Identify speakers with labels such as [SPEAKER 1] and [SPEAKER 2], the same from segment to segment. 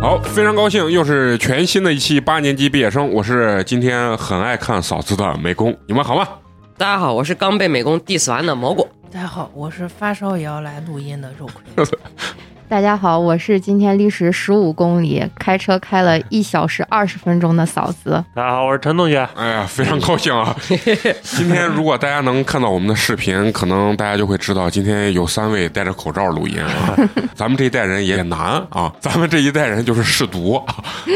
[SPEAKER 1] 好，非常高兴，又是全新的一期八年级毕业生。我是今天很爱看嫂子的美工，你们好吗？
[SPEAKER 2] 大家好，我是刚被美工 diss 完的蘑菇。
[SPEAKER 3] 大家好，我是发烧也要来录音的肉葵。
[SPEAKER 4] 大家好，我是今天历时十五公里，开车开了一小时二十分钟的嫂子。
[SPEAKER 5] 大家好，我是陈同学。
[SPEAKER 1] 哎呀，非常高兴 啊！今天如果大家能看到我们的视频，可能大家就会知道，今天有三位戴着口罩录音 啊。咱们这一代人也难啊，咱们这一代人就是试毒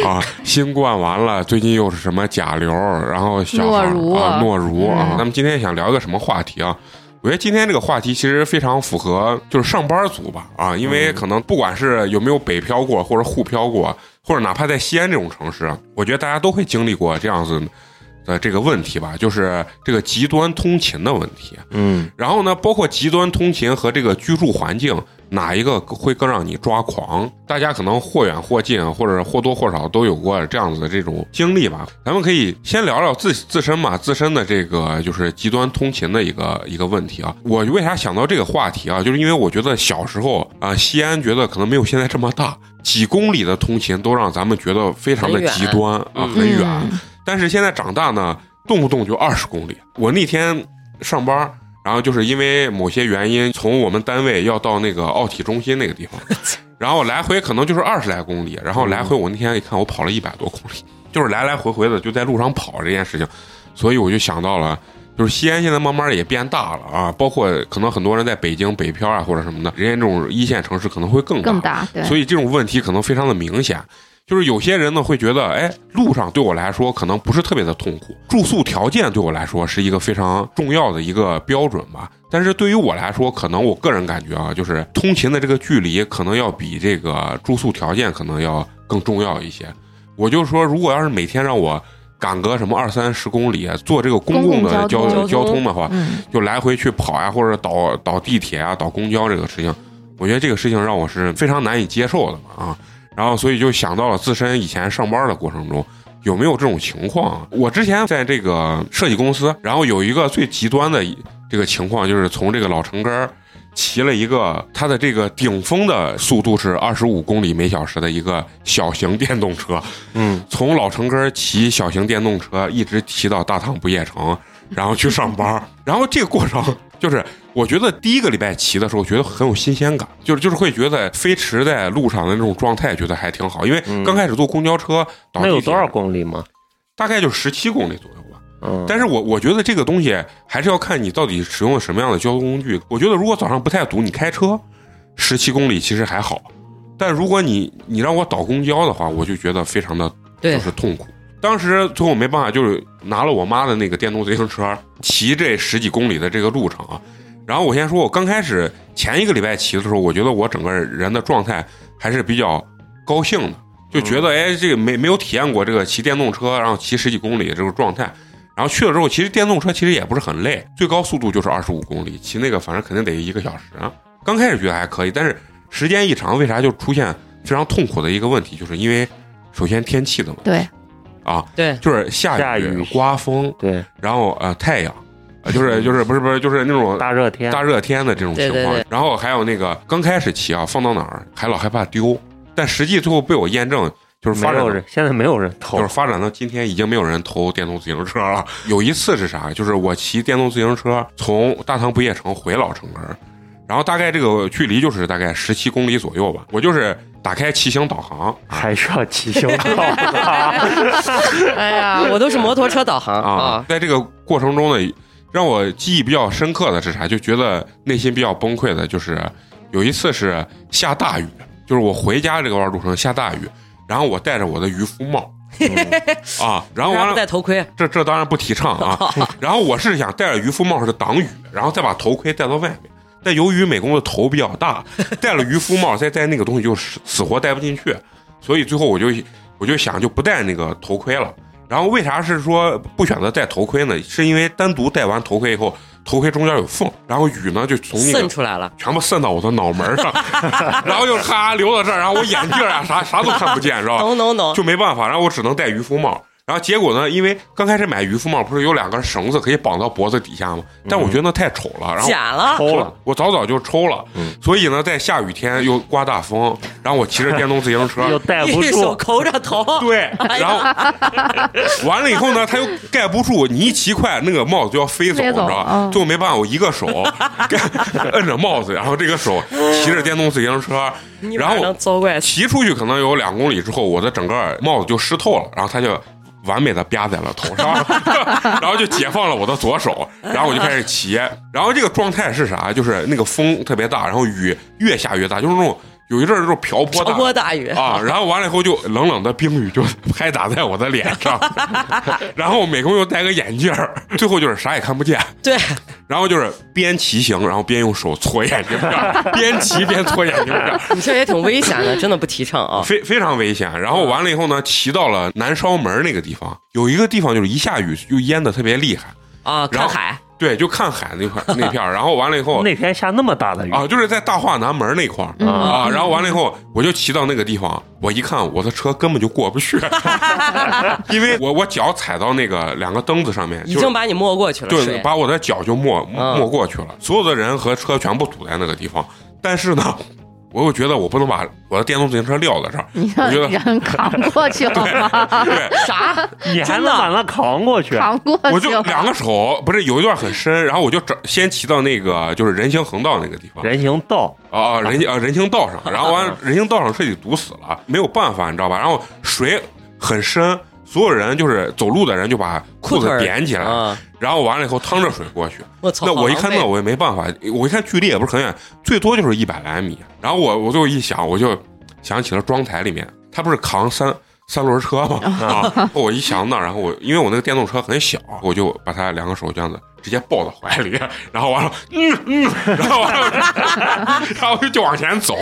[SPEAKER 1] 啊，新冠完了，最近又是什么甲流，然后小孩
[SPEAKER 4] 诺如
[SPEAKER 1] 啊，诺如啊。
[SPEAKER 4] 嗯
[SPEAKER 1] 咱们今天想聊一个什么话题啊？我觉得今天这个话题其实非常符合，就是上班族吧，啊，因
[SPEAKER 4] 嗯
[SPEAKER 1] 为可能不管是有没有北漂过，或者沪漂过，或者哪怕在西安这种城市，啊我觉得大家都会经历过这样子的这个问题吧，就是这个极端通勤的问题。
[SPEAKER 5] 嗯，
[SPEAKER 1] 然后呢，包括极端通勤和这个居住环境，哪一个会更让你抓狂？大家可能或远或近，或者或多或少都有过这样子的这种经历吧。咱们可以先聊聊自自身嘛，自身的这个就是极端通勤的一个一个问题啊。我为啥想到这个话题啊？就是因为我觉得小时候啊、西安觉得可能没有现在这么大，几公里的通勤都让咱们觉得非常的
[SPEAKER 2] 很远
[SPEAKER 1] 极端啊，
[SPEAKER 2] 嗯
[SPEAKER 1] 很远。
[SPEAKER 4] 嗯
[SPEAKER 1] 但是现在长大呢，动不动就二十公里。我那天上班，然后就是因为某些原因，从我们单位要到那个奥体中心那个地 方，然后来回可能就是二十来公里，然后来回我那天一看，我跑了一百多公里，就是来来回回的就在路上跑这件事情，所以我就想到了。就是西安现在慢慢也变大了啊，包括可能很多人在北京、北漂啊或者什么的，人家这种一线城市可能会更大
[SPEAKER 4] 更大，对，
[SPEAKER 1] 所以这种问题可能非常的明显。就是有些人呢会觉得，哎，路上对我来说可能不是特别的痛苦，住宿条件对我来说是一个非常重要的一个标准吧。但是对于我来说，可能我个人感觉啊，就是通勤的这个距离可能要比这个住宿条件可能要更重要一些。我就说，如果要是每天让我赶个什么二三十公里，坐这个公共的
[SPEAKER 4] 公共交
[SPEAKER 1] 交
[SPEAKER 4] 通
[SPEAKER 1] 交通的话，
[SPEAKER 4] 嗯，
[SPEAKER 1] 就来回去跑呀、啊或者倒倒地铁啊、倒公交这个事情，我觉得这个事情让我是非常难以接受的嘛啊。然后所以就想到了自身以前上班的过程中。有没有这种情况啊？我之前在这个设计公司，然后有一个最极端的一这个情况，就是从这个老城根儿骑了一个它的这个顶峰的速度是二十五公里每小时的一个小型电动车，
[SPEAKER 5] 嗯，
[SPEAKER 1] 从老城根儿骑小型电动车一直骑到大唐不夜城，然后去上班儿。 然后这个过程就是，我觉得第一个礼拜骑的时候，觉得很有新鲜感，就是就是会觉得飞驰在路上的那种状态，觉得还挺好。因为
[SPEAKER 5] 嗯
[SPEAKER 1] 刚开始坐公交车，倒
[SPEAKER 5] 那有
[SPEAKER 1] 地铁
[SPEAKER 5] 多少？公里吗？
[SPEAKER 1] 大概就十七公里左右吧。
[SPEAKER 5] 嗯，
[SPEAKER 1] 但是我我觉得这个东西还是要看你到底使用了什么样的交通工具。我觉得如果早上不太堵，你开车十七公里其实还好，但如果你你让我倒公交的话，我就觉得非常的
[SPEAKER 2] 对
[SPEAKER 1] 就，是痛苦。当时最后没办法，就是拿了我妈的那个电动自行车，骑这十几公里的这个路程啊。然后我先说，我刚开始前一个礼拜骑的时候，我觉得我整个人的状态还是比较高兴的，就觉得哎，这个没没有体验过这个骑电动车，然后骑十几公里这个状态。然后去了之后，其实电动车其实也不是很累，最高速度就是二十五公里，骑那个反正肯定得一个小时。啊刚开始觉得还可以，但是时间一长，为啥就出现非常痛苦的一个问题，就是因为首先天气的问题
[SPEAKER 4] 对，
[SPEAKER 1] 啊，
[SPEAKER 2] 对
[SPEAKER 1] 就是下雨、
[SPEAKER 5] 下雨
[SPEAKER 1] 刮风，
[SPEAKER 5] 对，
[SPEAKER 1] 然后呃太阳，呃就是就是不是不是就是那种
[SPEAKER 5] 大热天，
[SPEAKER 1] 大热天的这种情况。
[SPEAKER 2] 对对对
[SPEAKER 1] 然后还有那个刚开始骑啊，放到哪儿还老害怕丢，但实际最后被我验证就是
[SPEAKER 5] 没
[SPEAKER 1] 发展
[SPEAKER 5] 有人，现在没有人投
[SPEAKER 1] 就是。啊发展到今天，已经没有人偷电动自行车了。有一次是啥？就是我骑电动自行车从大唐不夜城回老城根儿，然后大概这个距离就是大概十七公里左右吧。我就是打开骑行导航
[SPEAKER 5] 还是要骑行道
[SPEAKER 2] 哎呀， 我都是摩托车导航
[SPEAKER 1] 啊
[SPEAKER 2] 啊，，
[SPEAKER 1] 在这个过程中呢，让我记忆比较深刻的是啥？就觉得内心比较崩溃的，就是有一次是下大雨，就是我回家这个段路程下大雨，然后我戴着我的渔夫 帽，啊，然后
[SPEAKER 2] 还
[SPEAKER 1] 完
[SPEAKER 2] 不
[SPEAKER 1] 了
[SPEAKER 2] 戴头盔，
[SPEAKER 1] 这这当然不提倡 啊。然后我是想戴着渔夫帽是挡雨，然后再把头盔戴到外面。但由于美工的头比较大，戴了渔夫帽再戴那个东西就死死活戴不进去，所以最后我就我就想就不戴那个头盔了。然后为啥是说不选择戴头盔呢？是因为单独戴完头盔以后，头盔中间有缝，然后雨呢就从那个
[SPEAKER 2] 渗出来了。
[SPEAKER 1] 全部渗到我的脑门儿上， 然后就咔流到这儿，然后我眼镜儿啊啥啥都看不见，知道吧？
[SPEAKER 2] 懂懂懂，
[SPEAKER 1] 就没办法，然后我只能戴渔夫帽。然后结果呢，因为刚开始买渔夫帽不是有两根绳子可以绑到脖子底下吗？但我觉得那太丑了，然后
[SPEAKER 2] 假了，
[SPEAKER 5] 偷 了，
[SPEAKER 1] 我早早就抽了，
[SPEAKER 5] 嗯
[SPEAKER 1] 所以呢，在下雨天又刮大风，然后我骑着电动自行 车，
[SPEAKER 5] 又带不
[SPEAKER 2] 一手
[SPEAKER 5] 住，
[SPEAKER 2] 抠着头，
[SPEAKER 1] 对，然后完了以后呢，它又盖不住，你一骑快，那个帽子就要飞走，
[SPEAKER 4] 飞
[SPEAKER 1] 你知
[SPEAKER 4] 走
[SPEAKER 1] 道吧
[SPEAKER 4] 嗯？
[SPEAKER 1] 最后没办法，我一个手盖摁着帽子，然后这个手骑着电动自行车，
[SPEAKER 2] 你
[SPEAKER 1] 然
[SPEAKER 2] 晚上
[SPEAKER 1] 后
[SPEAKER 2] 走过来，
[SPEAKER 1] 骑出去可能有两公里之后，我的整个帽子就湿透了，然后它就。完美的啪在了头 上，然后就解放了我的左手，然后我就开始骑。然后这个状态是啥？就是那个风特别大，然后雨越下越大，就是那种有一阵儿那种瓢泼大
[SPEAKER 2] 瓢泼大雨，
[SPEAKER 1] 啊，然后完了以后就冷冷的冰雨就拍打在我的脸 上，然后美工又戴个眼镜儿，最后就是啥也看不见，
[SPEAKER 2] 对，
[SPEAKER 1] 然后就是边骑行，然后边用手搓眼 睛片儿，边骑边搓眼睛片儿，
[SPEAKER 2] 你这也挺危险 的，真的不提倡啊。嗯
[SPEAKER 1] 非非常危险。然后完了以后呢，骑到了南烧门那个地方，有一个地方就是一下雨就淹的特别厉害，
[SPEAKER 2] 啊，
[SPEAKER 1] 然
[SPEAKER 2] 看
[SPEAKER 1] 后
[SPEAKER 2] 海，
[SPEAKER 1] 对，就看海那 块那片儿。然后完了以后
[SPEAKER 5] 那天下那么大的雨，
[SPEAKER 1] 啊，就是在大化南门那块儿。
[SPEAKER 4] 嗯
[SPEAKER 5] 啊
[SPEAKER 1] 啊，然后完了以后，我就骑到那个地方，我一看我的车根本就过不 去，因为我我脚踩到那个两个凳子上面，
[SPEAKER 2] 已
[SPEAKER 1] 就是
[SPEAKER 2] 经把你没过去了，
[SPEAKER 1] 对，
[SPEAKER 2] 水
[SPEAKER 1] 把我的脚就没没
[SPEAKER 2] 嗯
[SPEAKER 1] 没过去了，所有的人和车全部堵在那个地方。但是呢，我又觉得我不能把我的电动自行车撂在这儿，
[SPEAKER 4] 你
[SPEAKER 1] 我
[SPEAKER 4] 让
[SPEAKER 1] 觉得
[SPEAKER 4] 人扛过去了 吗？
[SPEAKER 1] 对，啊
[SPEAKER 2] 啥？
[SPEAKER 5] 你还
[SPEAKER 2] 真
[SPEAKER 5] 能
[SPEAKER 2] 的
[SPEAKER 5] 把它扛过去？
[SPEAKER 4] 扛过
[SPEAKER 1] 我
[SPEAKER 4] 去
[SPEAKER 1] 就两
[SPEAKER 4] 了。
[SPEAKER 1] 个手不是有一段很深，然后我就找先骑到那个就是人行横道那个地方，
[SPEAKER 5] 人行道，
[SPEAKER 1] 啊啊，人行啊人行道 上，然后完了人行道上彻底堵死了，没有办法，你知道吧？然后水很深，所有人就是走路的人就把裤子
[SPEAKER 2] 儿
[SPEAKER 1] 扁起来，
[SPEAKER 2] 啊！
[SPEAKER 1] 然后完了以后趟着水过去。
[SPEAKER 2] 我操！
[SPEAKER 1] 那我一
[SPEAKER 2] 好
[SPEAKER 1] 看
[SPEAKER 2] 狼狈
[SPEAKER 1] 那我也没办法，我一看距离也不是很远，最多就是一百来米。然后我我最后一想，我就想起了庄台里面，他不是扛三。三轮车 嘛，啊！我一想到，然后我因为我那个电动车很小，我就把他两个手这样子直接抱到怀里，然后完了，嗯嗯，然后完了， 然后就往前走，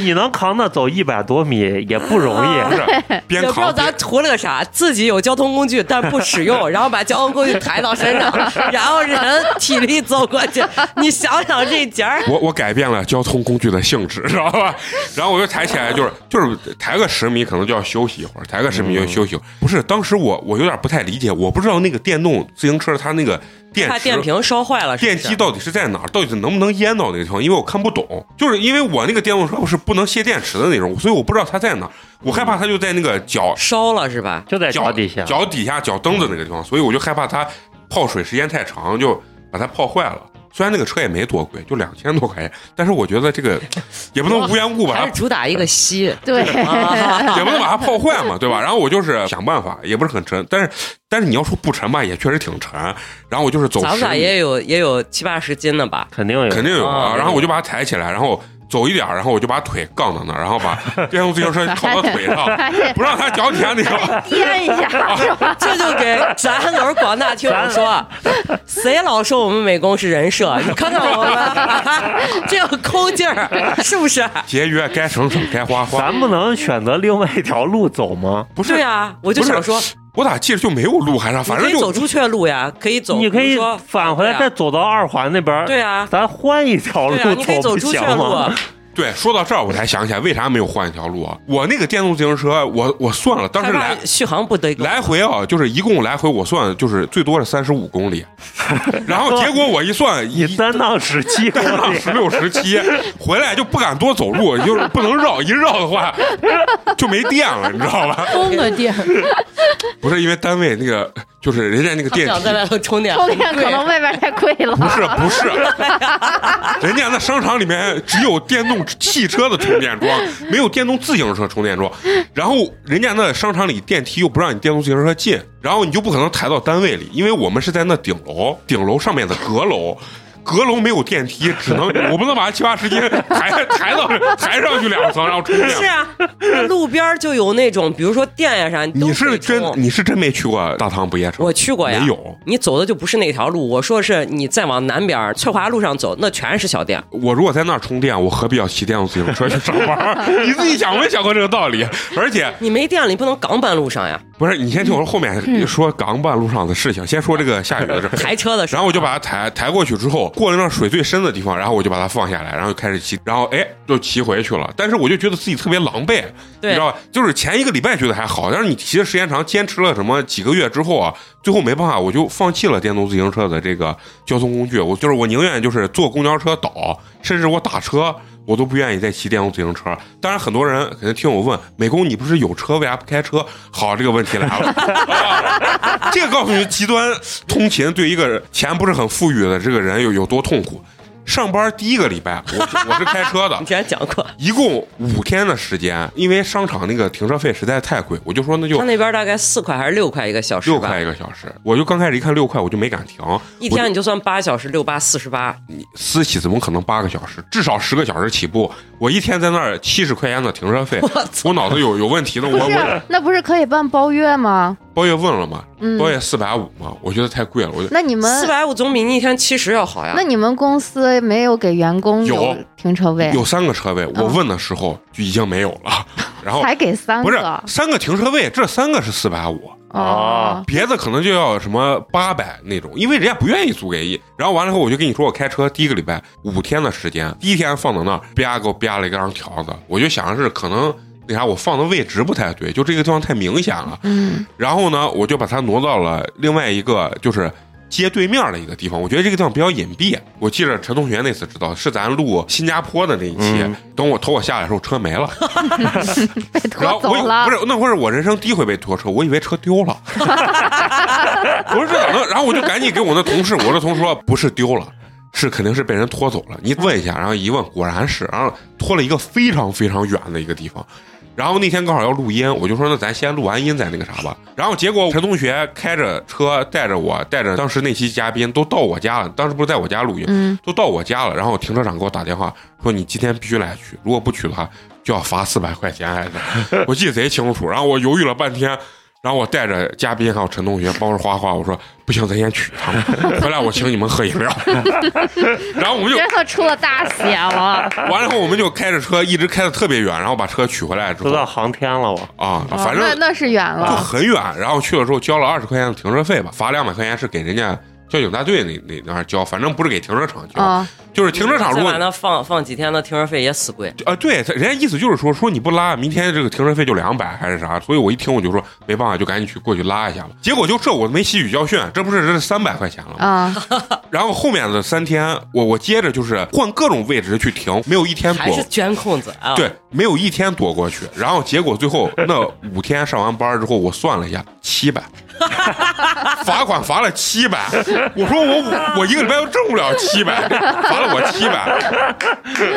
[SPEAKER 5] 你能扛得走一百多米也不容
[SPEAKER 1] 不
[SPEAKER 5] 易。
[SPEAKER 1] 是边
[SPEAKER 2] 也不知道
[SPEAKER 1] 扛
[SPEAKER 2] 咱
[SPEAKER 1] 边
[SPEAKER 2] 图了个啥，自己有交通工具但不 使用，然后把交通工具抬到身上，然后人体力走过去。你想想这节儿，
[SPEAKER 1] 我我改变了交通工具的性质，知道吧？ 然后我就抬起来，就是就是抬个十米，可能就要休息一会儿，抬个十米就
[SPEAKER 2] 嗯
[SPEAKER 1] 休息一会儿。不是，当时我我有点不太理解，我不知道那个电动自行车它那个电
[SPEAKER 2] 怕
[SPEAKER 1] 池
[SPEAKER 2] 电瓶烧坏了是不
[SPEAKER 1] 电
[SPEAKER 2] 是，
[SPEAKER 1] 机到底是在哪儿，到底能不能淹到那个地方，因为我看不懂。就是因为我那个电动车是不能卸电池的那种，所以我不知道它在哪儿，我害怕它就在那个脚
[SPEAKER 2] 烧了是吧？
[SPEAKER 5] 就在脚底下，嗯
[SPEAKER 1] 脚底下脚蹬子那个地方，所以我就害怕它泡水时间太长，就把它泡坏了。虽然那个车也没多贵，就两千多块钱，但是我觉得这 个也不能无缘无故把
[SPEAKER 2] 还
[SPEAKER 1] 它
[SPEAKER 2] 是主打一个啊吸，
[SPEAKER 4] 对，
[SPEAKER 1] 也不能把它泡坏 嘛，对吧？然后我就是想办法，也不是很沉，但是但是你要说不沉吧，也确实挺沉。然后我就是走
[SPEAKER 2] 咱们
[SPEAKER 1] 十
[SPEAKER 2] 俩
[SPEAKER 1] 米，
[SPEAKER 2] 也有也有七八十斤的 吧？
[SPEAKER 5] 肯定有，
[SPEAKER 1] 肯定有啊。
[SPEAKER 2] 啊
[SPEAKER 1] 然后我就把它抬起来，然后走一点儿，然后我就把腿杠到那儿，然后把 电动自行车靠到腿上，不让它脚底下那个。
[SPEAKER 4] 颠一下是吧？
[SPEAKER 2] 这就给 咱楼广大听友说，谁老说我们美工是人设？你看看 我们这样抠劲儿，是不是？
[SPEAKER 1] 节约该省省，该花花。
[SPEAKER 5] 咱不啊能选择另外一条路走吗？
[SPEAKER 1] 不是
[SPEAKER 2] 对呀，我就
[SPEAKER 1] 不是
[SPEAKER 2] 想说，
[SPEAKER 1] 我咋记着就没有路还是啥，
[SPEAKER 2] 你
[SPEAKER 1] 反
[SPEAKER 2] 可
[SPEAKER 1] 正
[SPEAKER 2] 以走
[SPEAKER 1] 就
[SPEAKER 2] 出去的路呀，可以走，
[SPEAKER 5] 你可
[SPEAKER 2] 比
[SPEAKER 5] 以
[SPEAKER 2] 如说啊
[SPEAKER 5] 返回来，再走到二环那边。
[SPEAKER 2] 对啊
[SPEAKER 5] 咱换一条
[SPEAKER 2] 对啊，
[SPEAKER 5] 路
[SPEAKER 2] 你可以
[SPEAKER 5] 不
[SPEAKER 2] 走出去
[SPEAKER 5] 行
[SPEAKER 2] 的路
[SPEAKER 5] 吗
[SPEAKER 2] 啊？。
[SPEAKER 1] 对。说到这儿，我才想起来为啥没有换一条路啊？我那个电动自行车，我我算了，当时
[SPEAKER 2] 害怕
[SPEAKER 1] 来
[SPEAKER 2] 续航不得够
[SPEAKER 1] 来回啊，就是一共来回我算就是最多是三十五公里， 然后结果我一算
[SPEAKER 5] 你
[SPEAKER 1] 一
[SPEAKER 5] 单趟十七公里，
[SPEAKER 1] 十六十七，回来就不敢多走路，就是不能绕，一绕的话就没电了，你知道吧？
[SPEAKER 3] 风的电，
[SPEAKER 1] 不是因为单位那个，就是人家那个电
[SPEAKER 2] 想
[SPEAKER 1] 梯
[SPEAKER 2] 在外头充电，
[SPEAKER 4] 充电可能外边太贵了。
[SPEAKER 1] 不是不是， 人家那商场里面只有电动汽车的充电桩，没有电动自行车充电桩。然后人家那商场里电梯又不让你电动自行车进，然后你就不可能抬到单位里，因为我们是在那顶楼，顶楼上面的阁楼。阁楼没有电梯，只能我不能把七八十斤抬 抬到抬上去两层，然后充电。
[SPEAKER 2] 是啊，那路边儿就有那种，比如说店呀啥，你都
[SPEAKER 1] 你
[SPEAKER 2] 可
[SPEAKER 1] 是
[SPEAKER 2] 以
[SPEAKER 1] 真
[SPEAKER 2] 充啊
[SPEAKER 1] 你是真没去过大唐不夜城？
[SPEAKER 2] 我去过呀，
[SPEAKER 1] 没有。
[SPEAKER 2] 你走的就不是那条路，我说是你再往南边儿翠华路上走，那全是小店。
[SPEAKER 1] 我如果在那儿充电，我何必要骑电动 自行车去上班？你自己想没想过这个道理？而且
[SPEAKER 2] 你没电了，你不能港板路上呀。
[SPEAKER 1] 不是，你先听我说后面说港半路上的事情，先说这个下雨的 事。
[SPEAKER 2] 抬车的时
[SPEAKER 1] 然
[SPEAKER 2] 候，
[SPEAKER 1] 后我就把它抬抬过去之后，过了那水最深的地方，然后我就把它放下来，然后就开始骑，然后哎就骑回去了。但是我就觉得自己特别狼狈，你
[SPEAKER 2] 对
[SPEAKER 1] 知道吧？就是前一个礼拜觉得还好，但是你骑的时间长，坚持了什么几个月之后啊，最后没办法，我就放弃了电动自行车的这个交通工具。我就是我宁愿就是坐公交车倒，甚至我打车，我都不愿意再骑电动自行车。当然，很多人可能听我问美工，你不是有车，为啥不开车？好，这个问题来了。 啊这个告诉你，极端通勤对一个钱不是很富裕的这个人有有多痛苦。上班第一个礼拜，我我是开车的
[SPEAKER 2] 你，之前讲过，
[SPEAKER 1] 一共五天的时间，因为商场那个停车费实在太贵，我就说那就
[SPEAKER 2] 他那边大概四块还是六块一个小时
[SPEAKER 1] 六
[SPEAKER 2] 吧，
[SPEAKER 1] 块一个小时。我就刚开始一看六块，我就没敢停。
[SPEAKER 2] 一
[SPEAKER 1] 我
[SPEAKER 2] 天
[SPEAKER 1] 就
[SPEAKER 2] 你就算八小时，六八四十八，
[SPEAKER 1] 私企怎么可能八个小时？至少十个小时起步。我一天在那儿七十块钱的停车 费，我脑子有有问题呢。我
[SPEAKER 4] 不
[SPEAKER 1] 我
[SPEAKER 4] 是，啊那不是可以办包月吗？
[SPEAKER 1] 包月问了嘛，
[SPEAKER 4] 嗯
[SPEAKER 1] 包月四百五嘛，我觉得太贵了。我就
[SPEAKER 4] 那你们
[SPEAKER 1] 啊
[SPEAKER 2] 四百五总比你一天七十要好呀。
[SPEAKER 4] 那你们公司没有给员工
[SPEAKER 1] 有
[SPEAKER 4] 停车位，
[SPEAKER 1] 有三个车位，我
[SPEAKER 4] 哎嗯
[SPEAKER 1] 问的时候就已经没有了。然后
[SPEAKER 4] 才给三
[SPEAKER 1] 不是
[SPEAKER 4] 个
[SPEAKER 1] 三个停车位，这三个是四百五。
[SPEAKER 5] 哦
[SPEAKER 4] 哦，
[SPEAKER 1] 别的可能就要什么八百那种，因为人家不愿意租给你。然后完了后，我就跟你说，我开车第一个礼拜五天的时间，第一天放到那儿，啪给我啪了一张条子，我就想是可能那啥，我放的位置不太对，就这个地方太明显了。
[SPEAKER 4] 嗯，
[SPEAKER 1] 然后呢，我就把它挪到了另外一个就是街对面的一个地方。我觉得这个地方比较隐蔽。我记着陈同学那次知道是咱录新加坡的那一期，
[SPEAKER 5] 嗯
[SPEAKER 1] 等我头我下来的时候车没了，
[SPEAKER 4] 被
[SPEAKER 1] 然后
[SPEAKER 4] 拖走
[SPEAKER 1] 我以
[SPEAKER 4] 了
[SPEAKER 1] 不，是那会儿我人生第一回被拖车，我以为车丢了， 我说这咋弄？然后我就赶紧给我那同事，我的同事说不是丢了。是肯定是被人拖走了，你问一下，然后一问果然是，然后拖了一个非常非常远的一个地方，然后那天刚好要录音，我就说那咱先录完音再那个啥吧。然后结果陈同学开着车带着我，带着当时那期嘉宾都到我家了，当时不是在我家录音，
[SPEAKER 4] 嗯
[SPEAKER 1] 都到我家了。然后停车场给我打电话说你今天必须来取，如果不取的话就要罚四百块钱还是？ 我记得贼清楚。然后我犹豫了半天。然后我带着嘉宾还有陈同学，包括花花，我说不行，咱先取一趟，回来我请你们喝饮 料。然后我们就
[SPEAKER 4] 真的出了大血了，
[SPEAKER 1] 完了后，我们就开着车一直开的特别远，然后把车取回来之
[SPEAKER 5] 都
[SPEAKER 1] 后
[SPEAKER 5] 到航天了我。
[SPEAKER 1] 啊， 反正
[SPEAKER 4] 哦那那是远
[SPEAKER 1] 就
[SPEAKER 4] 了，
[SPEAKER 1] 很远，然后去了之后交了二十块钱的停车费吧，罚两百块钱是给人家交警大队那那那儿交，反正不是给停车场交，
[SPEAKER 4] 啊，
[SPEAKER 1] 就是停车场如
[SPEAKER 2] 再
[SPEAKER 1] 果
[SPEAKER 2] 把那放放几天的停车费也死贵，
[SPEAKER 1] 啊、对，他人家意思就是说说你不拉，明天这个停车费就两百还是啥，所以我一听我就说没办法，就赶紧去过去拉一下吧。结果就这我没吸取教训，这不是这三百块钱了吗？
[SPEAKER 4] 啊，
[SPEAKER 1] 然后后面的三天，我我接着就是换各种位置去停，没有一天
[SPEAKER 2] 还
[SPEAKER 1] 躲
[SPEAKER 2] 是钻空子啊？
[SPEAKER 1] 对，，没有一天躲过去。然后结果最后那五天上完班之后，我算了一下，七 百，罚款罚了七百。我说我我一个礼拜都挣不了七百，罚了我七百。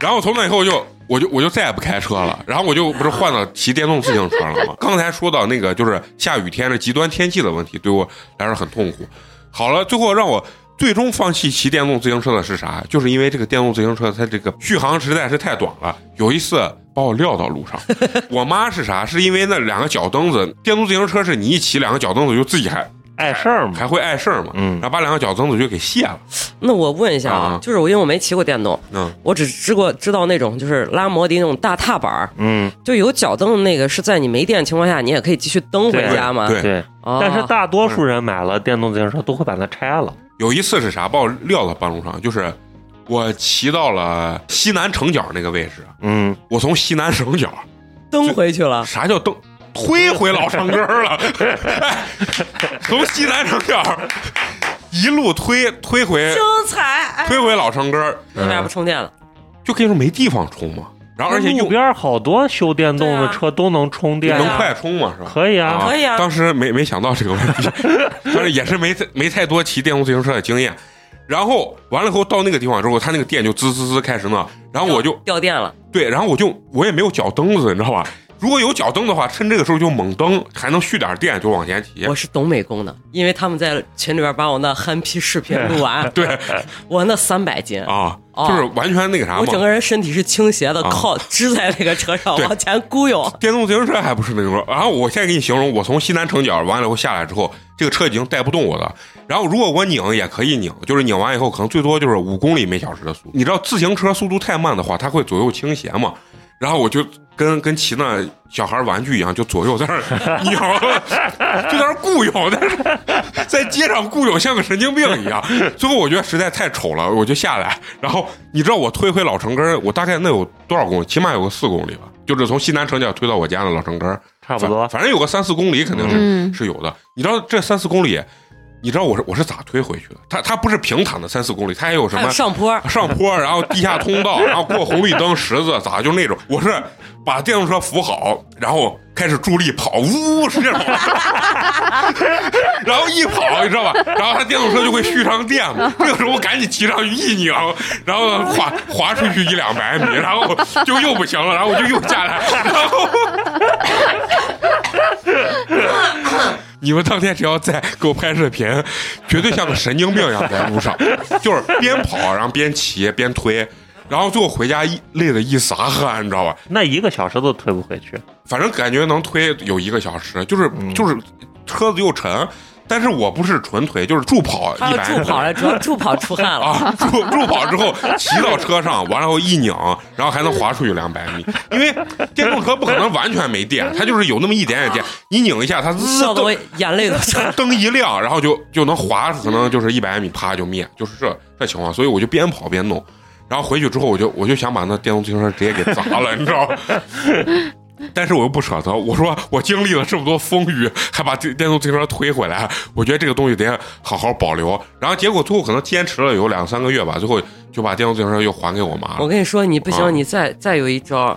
[SPEAKER 1] 然后从那以后就。我就我就再也不开车了，然后我就不是换到骑电动自行车了吗？刚才说到那个就是下雨天的极端天气的问题，对我来说很痛苦。好了，最后让我最终放弃骑电动自行车的是啥？就是因为这个电动自行车它这个续航实在是太短了。有一次把我撂到路上，我妈是啥？是因为那两个脚蹬子，电动自行车是你一骑两个脚蹬子就自己还
[SPEAKER 5] 碍事儿嘛。
[SPEAKER 1] 还会碍事儿嘛，
[SPEAKER 5] 嗯
[SPEAKER 1] 然后把两个脚蹬子就给卸了，
[SPEAKER 2] 那我问一下
[SPEAKER 1] 啊
[SPEAKER 2] 啊，就是我因为我没骑过电动，
[SPEAKER 1] 嗯，
[SPEAKER 2] 我只知过知道那种就是拉摩的那种大踏板儿，
[SPEAKER 5] 嗯，
[SPEAKER 2] 就有脚蹬那个是在你没电的情况下，你也可以继续蹬回家嘛。
[SPEAKER 1] 对。嗯
[SPEAKER 5] 对。
[SPEAKER 2] 哦，
[SPEAKER 5] 但是大多数人买了电动自行车都会把它拆了。
[SPEAKER 1] 有一次是啥？把我撂到半路上，就是我骑到了西南城角那个位置，
[SPEAKER 5] 嗯，
[SPEAKER 1] 我从西南城角
[SPEAKER 2] 蹬回去了，
[SPEAKER 1] 啥叫蹬？推回老城根儿了， 哎从西南城角儿一路推推回
[SPEAKER 2] 精彩！
[SPEAKER 1] 推回老城根儿，
[SPEAKER 2] 那为啥不充电了？
[SPEAKER 1] 就跟你说没地方充嘛，然后而且
[SPEAKER 5] 路
[SPEAKER 1] 又
[SPEAKER 5] 边儿好多修电动
[SPEAKER 4] 啊
[SPEAKER 5] 的车都能充电
[SPEAKER 1] 能
[SPEAKER 5] 呀，
[SPEAKER 1] 快充嘛，是吧？
[SPEAKER 5] 可以啊。
[SPEAKER 2] 可以啊
[SPEAKER 1] 当时没没想到这个问题， 但是也是没没太多骑电动自行车的经验。然后完了以后到那个地方之后，他那个电就滋滋滋开始呢，然嗯啊后我就
[SPEAKER 2] 掉电了，
[SPEAKER 1] 对，然后我就我也没有脚蹬子，你知道吧？如果有脚蹬的话，趁这个时候就猛蹬，还能蓄点电，就往前骑。
[SPEAKER 2] 我是懂美工的，因为他们在群里边把我那憨批视频录完，对 我那三百斤，
[SPEAKER 1] 啊，
[SPEAKER 2] 哦
[SPEAKER 1] 就是完全那个啥
[SPEAKER 2] 我整
[SPEAKER 1] 嘛。
[SPEAKER 2] 个人身体是倾斜的，
[SPEAKER 1] 啊
[SPEAKER 2] 靠支在那个车上
[SPEAKER 1] 对
[SPEAKER 2] 往前咕悠，
[SPEAKER 1] 电动自行车还不是那种，然后我现在给你形容，我从西南城角完了以后下来之后，这个车已经带不动我了。然后如果我拧也可以拧，就是拧完以后可能最多就是五公里每小时的速度。你知道自行车速度太慢的话，它会左右倾斜嘛。然后我就跟跟骑那小孩玩具一样，就左右在那儿 摇，就在那儿固摇，但是 在街上固摇像个神经病一样。最后我觉得实在太丑了，我就下来。然后你知道我推回老城根儿，我大概那有多少公里？起码有个四公里吧，就是从西南城角推到我家的老城根儿，
[SPEAKER 5] 差不多
[SPEAKER 1] 反，反正有个三四公里肯定是、
[SPEAKER 4] 嗯
[SPEAKER 1] 是有的。你知道这三四公里，你知道我是我是咋推回去的？它它不是平坦的三四公里，它也有什
[SPEAKER 2] 还有
[SPEAKER 1] 么
[SPEAKER 2] 上坡，
[SPEAKER 1] 上坡，然后地下通道，然 后过红绿灯、十字，咋就那种？我是把电动车扶好，然后开始助力跑，呜呜使劲跑， 然后一跑，你知道吧？然后它电动车就会续上电嘛。这个时候我赶紧骑上去一拧，然后滑滑出去一两百米，然后就又不行了，然后我就又下来， 然后。你们当天只要再给我拍视频，绝对像个神经病一样在路上，就是边跑然后边骑边推，然后最后回家一累得一撒汗，你知道吧？
[SPEAKER 5] 那一个小时都推不回去。
[SPEAKER 1] 反正感觉能推有一个小时，就是就是车子又沉，但是我不是纯推，就是助跑
[SPEAKER 2] 他
[SPEAKER 1] 一
[SPEAKER 2] 要
[SPEAKER 1] 百
[SPEAKER 2] 助 跑了，主要助跑出汗了。
[SPEAKER 1] 啊，助助跑之后骑到车上，完了后一拧，然后还能滑出去两百米，因为电动车不可能完全没电，它就是有那么一点点电，你拧一下它滋
[SPEAKER 2] 笑得我眼泪都出来 了。
[SPEAKER 1] 灯一亮，然后就就能滑，可能就是一百米，啪就灭，就是这这情况。所以我就边跑边弄，然后回去之后，我就我就想把那电动自行车直接给砸了，你知道吗？ 但是我又不舍得，我说我经历了这么多风雨，还把电电动自行车推回来，我觉得这个东西得好好保留。然后结果最后可能坚持了有两三个月吧，最后就把电动自行车又还给我妈
[SPEAKER 2] 我
[SPEAKER 1] 了。
[SPEAKER 2] 跟你说，你不
[SPEAKER 1] 啊
[SPEAKER 2] 行，你再再有一招，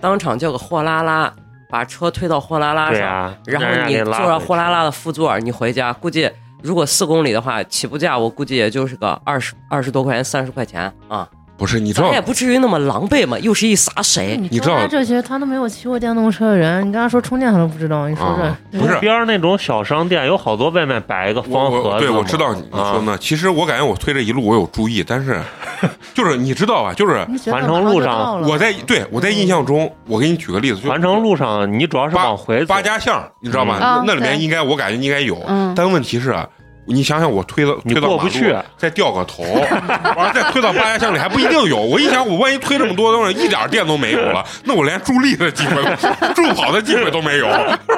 [SPEAKER 2] 当场叫个货拉拉，把车推到货拉拉
[SPEAKER 5] 对
[SPEAKER 2] 上，
[SPEAKER 1] 啊
[SPEAKER 5] 呀，
[SPEAKER 2] 然
[SPEAKER 5] 让
[SPEAKER 2] 后
[SPEAKER 5] 人
[SPEAKER 2] 你
[SPEAKER 5] 给
[SPEAKER 2] 坐
[SPEAKER 5] 拉
[SPEAKER 2] 上
[SPEAKER 5] 回
[SPEAKER 2] 货拉
[SPEAKER 5] 去
[SPEAKER 2] 拉的副座，你回家估计。如果四公里的话，起步价我估计也就是个二十二十多块钱，三十块钱啊，
[SPEAKER 1] 不是，你知
[SPEAKER 2] 咱
[SPEAKER 1] 道
[SPEAKER 2] 也不至于那么狼狈嘛。又是一洒
[SPEAKER 3] 哎
[SPEAKER 2] 水，
[SPEAKER 3] 嗯
[SPEAKER 1] 你知道
[SPEAKER 3] 他这些他都没有骑过电动车的人，你刚刚说充电他都不知道，你说
[SPEAKER 1] 啊
[SPEAKER 3] 这？
[SPEAKER 1] 不是，
[SPEAKER 5] 边儿那种小商店有好多外面摆一个
[SPEAKER 1] 我
[SPEAKER 5] 方盒子
[SPEAKER 1] 我
[SPEAKER 5] 嘛。
[SPEAKER 1] 对，我知道你你说
[SPEAKER 5] 啊，
[SPEAKER 1] 呢。其实我感觉我推这一路我有注意，但是 就是你知道吧，就是
[SPEAKER 3] 你觉得
[SPEAKER 5] 环城路上
[SPEAKER 3] 马就到了
[SPEAKER 1] 我在
[SPEAKER 4] 嗯
[SPEAKER 1] 对我在印象中，我给你举个例子，就
[SPEAKER 5] 环城路上你主要是
[SPEAKER 1] 八
[SPEAKER 5] 往回走
[SPEAKER 1] 八，家巷，你知道吧？
[SPEAKER 5] 嗯
[SPEAKER 1] 那
[SPEAKER 4] 嗯
[SPEAKER 1] 那里面
[SPEAKER 4] 对
[SPEAKER 1] 应该我感觉应该有，
[SPEAKER 4] 嗯
[SPEAKER 1] 但问题是啊。你想想，我推到
[SPEAKER 5] 你
[SPEAKER 1] 推到
[SPEAKER 5] 过
[SPEAKER 1] 马
[SPEAKER 5] 不
[SPEAKER 1] 路
[SPEAKER 5] 去啊
[SPEAKER 1] 再掉个头，完了再推到八家巷里还不一定有。我一想，我万一推这么多东西，一点电都没有了，那我连助力的机会都、助跑的机会都没有。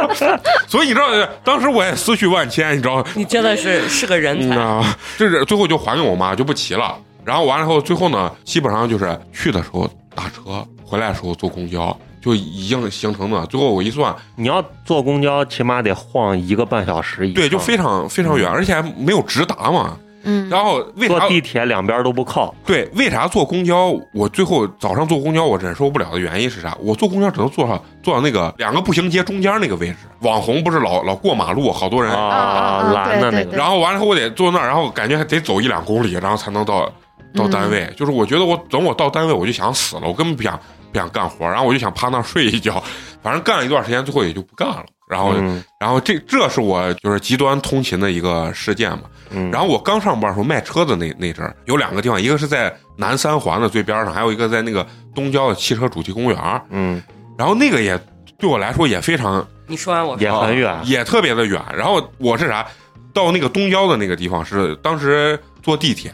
[SPEAKER 1] 所以你知道，当时我也思绪万千，你知道，
[SPEAKER 2] 你真的是是个人
[SPEAKER 1] 嗯
[SPEAKER 2] 才。
[SPEAKER 1] 呐，
[SPEAKER 5] 啊
[SPEAKER 1] 就是最后就还给我妈，就不骑了。然后完了后，最后呢，基本上就是去的时候打车，回来的时候坐公交，就已经形成了。最后我一算，
[SPEAKER 5] 你要坐公交起码得晃一个半小时以上。
[SPEAKER 1] 对，就非
[SPEAKER 5] 嗯
[SPEAKER 1] 常非常远，而且还没有直达嘛。
[SPEAKER 4] 嗯，
[SPEAKER 1] 然后为
[SPEAKER 5] 坐
[SPEAKER 1] 啥
[SPEAKER 5] 地铁两边都不靠，
[SPEAKER 1] 对为啥坐公交？我最后早上坐公交我忍受不了的原因是啥？我坐公交只能坐上坐到那个两个步行街中间那个位置。网红不是老老过马路，好多
[SPEAKER 5] 哦
[SPEAKER 1] 人，
[SPEAKER 4] 啊啊
[SPEAKER 5] 蓝的那
[SPEAKER 4] 对
[SPEAKER 5] 个。
[SPEAKER 1] 然后完了后我得坐那儿，然后感觉还得走一两公里，然后才能到到单位。就是我觉得我等我到单位我就想死了，我根本不想不想干活，然后我就想趴那儿睡一觉。反正干了一段时间，最后也就不干了。然后，
[SPEAKER 5] 嗯
[SPEAKER 1] 然后这这是我就是极端通勤的一个事件嘛。
[SPEAKER 5] 嗯，
[SPEAKER 1] 然后我刚上班的时候卖车的那那阵儿，有两个地方，一个是在南三环的最边上，还有一个在那个东郊的汽车主题公园儿。
[SPEAKER 5] 嗯
[SPEAKER 1] 然后那个也对我来说也非常
[SPEAKER 2] 你说完我
[SPEAKER 5] 也
[SPEAKER 2] 说，
[SPEAKER 1] 啊
[SPEAKER 5] 很远，
[SPEAKER 1] 也特别的远。然后我是啥，到那个东郊的那个地方是当时坐地铁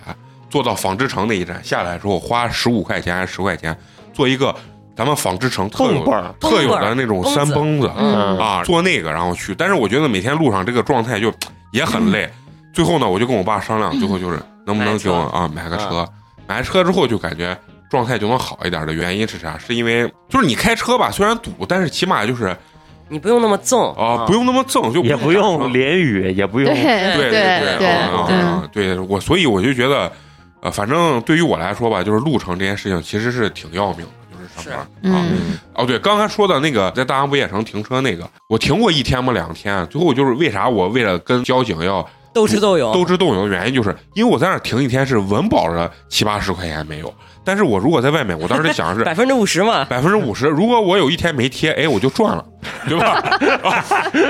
[SPEAKER 1] 坐到纺织城那一站下来之后，花十五块钱还是十块钱坐一个咱们纺织城特
[SPEAKER 5] 蹦
[SPEAKER 1] 有
[SPEAKER 5] 蹦儿。
[SPEAKER 1] 特有的那种
[SPEAKER 2] 蹦蹦
[SPEAKER 1] 三蹦子
[SPEAKER 4] 嗯
[SPEAKER 1] 啊，坐那个然后去。但是我觉得每天路上这个状态就也很累。
[SPEAKER 5] 嗯
[SPEAKER 1] 最后呢，我就跟我爸商量，最后就是能不能给
[SPEAKER 2] 买车
[SPEAKER 1] 我啊买个车。买车之后就感觉状态就能好一点的原因是啥？是因为就是你开车吧，虽然堵，但是起码就是啊、
[SPEAKER 2] 你不用那么纵，
[SPEAKER 1] 不用那么蹭，就
[SPEAKER 5] 啊 也不用
[SPEAKER 1] 打车
[SPEAKER 5] 淋雨，也不用
[SPEAKER 4] 对
[SPEAKER 1] 对
[SPEAKER 4] 对
[SPEAKER 1] 对
[SPEAKER 4] 对嗯
[SPEAKER 1] 啊啊啊对我，所以我就觉得，呃，反正对于我来说吧，就是路程这件事情其实是挺要命的，就是上班
[SPEAKER 4] 是
[SPEAKER 1] 啊。
[SPEAKER 4] 嗯
[SPEAKER 1] 哦，对，刚才说的那个在大洋不夜城停车那个，我停过一天嘛两天，最后就是为啥我为了跟交警要
[SPEAKER 2] 斗智斗勇，
[SPEAKER 1] 斗智斗勇的原因，就是因为我在那儿停一天是文保着七八十块钱没有，但是我如果在外面，我当时就想是
[SPEAKER 2] 百分之五十嘛，
[SPEAKER 1] 百分之五十。如果我有一天没贴，哎，我就赚了，对吧？ 啊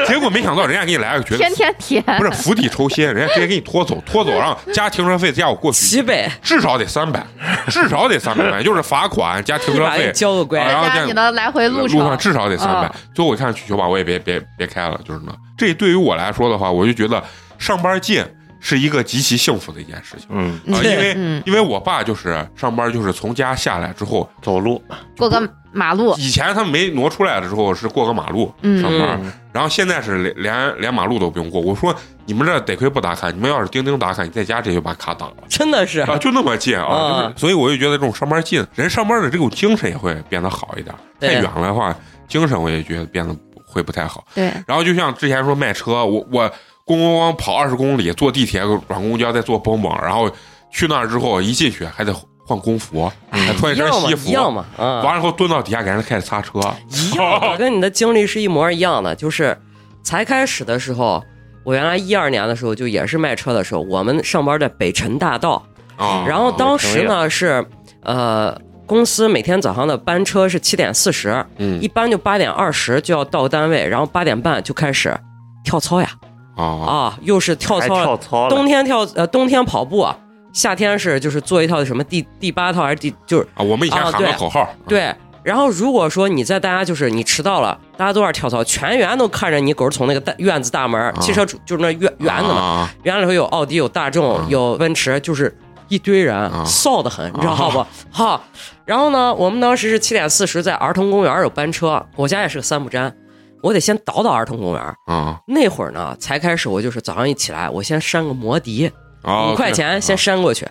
[SPEAKER 1] 结果没想到人家给你来个觉得
[SPEAKER 4] 天天舔，
[SPEAKER 1] 不是釜底抽薪，人家直接给你拖走，拖走让加停车费加我过去，
[SPEAKER 2] 西北
[SPEAKER 1] 至少得三百，至少得三百块，就是罚款加停
[SPEAKER 2] 一
[SPEAKER 1] 车
[SPEAKER 2] 把给
[SPEAKER 1] 费
[SPEAKER 2] 你，交个
[SPEAKER 1] 啊
[SPEAKER 2] 乖，
[SPEAKER 1] 然后
[SPEAKER 4] 再加
[SPEAKER 1] 这
[SPEAKER 4] 你的来回
[SPEAKER 1] 路
[SPEAKER 4] 程，
[SPEAKER 1] 上至少得三百
[SPEAKER 4] 啊。
[SPEAKER 1] 最后我看去酒吧，我也别别别开了，就是那。这对于我来说的话，我就觉得上班近，是一个极其幸福的一件事情。
[SPEAKER 5] 嗯，
[SPEAKER 1] 啊，因为、
[SPEAKER 4] 嗯
[SPEAKER 1] 因为我爸就是上班，就是从家下来之后，
[SPEAKER 5] 走路
[SPEAKER 4] 过个马路，
[SPEAKER 1] 以前他没挪出来的时候是过个马路
[SPEAKER 4] 嗯
[SPEAKER 1] 上班，
[SPEAKER 5] 嗯
[SPEAKER 1] 然后现在是连连连马路都不用过。我说你们这得亏不打卡，你们要是钉钉打卡，你在家直接就把卡挡了
[SPEAKER 2] 真的是
[SPEAKER 1] 啊，就那么近啊，
[SPEAKER 2] 啊
[SPEAKER 1] 就是所以我就觉得这种上班近，人上班的这种精神也会变得好一点。太
[SPEAKER 2] 对
[SPEAKER 1] 远了的话，精神我也觉得变得会不太好。
[SPEAKER 4] 对，
[SPEAKER 1] 然后就像之前说卖车，我我咣咣咣跑二十公里，坐地铁转公交，再坐蹦蹦，然后去那儿之后一进去还得换工服，还穿一
[SPEAKER 2] 一
[SPEAKER 1] 身
[SPEAKER 2] 样嘛
[SPEAKER 1] 西服
[SPEAKER 2] 一，样嘛啊，
[SPEAKER 1] 完了以后蹲到底下给人开始擦车，
[SPEAKER 2] 一样的，跟你的经历是一模一样的。就是才开始的时候，我原来一二年的时候就也是卖车的时候，我们上班在北辰大道，
[SPEAKER 1] 啊，
[SPEAKER 2] 然后当时呢是呃公司每天早上的班车是七点四十，
[SPEAKER 1] 嗯
[SPEAKER 2] 一般就八点二十就要到单位，然后八点半就开始跳操呀
[SPEAKER 1] 啊
[SPEAKER 2] 啊，又是跳
[SPEAKER 5] 还
[SPEAKER 2] 操了
[SPEAKER 5] 跳操
[SPEAKER 2] 冬
[SPEAKER 5] 了，
[SPEAKER 2] 天跳呃冬天跑步，夏天是就是做一套什么第第八套还是第就是
[SPEAKER 1] 啊，我们以前
[SPEAKER 2] 啊
[SPEAKER 1] 喊个
[SPEAKER 2] 对
[SPEAKER 1] 口号，
[SPEAKER 2] 对。然后如果说你在大家就是你迟到了，大家都在跳槽，全员都看着你狗从那个大院子大门
[SPEAKER 1] 啊
[SPEAKER 2] 儿，汽车主就是那院园子嘛，
[SPEAKER 1] 嘛，
[SPEAKER 2] 园里头有奥迪、有大众、有奔驰，就是一堆人
[SPEAKER 1] 啊，
[SPEAKER 2] 臊的很，你知道不？哈。然后呢，我们当时是七点四十在儿童公园有班车，我家也是个三不沾，我得先倒到儿童公园。
[SPEAKER 1] 啊
[SPEAKER 2] 那会儿呢，才开始我就是早上一起来，我先扇个摩的，
[SPEAKER 1] 啊，
[SPEAKER 2] 五块钱先扇过去。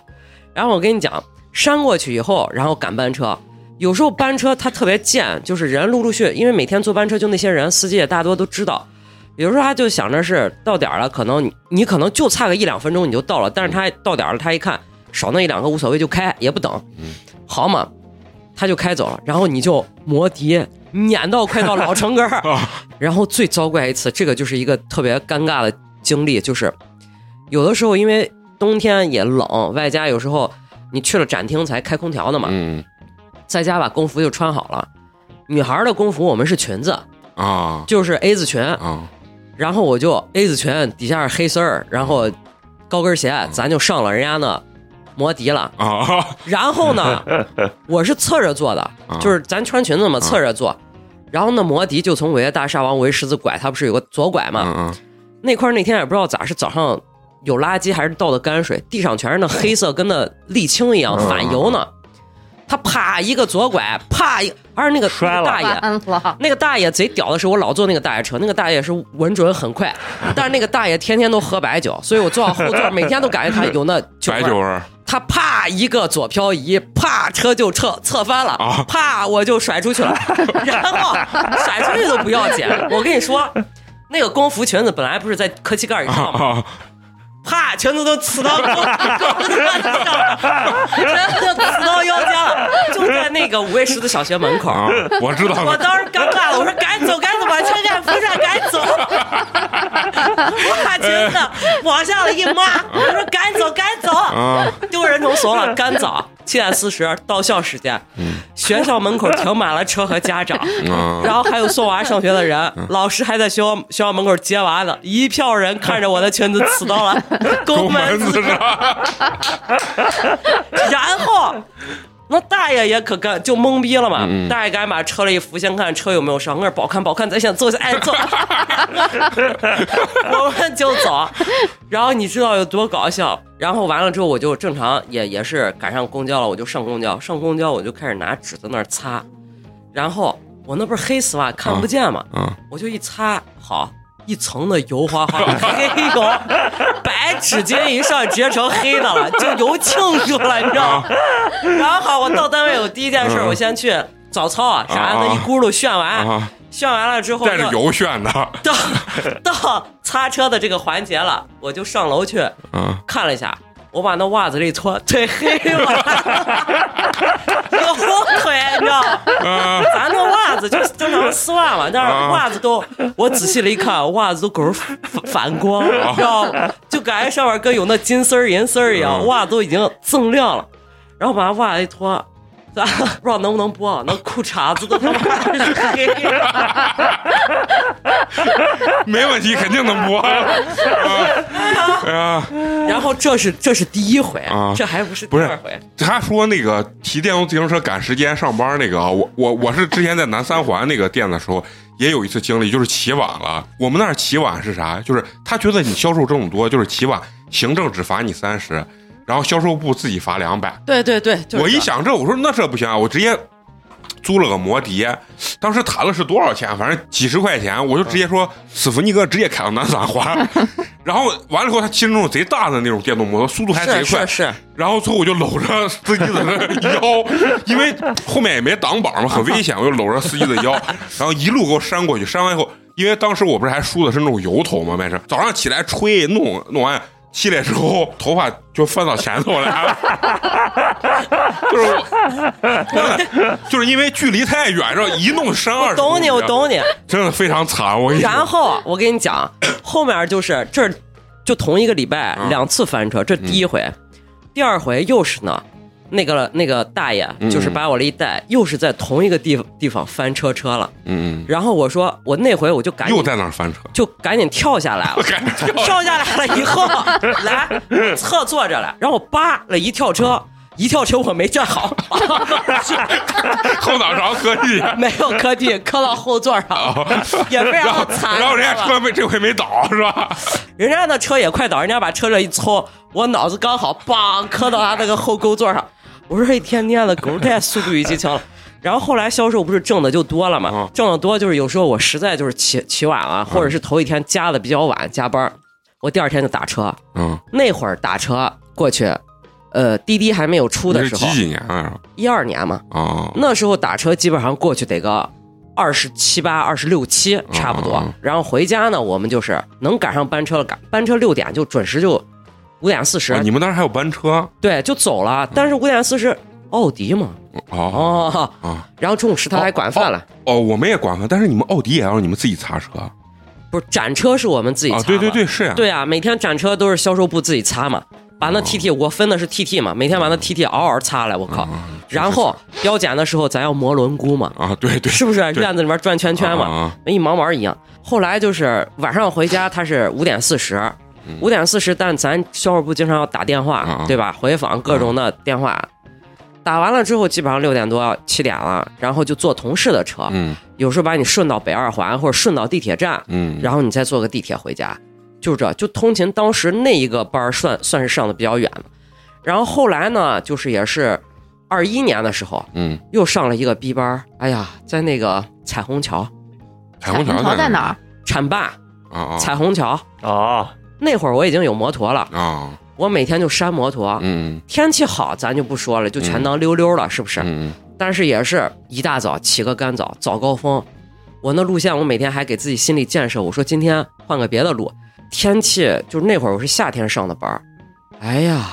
[SPEAKER 2] 然后我跟你讲，扇过去以后，然后赶班车。有时候班车它特别贱，就是人陆陆续，因为每天坐班车就那些人，司机也大多都知道。有时候他就想着是到点儿了，可能你你可能就差个一两分钟你就到了，但是他到点儿了，他一看少那一两个无所谓，就开也不等
[SPEAKER 1] 嗯，
[SPEAKER 2] 好嘛，他就开走了。然后你就摩的撵到快到老城根儿
[SPEAKER 1] 啊，
[SPEAKER 2] 然后最糟糕一次，这个就是一个特别尴尬的经历，就是有的时候因为冬天也冷，外加有时候你去了展厅才开空调的嘛，
[SPEAKER 1] 嗯
[SPEAKER 2] 在家把工服就穿好了。女孩儿的工服我们是裙子，
[SPEAKER 1] 啊
[SPEAKER 2] 就是 A 字裙，
[SPEAKER 1] 啊
[SPEAKER 2] 然后我就 A 字裙底下是黑丝儿，然后高跟鞋，咱就上了人家那摩的了。
[SPEAKER 1] 啊
[SPEAKER 2] 然后呢，我是侧着坐的，就是咱穿裙子嘛，侧着坐。然后那摩的就从伟业大厦往维十字拐，它不是有个左拐嘛？
[SPEAKER 1] 啊
[SPEAKER 2] 那块儿那天也不知道咋是早上有垃圾还是倒的泔水，地上全是那黑色，跟那沥青一样
[SPEAKER 5] 嗯
[SPEAKER 2] 反油呢。他啪一个左拐，啪一个，而且那个
[SPEAKER 5] 摔
[SPEAKER 2] 那
[SPEAKER 5] 了
[SPEAKER 2] 个大爷，
[SPEAKER 4] 完了，
[SPEAKER 2] 那个大爷贼屌的是，我老坐那个大爷车，那个大爷是稳准很快，但是那个大爷天天都喝白酒，所以我坐到后座，每天都感觉他有那酒味
[SPEAKER 1] 白
[SPEAKER 2] 儿
[SPEAKER 1] 酒味儿
[SPEAKER 2] 他啪一个左漂移，啪车就侧侧翻了，
[SPEAKER 1] 啊
[SPEAKER 2] 啪我就甩出去了， 然后甩出去都不要紧。我跟你说，那个工服裙子本来不是在科技盖儿以上吗？
[SPEAKER 1] 啊
[SPEAKER 2] 啪，全都都刺到高高子上了，全都刺到腰间了，就在那个五味十字小学门口。
[SPEAKER 1] 啊，我知道
[SPEAKER 2] 我
[SPEAKER 1] 了，
[SPEAKER 2] 当时尴尬了，我说赶走，赶走，把车盖扶上，赶走。 我把裙子往下了一抹，我说赶走，赶走。
[SPEAKER 1] 啊
[SPEAKER 2] 丢人从怂了，干早七点四十到校时间，学校门口停满了车和家长，
[SPEAKER 1] 啊
[SPEAKER 2] 然后还有送娃上学的人，老师还在学校学校门口接娃呢，一票人看着我的裙子刺到 了
[SPEAKER 1] 狗
[SPEAKER 2] 宫
[SPEAKER 1] 门
[SPEAKER 2] 门
[SPEAKER 1] 子
[SPEAKER 2] 子，
[SPEAKER 1] 上，
[SPEAKER 2] 然后。那大爷也可干，就懵逼了嘛。大爷赶紧把车里一扶，先看车有没有伤。我说不好看，不好看，咱先坐下，哎，坐。我们就走。然后你知道有多搞笑？然后完了之后，我就正常也也是赶上公交了，我就上公交，上公交我就开始拿纸在那儿擦，然后我那不是黑丝袜看不见嘛，
[SPEAKER 1] 嗯
[SPEAKER 2] 我就一擦，好一层的油花花黑狗，白纸巾一上直接成黑的了，就油浸住了，你知道吗？然后好，我到单位我第一件事，
[SPEAKER 1] 嗯
[SPEAKER 2] 我先去早操啊啥
[SPEAKER 1] 啊啊
[SPEAKER 2] 的，一轱辘炫完，
[SPEAKER 1] 啊，
[SPEAKER 2] 炫完了之后
[SPEAKER 1] 带着
[SPEAKER 2] 就
[SPEAKER 1] 油炫 的
[SPEAKER 2] 到到擦车的这个环节了，我就上楼去
[SPEAKER 1] 啊
[SPEAKER 2] 看了一下，我把那袜子这一脱，腿黑了， 有腿，你知道吗？
[SPEAKER 1] 啊
[SPEAKER 2] 咱那袜子就是正常丝袜嘛，但
[SPEAKER 1] 啊
[SPEAKER 2] 是袜子都，我仔细了一看，袜子都狗反反光，知道吗？就感觉上面跟有那金丝儿、银丝儿一样，
[SPEAKER 1] 嗯
[SPEAKER 2] 袜子都已经锃亮了。然后把袜子一脱，咱不知道能不能播啊，那裤衩子都他妈 是黑的。
[SPEAKER 1] 没问题，肯定能 播。啊，
[SPEAKER 2] 然后这是这是第一回
[SPEAKER 1] 啊，
[SPEAKER 2] 这还不是第
[SPEAKER 1] 不是
[SPEAKER 2] 二回。
[SPEAKER 1] 他说那个骑电动自行车赶时间上班那个啊，我我我是之前在南三环那个店的时候，也有一次经历，就是起晚了。我们那儿起晚是啥？就是他觉得你销售挣得多，就是起晚，行政只罚你三十，然后销售部自己罚两百。
[SPEAKER 2] 对对对，就是
[SPEAKER 1] 我一
[SPEAKER 2] 这
[SPEAKER 1] 想这，我说那这不行啊，我直接租了个摩的，当时谈了是多少钱，反正几十块钱，我就直接说斯福尼克直接开到南三环， 然后完了以后，他骑那种贼大的那种电动摩托，速度还贼
[SPEAKER 2] 是
[SPEAKER 1] 快
[SPEAKER 2] 是，是，
[SPEAKER 1] 然后最后我就搂着司机的那腰，因为后面也没挡板嘛，很危险，我就搂着司机的腰，然后一路给我扇过去，扇完以后，因为当时我不是还梳的是那种油头嘛，没事，早上起来吹弄弄完。系列之后，头发就翻到前头来了， 就是我，真的 就是因为距离太远，然后一弄扇二十。啊
[SPEAKER 2] 懂你，我，懂你。
[SPEAKER 1] 真的非常惨。我跟你说
[SPEAKER 2] 然后我跟你讲， 后面就是这儿就同一个礼拜
[SPEAKER 1] 嗯
[SPEAKER 2] 两次翻车，这第一回，第二回又是呢，那个那个大爷
[SPEAKER 1] 嗯
[SPEAKER 2] 就是把我这一带，又是在同一个地地方翻车车了。
[SPEAKER 1] 嗯，
[SPEAKER 2] 然后我说我那回我就赶
[SPEAKER 1] 又
[SPEAKER 2] 紧
[SPEAKER 1] 在那儿翻车，
[SPEAKER 2] 就赶紧跳下来了。
[SPEAKER 1] 赶紧 跳
[SPEAKER 2] 跳下来了以后， 来我侧坐着了，然后我扒了一跳车，一跳车我没站 好，
[SPEAKER 1] 后脑勺磕一 下。
[SPEAKER 2] 没有磕地，磕到后座上， 也非
[SPEAKER 1] 然后
[SPEAKER 2] 常惨。
[SPEAKER 1] 哦然后人
[SPEAKER 2] 知道
[SPEAKER 1] 家
[SPEAKER 2] 吧
[SPEAKER 1] 车没这回没倒是吧？
[SPEAKER 2] 人家的车也快倒，人家把车这一抽，我脑子刚好梆磕到他那个后钩座上。我说这一天天的狗太速度与激情了。 然后后来销售不是挣的就多了嘛
[SPEAKER 1] 嗯，
[SPEAKER 2] 挣的多就是有时候我实在就是起起晚了，或者是头一天加的比较晚加班儿，我第二天就打车。
[SPEAKER 1] 嗯，
[SPEAKER 2] 那会儿打车过去，呃，滴滴还没有出
[SPEAKER 1] 你
[SPEAKER 2] 的
[SPEAKER 1] 是
[SPEAKER 2] 时候
[SPEAKER 1] 几，几年啊？
[SPEAKER 2] 一二年嘛，
[SPEAKER 1] 啊，
[SPEAKER 2] 那时候打车基本上过去得个二十七八、二十六七差不多
[SPEAKER 1] 嗯嗯嗯。
[SPEAKER 2] 然后回家呢，我们就是能赶上班车了，赶班车六点就准时就五点四
[SPEAKER 1] 哦
[SPEAKER 2] 十，
[SPEAKER 1] 你嗯们那儿还有班车？
[SPEAKER 2] 对，就走了。但是五点四十，奥迪嘛，
[SPEAKER 1] 哦
[SPEAKER 2] 哦，
[SPEAKER 1] 啊
[SPEAKER 2] 然后中午食堂还管饭了，
[SPEAKER 1] 哦，我们也管饭，但是你们奥迪也要你们自己擦车啊？
[SPEAKER 2] 不是展车是我们自己擦嘛
[SPEAKER 1] 哦对对对，是呀。
[SPEAKER 2] 对啊，每天展车都是销售部自己擦嘛，把
[SPEAKER 1] 哦
[SPEAKER 2] 那 TT 我分的是 TT 嘛，每天把那 TT 嗷嗷擦来，我靠。
[SPEAKER 1] 嗯
[SPEAKER 2] 然后标检的时候咱要磨轮毂嘛，
[SPEAKER 1] 啊，对啊对，哦
[SPEAKER 2] 是不是院子里面转圈圈嘛？
[SPEAKER 1] 嘛。
[SPEAKER 2] 跟一毛毛一样。后来就是晚上回家，他是五点四十，五点四十，但咱销售部经常要打电
[SPEAKER 1] 嗯啊
[SPEAKER 2] 话
[SPEAKER 1] 啊，
[SPEAKER 2] 对吧？回访各种的电话，打完了之后基本上六点多七点了，然后就坐同事的车，
[SPEAKER 1] 嗯
[SPEAKER 2] 有时候把你顺到北二环或者顺到地铁站，
[SPEAKER 1] 嗯，
[SPEAKER 2] 然后你再坐个地铁回家，就是这，就通勤当时那一个班儿算算是上的比较远了。然后后来呢，就是也是二一年的时候，
[SPEAKER 1] 嗯，
[SPEAKER 2] 又上了一个 B 班儿，哎呀，在那个彩虹桥
[SPEAKER 1] 彩虹桥哪
[SPEAKER 4] 在哪儿？
[SPEAKER 2] 浐灞。
[SPEAKER 1] 儿？啊
[SPEAKER 2] 彩虹桥
[SPEAKER 5] 哦，
[SPEAKER 2] 那会儿我已经有摩托了，
[SPEAKER 1] 啊啊，
[SPEAKER 2] 我每天就山摩托。
[SPEAKER 1] 嗯
[SPEAKER 2] 天气好咱就不说了，就全当溜溜了，是不是？啊
[SPEAKER 1] 嗯
[SPEAKER 2] 但是也是一大早起个干早，早高峰。我那路线我每天还给自己心理建设，我说今天换个别的路。天气就是那会儿我是夏天上的班儿，哎呀，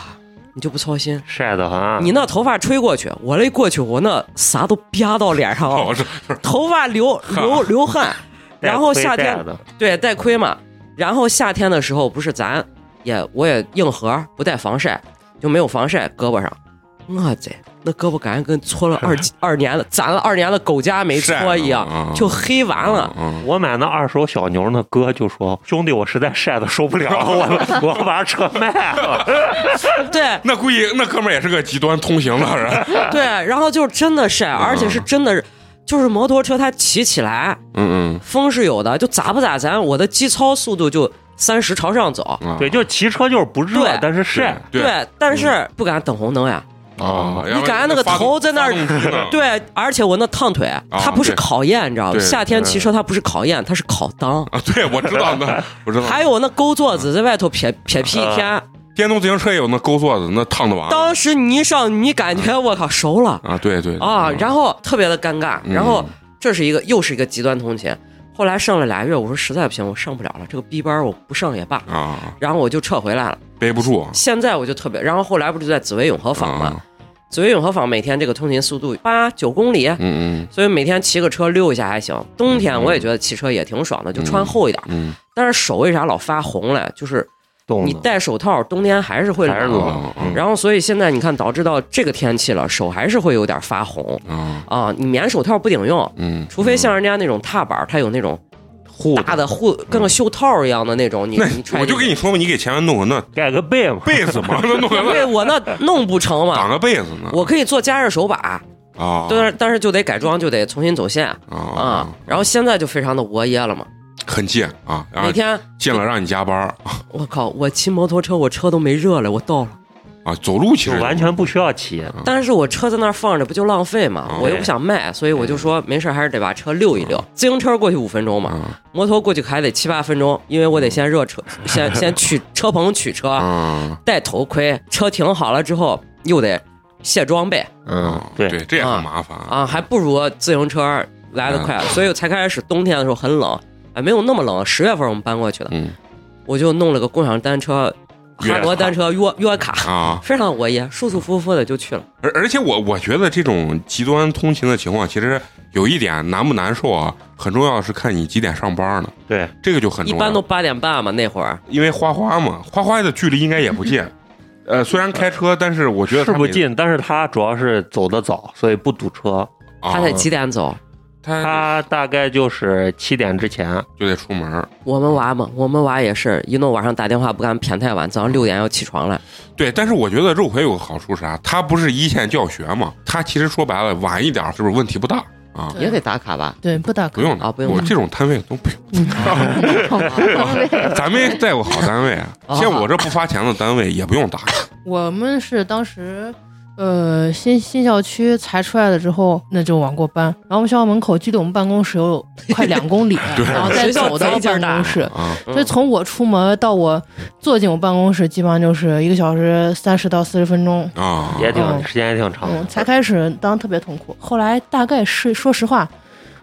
[SPEAKER 2] 你就不操心。
[SPEAKER 5] 晒得
[SPEAKER 1] 嗯
[SPEAKER 5] 很。啊
[SPEAKER 2] 你那头发吹过去，我这一过去，我那啥都啪到脸
[SPEAKER 1] 嗯，
[SPEAKER 2] 上了，
[SPEAKER 1] 哦，是
[SPEAKER 2] 头发 流流流汗，
[SPEAKER 5] 带
[SPEAKER 2] 然后
[SPEAKER 5] 盔
[SPEAKER 2] 夏天
[SPEAKER 5] 带的
[SPEAKER 2] 对，带盔嘛。然后夏天的时候，不是咱也我也硬核，不带防晒，就没有防晒胳膊上。我这那胳膊感觉跟搓了二二年了，攒了二年的狗夹没搓一
[SPEAKER 1] 晒了
[SPEAKER 2] 样
[SPEAKER 1] 嗯，
[SPEAKER 2] 就黑完了。
[SPEAKER 1] 嗯，
[SPEAKER 5] 我买那二手小牛，那哥就说：“兄弟，我实在晒的受不了了，我 我要把车 卖了。
[SPEAKER 2] 对
[SPEAKER 1] 那估计那哥们儿也是个极端通行的人。
[SPEAKER 2] 对，然后就是真的晒，而且是真的，就是摩托车它骑起来
[SPEAKER 1] 嗯
[SPEAKER 2] 风是有的，就咋不咋咱我的机操速度就三十朝上走。
[SPEAKER 1] 嗯，”
[SPEAKER 5] 对，就骑车就是不热
[SPEAKER 2] 对，
[SPEAKER 5] 但是晒。
[SPEAKER 1] 对
[SPEAKER 2] 对，但是不敢等红灯呀。
[SPEAKER 1] 啊，
[SPEAKER 2] 你感觉那个头在那儿，
[SPEAKER 1] 对
[SPEAKER 2] 对，而且我那烫腿，它不是
[SPEAKER 1] 啊对
[SPEAKER 2] 考验，你知道吗？
[SPEAKER 1] 对
[SPEAKER 2] 夏天骑车它不是考验，它是烤裆。
[SPEAKER 1] 啊，对我知道 那我知道，
[SPEAKER 2] 还有那勾座子在外头撇撇屁一天，
[SPEAKER 1] 电动自行车有那勾座子，那烫的完了
[SPEAKER 2] 当时你一上你感觉我靠熟了
[SPEAKER 1] 啊，对对
[SPEAKER 2] 啊，然后特别的尴尬，
[SPEAKER 1] 嗯
[SPEAKER 2] 然后这是一个又是一个极端通勤。后来上了俩月，我说实在不行，我上不了了，这个 B 班我不上也罢，
[SPEAKER 1] 啊，
[SPEAKER 2] 然后我就撤回来了。
[SPEAKER 1] 背不住，
[SPEAKER 2] 现在我就特别，然后后来不是就在紫薇永和坊嘛，
[SPEAKER 1] 啊
[SPEAKER 2] 紫薇永和坊每天这个通勤速度八九公里，
[SPEAKER 1] 嗯
[SPEAKER 2] 所以每天骑个车溜一下还行。冬天我也觉得骑车也挺爽的，就穿厚一点。
[SPEAKER 1] 嗯
[SPEAKER 2] 但是手为啥老发红嘞？就是
[SPEAKER 5] 懂
[SPEAKER 2] 你
[SPEAKER 5] 的
[SPEAKER 2] 戴手套，冬天还是会
[SPEAKER 5] 还是
[SPEAKER 1] 嗯
[SPEAKER 5] 冷
[SPEAKER 2] 冷。
[SPEAKER 1] 啊
[SPEAKER 2] 然后所以现在你看，导致到这个天气了，手还是会有点发红
[SPEAKER 1] 啊
[SPEAKER 2] 啊。你棉手套不顶用，
[SPEAKER 1] 嗯，
[SPEAKER 2] 除非像人家那种踏板，它有那种
[SPEAKER 5] 护
[SPEAKER 2] 大的护，跟个袖套一样的那种。你
[SPEAKER 1] 那
[SPEAKER 2] 你揣
[SPEAKER 1] 我就
[SPEAKER 2] 进
[SPEAKER 1] 跟
[SPEAKER 2] 去
[SPEAKER 1] 你说嘛，你给前面弄个 那
[SPEAKER 5] 盖个被嘛。
[SPEAKER 1] 被子嘛，那弄个
[SPEAKER 2] 对我那弄不成嘛
[SPEAKER 1] 挡，个被子呢，
[SPEAKER 2] 我可以做加热手把。
[SPEAKER 1] 啊，
[SPEAKER 2] 但是但是就得改装，就得重新走线啊
[SPEAKER 1] 啊，。
[SPEAKER 2] 然后现在就非常的我爷了嘛，
[SPEAKER 1] 很贱啊，然
[SPEAKER 2] 每
[SPEAKER 1] 后
[SPEAKER 2] 天
[SPEAKER 1] 进了让你加班儿
[SPEAKER 2] 我靠，我骑摩托车，我车都没热了，我到了，
[SPEAKER 1] 啊，走路其
[SPEAKER 5] 就
[SPEAKER 1] 实
[SPEAKER 5] 完全不需要骑。
[SPEAKER 1] 嗯
[SPEAKER 2] 但是我车在那儿放着，不就浪费嘛
[SPEAKER 1] 哦？
[SPEAKER 2] 我又不想卖，所以我就说没事儿，还是得把车溜一溜。
[SPEAKER 1] 嗯
[SPEAKER 2] 自行车过去五分钟嘛，
[SPEAKER 1] 啊
[SPEAKER 2] 摩托过去还得七八分钟，因为我得
[SPEAKER 1] 嗯
[SPEAKER 2] 先热 车，先先取车棚取车，
[SPEAKER 1] 啊
[SPEAKER 2] 戴头盔，车停好了之后又得卸装备
[SPEAKER 6] 嗯，
[SPEAKER 1] 啊对
[SPEAKER 5] 对
[SPEAKER 1] 这也很麻烦
[SPEAKER 2] 啊，还不如自行车来得快，
[SPEAKER 1] 嗯
[SPEAKER 2] 所以我才开始冬天的时候很冷，哎，没有那么冷，十月份我们搬过去的，
[SPEAKER 1] 嗯
[SPEAKER 2] 我就弄了个共享单车，
[SPEAKER 1] 约
[SPEAKER 2] 哈罗单车约约卡，
[SPEAKER 1] 啊，
[SPEAKER 2] 非常我爷，舒舒服服的就去了。
[SPEAKER 1] 而而且我我觉得这种极端通勤的情况，其实有一点难不难受啊，很重要的是看你几点上班呢，
[SPEAKER 5] 对，
[SPEAKER 1] 这个就很
[SPEAKER 2] 一
[SPEAKER 1] 重要。
[SPEAKER 2] 般都八点半嘛，那会儿
[SPEAKER 1] 因为花花嘛，花花的距离应该也不近，呃，虽然开车，但是我觉得
[SPEAKER 5] 是
[SPEAKER 1] 他
[SPEAKER 5] 不
[SPEAKER 1] 每
[SPEAKER 5] 近，但是他主要是走得早，所以不堵车。
[SPEAKER 1] 啊，
[SPEAKER 2] 他得几点走？嗯
[SPEAKER 1] 他
[SPEAKER 5] 他大概就是七点之前，
[SPEAKER 1] 就得出门儿。
[SPEAKER 2] 我们娃嘛，我们娃也是一弄晚上打电话不敢偏太晚，早上六点要起床了。
[SPEAKER 1] 对，但是我觉得肉葵有个好处是啥？他不是一线教学嘛，他其实说白了晚一点儿是不是问题不大啊？
[SPEAKER 2] 也得打卡吧？
[SPEAKER 3] 对，不打卡
[SPEAKER 1] 不用的
[SPEAKER 2] 啊不用
[SPEAKER 1] 我
[SPEAKER 2] 的
[SPEAKER 1] 这种摊位都不 用。 咱们带过好单位啊，
[SPEAKER 2] 啊
[SPEAKER 1] 像我这不发钱的单位也不用打卡
[SPEAKER 3] 我们是当时，呃，新新校区才出来了之后，那就往过搬。然后我们学校门口距离我们办公室有快两公里，
[SPEAKER 1] 对
[SPEAKER 3] 然后再走到办公室。
[SPEAKER 1] 啊。
[SPEAKER 2] 嗯
[SPEAKER 3] 所以从我出门到我坐进我办公室，基本上就是一个小时三十到四十分钟，
[SPEAKER 1] 啊，
[SPEAKER 5] 也挺、
[SPEAKER 3] 嗯
[SPEAKER 5] 时间也挺长
[SPEAKER 3] 嗯，才开始当特别痛苦。后来大概是说实话，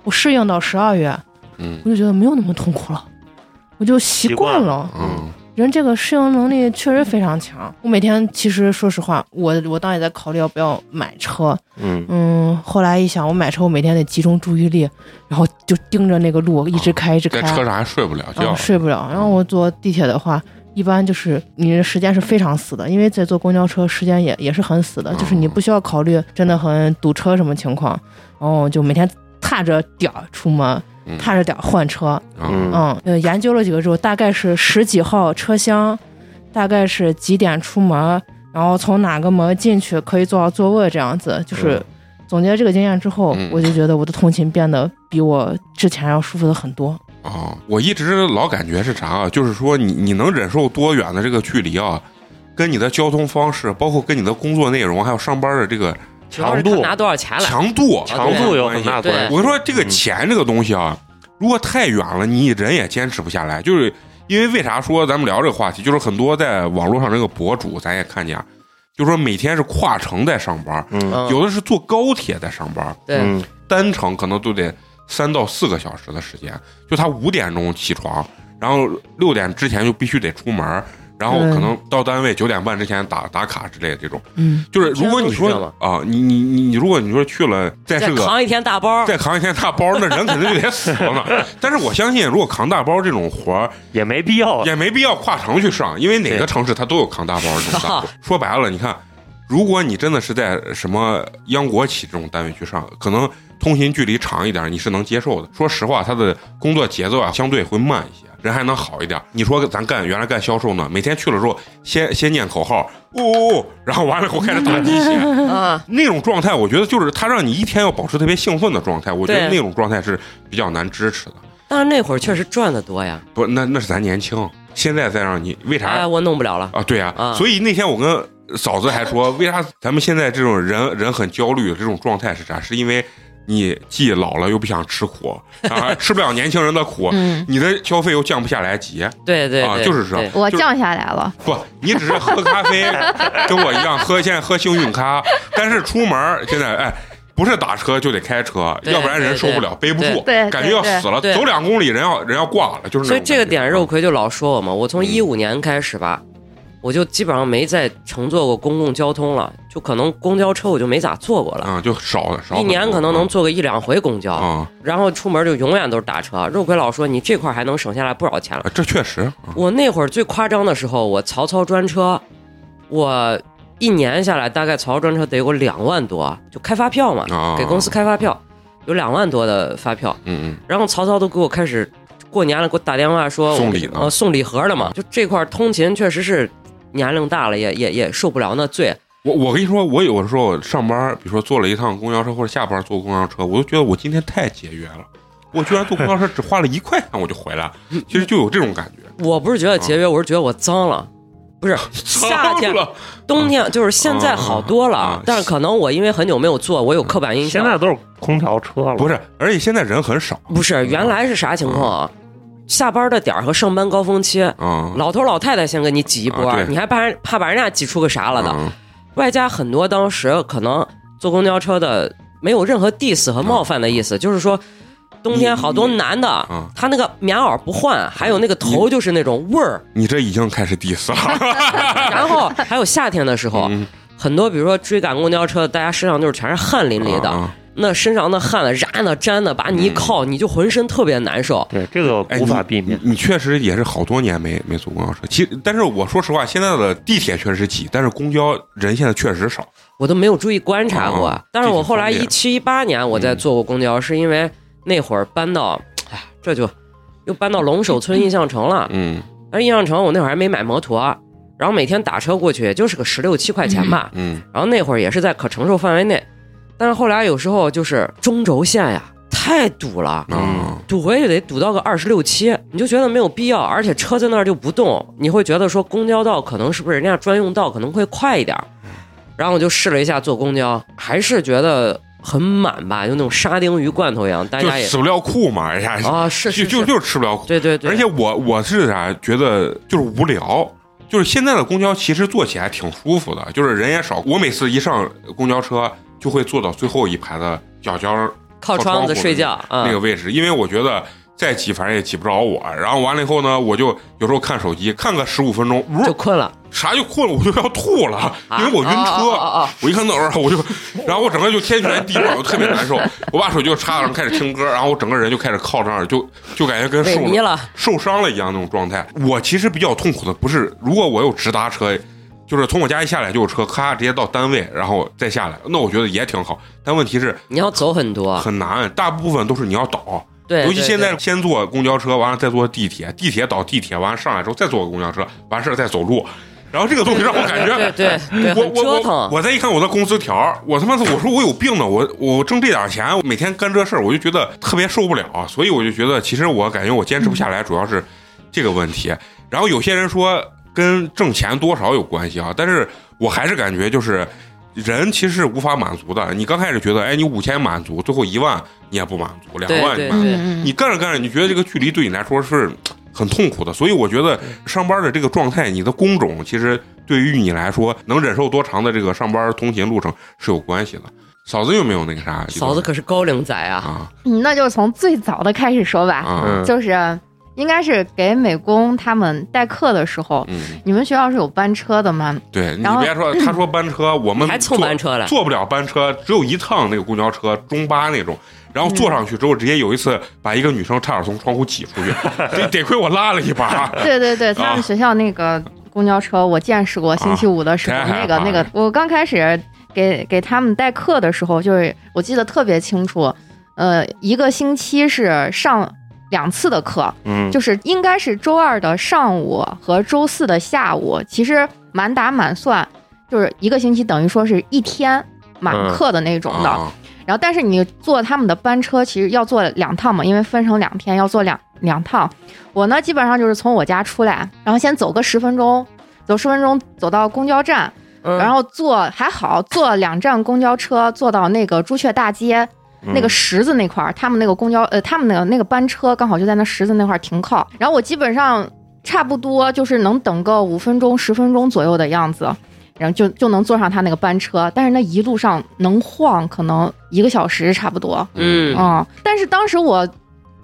[SPEAKER 3] 我适应到十二月，
[SPEAKER 1] 嗯
[SPEAKER 3] 我就觉得没有那么痛苦了，我就习惯
[SPEAKER 5] 习惯
[SPEAKER 3] 了。
[SPEAKER 1] 嗯
[SPEAKER 3] 人这个适应能力确实非常强。我每天其实说实话，我我当时也在考虑要不要买车，
[SPEAKER 5] 嗯，
[SPEAKER 3] 嗯，后来一想，我买车我每天得集中注意力，然后就盯着那个路一直开一直
[SPEAKER 1] 嗯在
[SPEAKER 3] 开，
[SPEAKER 1] 车上还睡不了觉
[SPEAKER 3] 嗯、，睡不了。然后我坐地铁的话，一般就是你的时间是非常死的，因为在坐公交车时间也也是很死的，
[SPEAKER 1] 嗯
[SPEAKER 3] 就是你不需要考虑真的很堵车什么情况，然后就每天踏着点儿出门
[SPEAKER 1] 嗯，
[SPEAKER 3] 踏着点儿换车，
[SPEAKER 1] 嗯
[SPEAKER 3] 嗯，呃，研究了几个之后，大概是十几号车厢，大概是几点出门，然后从哪个门进去可以坐到座位这样子。
[SPEAKER 2] 嗯
[SPEAKER 3] 就是总结这个经验之后，
[SPEAKER 1] 嗯
[SPEAKER 3] 我就觉得我的通勤变得比我之前要舒服的很多。
[SPEAKER 1] 啊，我一直老感觉是啥啊？就是说你你能忍受多远的这个距离啊，跟你的交通方式，包括跟你的工作内容，还有上班的这个
[SPEAKER 2] 主要是
[SPEAKER 5] 强度
[SPEAKER 2] 看拿多少钱来？
[SPEAKER 1] 强度，啊
[SPEAKER 5] 强度有很大
[SPEAKER 2] 对
[SPEAKER 5] 关系。
[SPEAKER 1] 我说这个钱这个东西啊，如果太远了，你人也坚持不下来。就是因为为啥说咱们聊这个话题，就是很多在网络上这个博主，咱也看见啊，就说每天是跨城在上班，
[SPEAKER 5] 嗯
[SPEAKER 2] 嗯
[SPEAKER 1] 有的是坐高铁在上班，
[SPEAKER 2] 对，
[SPEAKER 5] 嗯，
[SPEAKER 1] 单程可能都得三到四个小时的时间。就他五点钟起床，然后六点之前就必须得出门，然后
[SPEAKER 3] 嗯
[SPEAKER 1] 可能到单位九点半之前打打卡之类的这种。
[SPEAKER 3] 嗯，
[SPEAKER 1] 就是如果你
[SPEAKER 2] 这
[SPEAKER 1] 说
[SPEAKER 2] 样都是
[SPEAKER 1] 啊，你你你你，如果你说去了再
[SPEAKER 2] 再
[SPEAKER 1] 是个
[SPEAKER 2] 扛一天大包，
[SPEAKER 1] 再扛一天大包，那人肯定就得死了嘛。 但是我相信，如果扛大包这种活儿，
[SPEAKER 5] 也没必要。
[SPEAKER 1] 也没必要跨城去上，因为哪个
[SPEAKER 5] 对
[SPEAKER 1] 城市它都有扛大包这种 大活。说白了，你看，如果你真的是在什么央国企这种单位去上，可能通勤距离长一点，你是能接受的。说实话，他的工作节奏啊，相对会慢一些。人还能好一点。你说咱干原来干销售呢，每天去了之后，先先念口号，哦哦哦，然后完了以后开始打鸡 血，
[SPEAKER 2] 啊，
[SPEAKER 1] 那种状态，我觉得就是他让你一天要保持特别兴奋的状态，我觉得那
[SPEAKER 2] 对
[SPEAKER 1] 种状态是比较难支持的。
[SPEAKER 2] 但是那会儿确实赚的多呀，
[SPEAKER 1] 不，那那是咱年轻，现在再让你为啥、
[SPEAKER 2] 哎，我弄不了了。
[SPEAKER 1] 啊？对呀、
[SPEAKER 2] 啊
[SPEAKER 1] 所以那天我跟嫂子还 说，为啥咱们现在这种人人很焦虑的这种状态是啥？是因为你既老了又不想吃苦 啊，吃不了年轻人的苦，
[SPEAKER 4] 嗯，
[SPEAKER 1] 你的消费又降不下来级
[SPEAKER 2] 对对
[SPEAKER 1] 啊
[SPEAKER 2] 对，
[SPEAKER 1] 就是这
[SPEAKER 2] 对
[SPEAKER 4] 我降下来了，
[SPEAKER 1] 不，你只是喝咖 啡，跟我一样喝，现在喝幸运咖，但是出门儿现在哎。不是打车就得开车，
[SPEAKER 2] 对
[SPEAKER 1] 要不然人受不了，背不住，
[SPEAKER 4] 对对
[SPEAKER 1] 感觉要死了，
[SPEAKER 2] 对对
[SPEAKER 1] 走两公里人要人要挂了，就是那种感觉。
[SPEAKER 2] 所以这个点，肉葵就老说我嘛，我从
[SPEAKER 1] 嗯
[SPEAKER 2] 一五年开始吧，我就基本上没再乘坐过公共交通了，就可能公交车我就没咋坐过了，
[SPEAKER 1] 啊，就少少
[SPEAKER 2] 一年可能能坐个一两回公交，
[SPEAKER 1] 啊，
[SPEAKER 2] 然后出门就永远都是打车。肉葵老说你这块还能省下来不少钱了。
[SPEAKER 1] 啊这确实啊
[SPEAKER 2] 我那会儿最夸张的时候，我曹操专车，我一年下来大概曹操专车得有两万多，就开发票嘛，
[SPEAKER 1] 啊
[SPEAKER 2] 给公司开发票，有两万多的发票。
[SPEAKER 1] 嗯
[SPEAKER 2] 然后曹操都给我开始过年了，给我打电话说
[SPEAKER 1] 送礼呢嗯
[SPEAKER 2] 呃，送礼盒了嘛。就这块儿通勤确实是年龄大了，也也也受不了那罪，
[SPEAKER 1] 我我跟你说，我有的时候上班，比如说坐了一趟公交车，或者下班坐公交车，我就觉得我今天太节约了，我居然坐公交车只花了一块钱我就回来 了，其实就有这种感觉。
[SPEAKER 2] 我不是觉得节约，我是觉得我脏了。不是 夏天
[SPEAKER 1] 糟、啊了，
[SPEAKER 2] 冬天，就是现在好多
[SPEAKER 1] 啊啊
[SPEAKER 2] 了
[SPEAKER 1] 啊，
[SPEAKER 2] 但是可能我因为很久没有坐，我有刻板印
[SPEAKER 5] 现
[SPEAKER 2] 象。
[SPEAKER 5] 在都是空调车了，
[SPEAKER 1] 不是，而且现在人很少
[SPEAKER 2] 不是原来是啥情况
[SPEAKER 1] 嗯
[SPEAKER 2] 啊？下班的点儿和上班高峰期，
[SPEAKER 1] 啊，
[SPEAKER 2] 老头老太太先给你挤一波
[SPEAKER 1] 啊对，
[SPEAKER 2] 你还怕人怕把人家挤出个啥了的。
[SPEAKER 1] 嗯
[SPEAKER 2] 外加很多当时可能坐公交车的没有任何 diss 和冒犯的意思，就是说冬天好多男的
[SPEAKER 1] 你嗯，
[SPEAKER 2] 他那个棉袄不换，还有那个头就是那种味儿，
[SPEAKER 1] 你这已经开始 diss 了，
[SPEAKER 2] 然后还有夏天的时候，
[SPEAKER 1] 嗯
[SPEAKER 2] 很多比如说追赶公交车，大家身上就是全是汗淋漓的，
[SPEAKER 1] 啊
[SPEAKER 2] 那身上的汗了、啊染的、粘的，把你一靠，你就浑身特别难受。
[SPEAKER 5] 对这个
[SPEAKER 1] 哎
[SPEAKER 5] 无法避免。
[SPEAKER 1] 你。你确实也是好多年没没坐公交车，其实但是我说实话，现在的地铁确实挤，但是公交人现在确实少。
[SPEAKER 2] 我都没有注意观察过。
[SPEAKER 1] 啊
[SPEAKER 2] 但是我后来
[SPEAKER 1] 这挺
[SPEAKER 2] 一
[SPEAKER 1] 方
[SPEAKER 2] 七一八年我在坐过公交，是因为那会儿搬到，哎，这就又搬到龙首村印象城了。
[SPEAKER 1] 嗯
[SPEAKER 2] 但是印象城我那会儿还没买摩托，然后每天打车过去也就是个十六七块钱吧。
[SPEAKER 1] 嗯
[SPEAKER 2] 然后那会儿也是在可承受范围内，但是后来有时候就是中轴线呀太堵了。
[SPEAKER 1] 啊
[SPEAKER 2] 堵回去得堵到个二十六七，你就觉得没有必要，而且车在那儿就不动，你会觉得说公交道可能是不是人家专用道可能会快一点儿。然后我就试了一下坐公交，还是觉得很满吧，就那种沙丁鱼罐头一样，大
[SPEAKER 1] 就
[SPEAKER 2] 家也
[SPEAKER 1] 吃不了苦嘛，哎呀，
[SPEAKER 2] 啊是是，
[SPEAKER 1] 就是就是吃不了苦。
[SPEAKER 2] 对对对，
[SPEAKER 1] 而且我我是啥，觉得就是无聊。就是现在的公交其实坐起来挺舒服的，就是人也少。我每次一上公交车，就会坐到最后一排的角角
[SPEAKER 2] 靠窗子睡觉啊
[SPEAKER 1] 那个位置，因为我觉得再挤反正也挤不着我。然后完了以后呢，我就有时候看手机，看个十五分钟，呜
[SPEAKER 2] 就困了，
[SPEAKER 1] 啥就困了，我就要吐了，
[SPEAKER 2] 啊
[SPEAKER 1] 因为我晕车。
[SPEAKER 2] 啊啊啊啊
[SPEAKER 1] 我一看那玩意儿，我就， 然后我整个就天旋地转，我特别难受。我把手机就插上，开始听歌，然后我整个人就开始靠这儿，就就感觉跟
[SPEAKER 2] 萎
[SPEAKER 1] 受
[SPEAKER 2] 靡了
[SPEAKER 1] 受伤了一样那种状态。我其实比较痛苦的不是，如果我有直达车，就是从我家一下来就有车，咔直接到单位，然后再下来，那我觉得也挺好。但问题是
[SPEAKER 2] 你要走很多，
[SPEAKER 1] 很难，大部分都是你要倒。
[SPEAKER 2] 啊对，
[SPEAKER 1] 尤其
[SPEAKER 2] 对
[SPEAKER 1] 现在
[SPEAKER 2] 对
[SPEAKER 1] 先坐公交车，完了再坐地铁，地铁倒地铁，完了上来之后再坐公交车，完事儿再走路。然后这个东西让我感觉，
[SPEAKER 2] 对对
[SPEAKER 1] 我
[SPEAKER 2] 对对很
[SPEAKER 1] 我
[SPEAKER 2] 折
[SPEAKER 1] 我
[SPEAKER 2] 腾
[SPEAKER 1] 我再一看我的工资条儿，我他妈的我说我有病呢，我我挣这点儿钱，我每天干这事儿，我就觉得特别受不了，啊所以我就觉得其实我感觉我坚持不下
[SPEAKER 2] 嗯
[SPEAKER 1] 来，主要是这个问题。然后有些人说跟挣钱多少有关系啊，但是我还是感觉就是。人其实是无法满足的。你刚开始觉得，哎，你五千满足，最后一万你也不满足，两
[SPEAKER 2] 对
[SPEAKER 1] 万你
[SPEAKER 2] 对
[SPEAKER 1] 满足。
[SPEAKER 2] 对
[SPEAKER 4] 嗯
[SPEAKER 1] 你
[SPEAKER 4] 嗯，
[SPEAKER 1] 干着干着，你觉得这个距离对你来说是很痛苦的，所以我觉得上班的这个状态，你的工种其实对于你来说能忍受多长的这个上班通勤路程是有关系的。嫂子有没有那个啥？
[SPEAKER 2] 嫂子可是高龄仔啊，
[SPEAKER 1] 啊
[SPEAKER 4] 嗯那就从最早的开始说吧，
[SPEAKER 1] 啊
[SPEAKER 5] 嗯
[SPEAKER 4] 就是应该是给美工他们代课的时候，
[SPEAKER 1] 嗯，
[SPEAKER 4] 你们学校是有班车的吗？
[SPEAKER 1] 对你
[SPEAKER 4] 然后
[SPEAKER 1] 别说，他说班车，我们
[SPEAKER 2] 还蹭
[SPEAKER 1] 坐
[SPEAKER 2] 班车了
[SPEAKER 1] 坐不了班车，只有一趟那个公交车中巴那种。然后坐上去之后，直接有一次把一个女生差点从窗户挤出去，得得亏我拉了一把。
[SPEAKER 4] 对对对，他们学校那个公交车我见识过，星期五的时候、
[SPEAKER 1] 啊
[SPEAKER 4] 那个
[SPEAKER 1] 太害怕
[SPEAKER 4] 那
[SPEAKER 1] 了
[SPEAKER 4] 个，我刚开始给给他们代课的时候，就是我记得特别清楚，呃，一个星期是上两次的课，
[SPEAKER 5] 嗯，
[SPEAKER 4] 就是应该是周二的上午和周四的下午，其实满打满算就是一个星期等于说是一天满课的那种的。
[SPEAKER 1] 嗯啊，
[SPEAKER 4] 然后，但是你坐他们的班车，其实要坐两趟嘛，因为分成两天要坐两两趟。我呢，基本上就是从我家出来，然后先走个十分钟，走十分钟走到公交站，
[SPEAKER 2] 嗯
[SPEAKER 4] 然后坐还好坐两站公交车，坐到那个朱雀大街那个十字那块儿，他们那个公交呃，他们那个那个班车刚好就在那十字那块儿停靠。然后我基本上差不多就是能等个五分钟、十分钟左右的样子，然后就就能坐上他那个班车。但是那一路上能晃，可能一个小时差不多。
[SPEAKER 2] 嗯
[SPEAKER 4] 嗯，但是当时我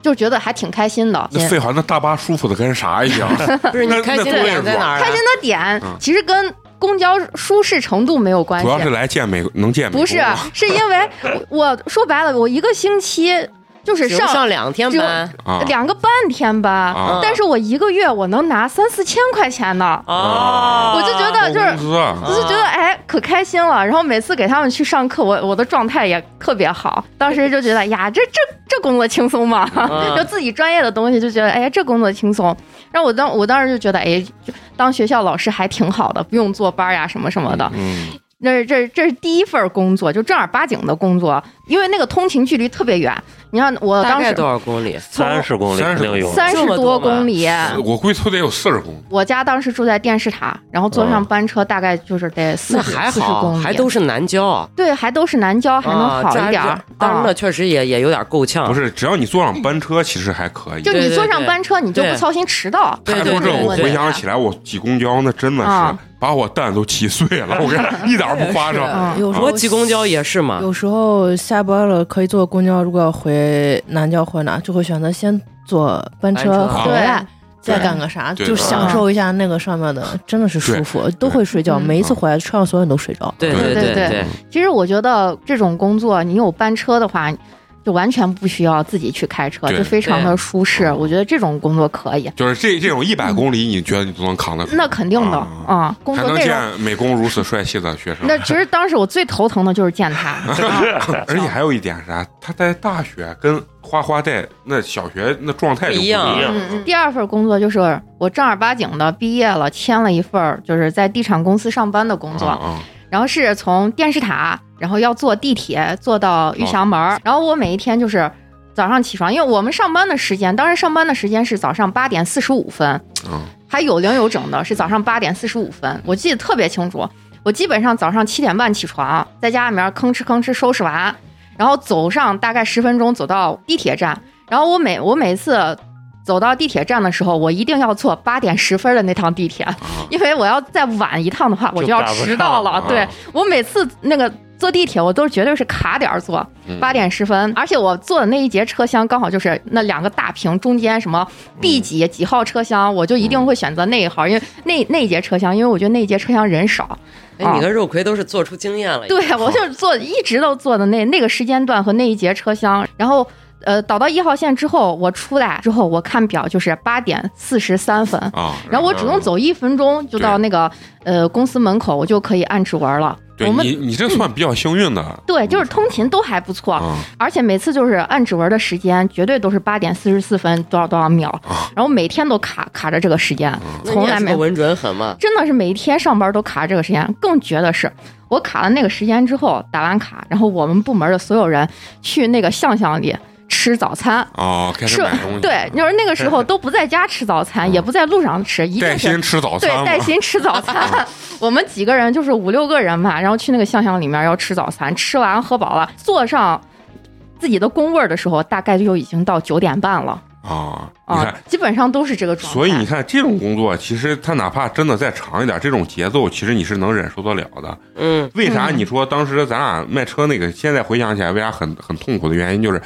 [SPEAKER 4] 就觉得还挺开心的。
[SPEAKER 1] 那废话，那大巴舒服的跟啥一样？
[SPEAKER 2] 不是
[SPEAKER 1] 那
[SPEAKER 2] 你开心的点在哪儿啊？
[SPEAKER 4] 开心的点
[SPEAKER 1] 嗯
[SPEAKER 4] 其实跟公交舒适程度没有关
[SPEAKER 1] 主
[SPEAKER 4] 系，
[SPEAKER 1] 要是来见美，能见美
[SPEAKER 4] 不是
[SPEAKER 1] 国啊吗
[SPEAKER 4] 是因为我我说白了，我一个星期就是
[SPEAKER 2] 只用上两天
[SPEAKER 4] 只有
[SPEAKER 2] 班
[SPEAKER 1] 啊
[SPEAKER 4] 两个半天吧，
[SPEAKER 1] 啊
[SPEAKER 4] 但是我一个月我能拿三四千块钱呢，
[SPEAKER 2] 啊，
[SPEAKER 4] 我就觉得就是
[SPEAKER 1] 工资啊
[SPEAKER 4] 我就觉得哎可开心了。然后每次给他们去上课，我我的状态也特别好，当时就觉得哎呀，这这这工作轻松嘛，
[SPEAKER 2] 啊
[SPEAKER 4] 就自己专业的东西就觉得哎呀这工作轻松。然后我当我当时就觉得哎，就当学校老师还挺好的，不用坐班呀、什么什么的。
[SPEAKER 5] 嗯
[SPEAKER 4] 那这这是第一份工作，就正儿八经的工作，因为那个通勤距离特别远。你看我
[SPEAKER 2] 大
[SPEAKER 4] 当
[SPEAKER 2] 概
[SPEAKER 4] 时
[SPEAKER 2] 多少公里？
[SPEAKER 5] 三十公里
[SPEAKER 1] 30
[SPEAKER 5] 肯定有，
[SPEAKER 4] 三十
[SPEAKER 2] 这么多吗
[SPEAKER 4] 多公里，
[SPEAKER 1] 我估计都得有四十公里。
[SPEAKER 4] 我家当时住在电视塔，然后坐上班车大概就是得四
[SPEAKER 2] 嗯那
[SPEAKER 4] 十
[SPEAKER 2] 还
[SPEAKER 4] 四十
[SPEAKER 2] 好，
[SPEAKER 4] 公里，
[SPEAKER 2] 还都是南郊，
[SPEAKER 4] 对，还都是南郊，还能
[SPEAKER 2] 啊
[SPEAKER 4] 好
[SPEAKER 2] 这
[SPEAKER 4] 一点儿
[SPEAKER 2] 是。当然
[SPEAKER 4] 啊
[SPEAKER 2] 了，确实也也有点够呛。
[SPEAKER 1] 不是，只要你坐上班车，其实还可以。
[SPEAKER 4] 就你
[SPEAKER 2] 啊对
[SPEAKER 4] 坐
[SPEAKER 2] 对
[SPEAKER 4] 上
[SPEAKER 2] 对
[SPEAKER 4] 班车，你就不
[SPEAKER 2] 对
[SPEAKER 4] 操心迟到。
[SPEAKER 2] 对
[SPEAKER 1] 还
[SPEAKER 2] 对
[SPEAKER 1] 说这，
[SPEAKER 2] 对
[SPEAKER 1] 我回想起来，我挤公交那真的
[SPEAKER 4] 啊
[SPEAKER 1] 是把我蛋都挤碎了，我跟你说一点儿不夸张。 啊
[SPEAKER 3] 嗯有时候
[SPEAKER 2] 我挤公交也是嘛，
[SPEAKER 3] 有时候下班了可以坐公交，如果要回南郊或者哪，就会选择先坐班车
[SPEAKER 2] 班车
[SPEAKER 3] 回来，再干个啥，
[SPEAKER 1] 对
[SPEAKER 3] 就享受一下那个上面的，真的是舒服，都会睡觉。
[SPEAKER 4] 嗯
[SPEAKER 3] 每一次回来，车上所有人都睡着。
[SPEAKER 2] 对
[SPEAKER 1] 对
[SPEAKER 2] 对
[SPEAKER 4] 对对
[SPEAKER 2] 对，
[SPEAKER 4] 其实我觉得这种工作，你有班车的话，就完全不需要自己去开车，
[SPEAKER 1] 对哦
[SPEAKER 4] 就非常的舒适。
[SPEAKER 1] 对
[SPEAKER 4] 我觉得这种工作可以，
[SPEAKER 1] 就是这这种一百公里，你觉得你都能扛得住？
[SPEAKER 4] 那肯定的
[SPEAKER 1] 啊
[SPEAKER 4] 啊、工
[SPEAKER 1] 还
[SPEAKER 4] 作
[SPEAKER 1] 能
[SPEAKER 4] 内容。
[SPEAKER 1] 见美工如此帅气的学生。
[SPEAKER 4] 那其实当时我最头疼的就是见他， 啊
[SPEAKER 1] 而且还有一点是啥？他在大学跟花花在那小学那状态就不一
[SPEAKER 2] 不
[SPEAKER 5] 一样
[SPEAKER 4] 嗯嗯，第二份工作就是我正儿八经的毕业了，签了一份儿就是在地产公司上班的工
[SPEAKER 1] 啊
[SPEAKER 4] 作，
[SPEAKER 1] 啊！
[SPEAKER 4] 然后嗯是从电视塔，然后要坐地铁坐到玉祥门儿。然后我每一天就是早上起床，因为我们上班的时间，当时上班的时间是早上八点四十五分，
[SPEAKER 1] 嗯
[SPEAKER 4] 还有零有整的，是早上八点四十五分，我记得特别清楚。我基本上早上七点半起床，在家里面吭哧吭哧收拾完，然后走上大概十分钟，走到地铁站。然后我每我每次走到地铁站的时候，我一定要坐八点十分的那趟地铁，因为我要再晚一趟的话，我
[SPEAKER 5] 就
[SPEAKER 4] 就要
[SPEAKER 5] 赶不
[SPEAKER 4] 迟
[SPEAKER 5] 上
[SPEAKER 4] 到了。
[SPEAKER 5] 了
[SPEAKER 4] 对、
[SPEAKER 1] 啊
[SPEAKER 4] 我每次那个坐地铁，我都是绝对是卡点儿坐，
[SPEAKER 1] 嗯
[SPEAKER 4] 八点十分。而且我坐的那一节车厢刚好就是那两个大屏中间什么 B 几几号车厢，我就一定会选择那一号，因为那那一节车厢，因为我觉得那一节车厢人少。
[SPEAKER 2] 哎，你跟肉葵都是做出经验了，
[SPEAKER 4] 啊对，我就是坐一直都坐的那那个时间段和那一节车厢，然后呃倒到一号线之后，我出来之后我看表就是八点四十三分，
[SPEAKER 1] 啊！
[SPEAKER 4] 然后我只用走一分钟就到那个呃公司门口，我就可以按指纹了。
[SPEAKER 1] 对
[SPEAKER 4] 我们
[SPEAKER 1] 你，你这算比较幸运的
[SPEAKER 4] 对就是通勤都还不错，
[SPEAKER 1] 啊！
[SPEAKER 4] 而且每次就是按指纹的时间绝对都是八点四十四分多少多少秒，然后每天都卡卡着这个时间，
[SPEAKER 2] 那你
[SPEAKER 4] 从
[SPEAKER 2] 也
[SPEAKER 4] 来
[SPEAKER 2] 是
[SPEAKER 4] 没
[SPEAKER 2] 个稳准狠嘛，
[SPEAKER 4] 真的是每一天上班都卡这个时间，更绝的是，我卡了那个时间之后打完卡，然后我们部门的所有人去那个巷巷里吃早餐，
[SPEAKER 1] 哦，开始
[SPEAKER 4] 是
[SPEAKER 1] 买东西，
[SPEAKER 4] 对，就是那个时候都不在家吃早餐，也不在路上吃，一
[SPEAKER 1] 带
[SPEAKER 4] 定是
[SPEAKER 1] 薪吃早
[SPEAKER 4] 对
[SPEAKER 1] 餐嘛，啊
[SPEAKER 4] 带薪吃早餐。 我们几个人就是五六个人嘛，然后去那个巷巷里面要吃早餐，吃完喝饱了，坐上自己的工位儿的时候，大概就已经到九点半了
[SPEAKER 1] 啊！你
[SPEAKER 4] 啊
[SPEAKER 1] 看，，
[SPEAKER 4] 基本上都是这个状态。
[SPEAKER 1] 所以你看这种工作，其实他哪怕真的再长一点，这种节奏其实你是能忍受得了的。
[SPEAKER 2] 嗯，
[SPEAKER 1] 为啥你说当时咱俩卖车那个，现在回想起来为啥很很痛苦的原因就是。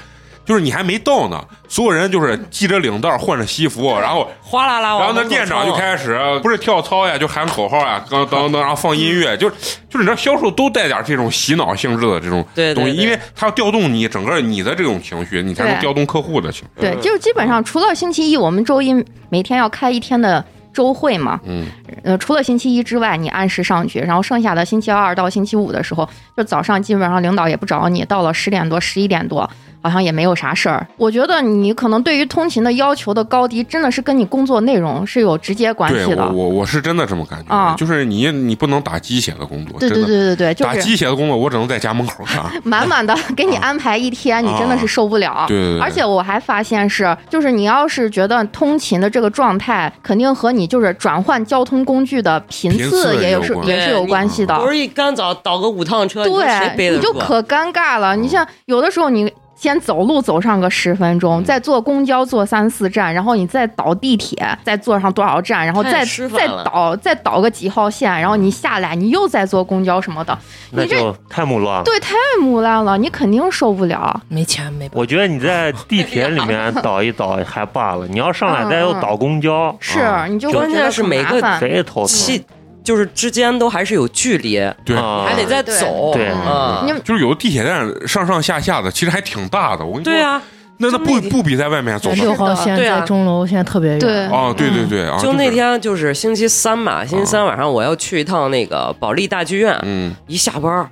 [SPEAKER 1] 就是你还没到呢，所有人就是系着领带换着西服，然后
[SPEAKER 2] 哗啦啦，
[SPEAKER 1] 然后那
[SPEAKER 2] 往门口
[SPEAKER 1] 店长就
[SPEAKER 2] 冲
[SPEAKER 1] 开始不是跳操呀，就喊口号呀，噔噔噔，然后放音乐，就是就是你知道销售都带点这种洗脑性质的这种
[SPEAKER 2] 对对
[SPEAKER 1] 东西，
[SPEAKER 2] 对
[SPEAKER 1] 因为他要调动你整个你的这种情绪，你才能
[SPEAKER 4] 对
[SPEAKER 1] 调动客户的情绪。
[SPEAKER 4] 对，就是基本上除了星期一，我们周一每天要开一天的周会嘛。
[SPEAKER 1] 嗯，
[SPEAKER 4] 呃，除了星期一之外，你按时上去，然后剩下的星期二到星期五的时候，就早上基本上领导也不找你，到了十点多、十一点多，好像也没有啥事儿。我觉得你可能对于通勤的要求的高低，真的是跟你工作内容是有直接关
[SPEAKER 1] 对
[SPEAKER 4] 系
[SPEAKER 1] 我
[SPEAKER 4] 的。
[SPEAKER 1] 我我是真的这么感觉的，
[SPEAKER 4] 啊
[SPEAKER 1] 就是你你不能打鸡血的工作，
[SPEAKER 4] 对对
[SPEAKER 1] 真的
[SPEAKER 4] 对对对，就
[SPEAKER 1] 打
[SPEAKER 4] 是
[SPEAKER 1] 鸡血的工作，我只能在家门口干。
[SPEAKER 4] 满满的给你安排一天，你真的是受不了。
[SPEAKER 1] 对对对，
[SPEAKER 4] 而且我还发现是，就是你要是觉得通勤的这个状态，肯定和你就是转换交通工具的频
[SPEAKER 1] 频次
[SPEAKER 4] 次也有
[SPEAKER 1] 也
[SPEAKER 4] 是
[SPEAKER 1] 有关
[SPEAKER 4] 也是有关系的。
[SPEAKER 2] 不是一干早倒个五趟车，你说谁背嗯
[SPEAKER 4] 对，
[SPEAKER 2] 得
[SPEAKER 4] 你就
[SPEAKER 2] 住
[SPEAKER 4] 可尴尬了。你像有的时候你。先走路走上个十分
[SPEAKER 2] 嗯
[SPEAKER 4] 钟，再坐公交坐三四站，然后你再倒地铁，再坐上多少站，然后
[SPEAKER 2] 太
[SPEAKER 4] 再
[SPEAKER 2] 吃饭
[SPEAKER 4] 再
[SPEAKER 2] 了
[SPEAKER 4] 倒再倒个几号线，然后你下来，你又再坐公交什么的，
[SPEAKER 5] 那就太木乱了。
[SPEAKER 4] 对，太磨烂了，你肯定受不了。
[SPEAKER 3] 没钱没办
[SPEAKER 5] 我觉得你在地铁里面倒一倒还罢了，你要上来再又倒公交，嗯
[SPEAKER 4] 是，
[SPEAKER 1] 啊
[SPEAKER 4] 你就会
[SPEAKER 2] 关
[SPEAKER 4] 觉
[SPEAKER 2] 键
[SPEAKER 4] 得
[SPEAKER 2] 是
[SPEAKER 4] 很
[SPEAKER 2] 每
[SPEAKER 4] 麻
[SPEAKER 2] 个
[SPEAKER 4] 烦
[SPEAKER 5] 贼头疼。
[SPEAKER 2] 气就是之间都还是有距离，
[SPEAKER 1] 对。
[SPEAKER 5] 啊
[SPEAKER 2] 还得再
[SPEAKER 4] 嗯对
[SPEAKER 2] 走，
[SPEAKER 5] 对
[SPEAKER 2] 嗯
[SPEAKER 4] 你
[SPEAKER 1] 就是有的地铁站上上下下的，其实还挺大的。我跟你说，
[SPEAKER 2] 对啊，
[SPEAKER 1] 那那
[SPEAKER 2] 就
[SPEAKER 1] 不
[SPEAKER 2] 那
[SPEAKER 1] 不比在外面走
[SPEAKER 3] 法。
[SPEAKER 1] 的
[SPEAKER 3] 六号线
[SPEAKER 2] 对啊
[SPEAKER 3] 在钟楼现在特别远，
[SPEAKER 4] 对
[SPEAKER 1] 啊！对对对啊！
[SPEAKER 2] 就那
[SPEAKER 1] 是，啊
[SPEAKER 2] 天就是星期三嘛，星期三晚上我要去一趟那个保利大剧院，
[SPEAKER 1] 嗯，
[SPEAKER 2] 一下班儿，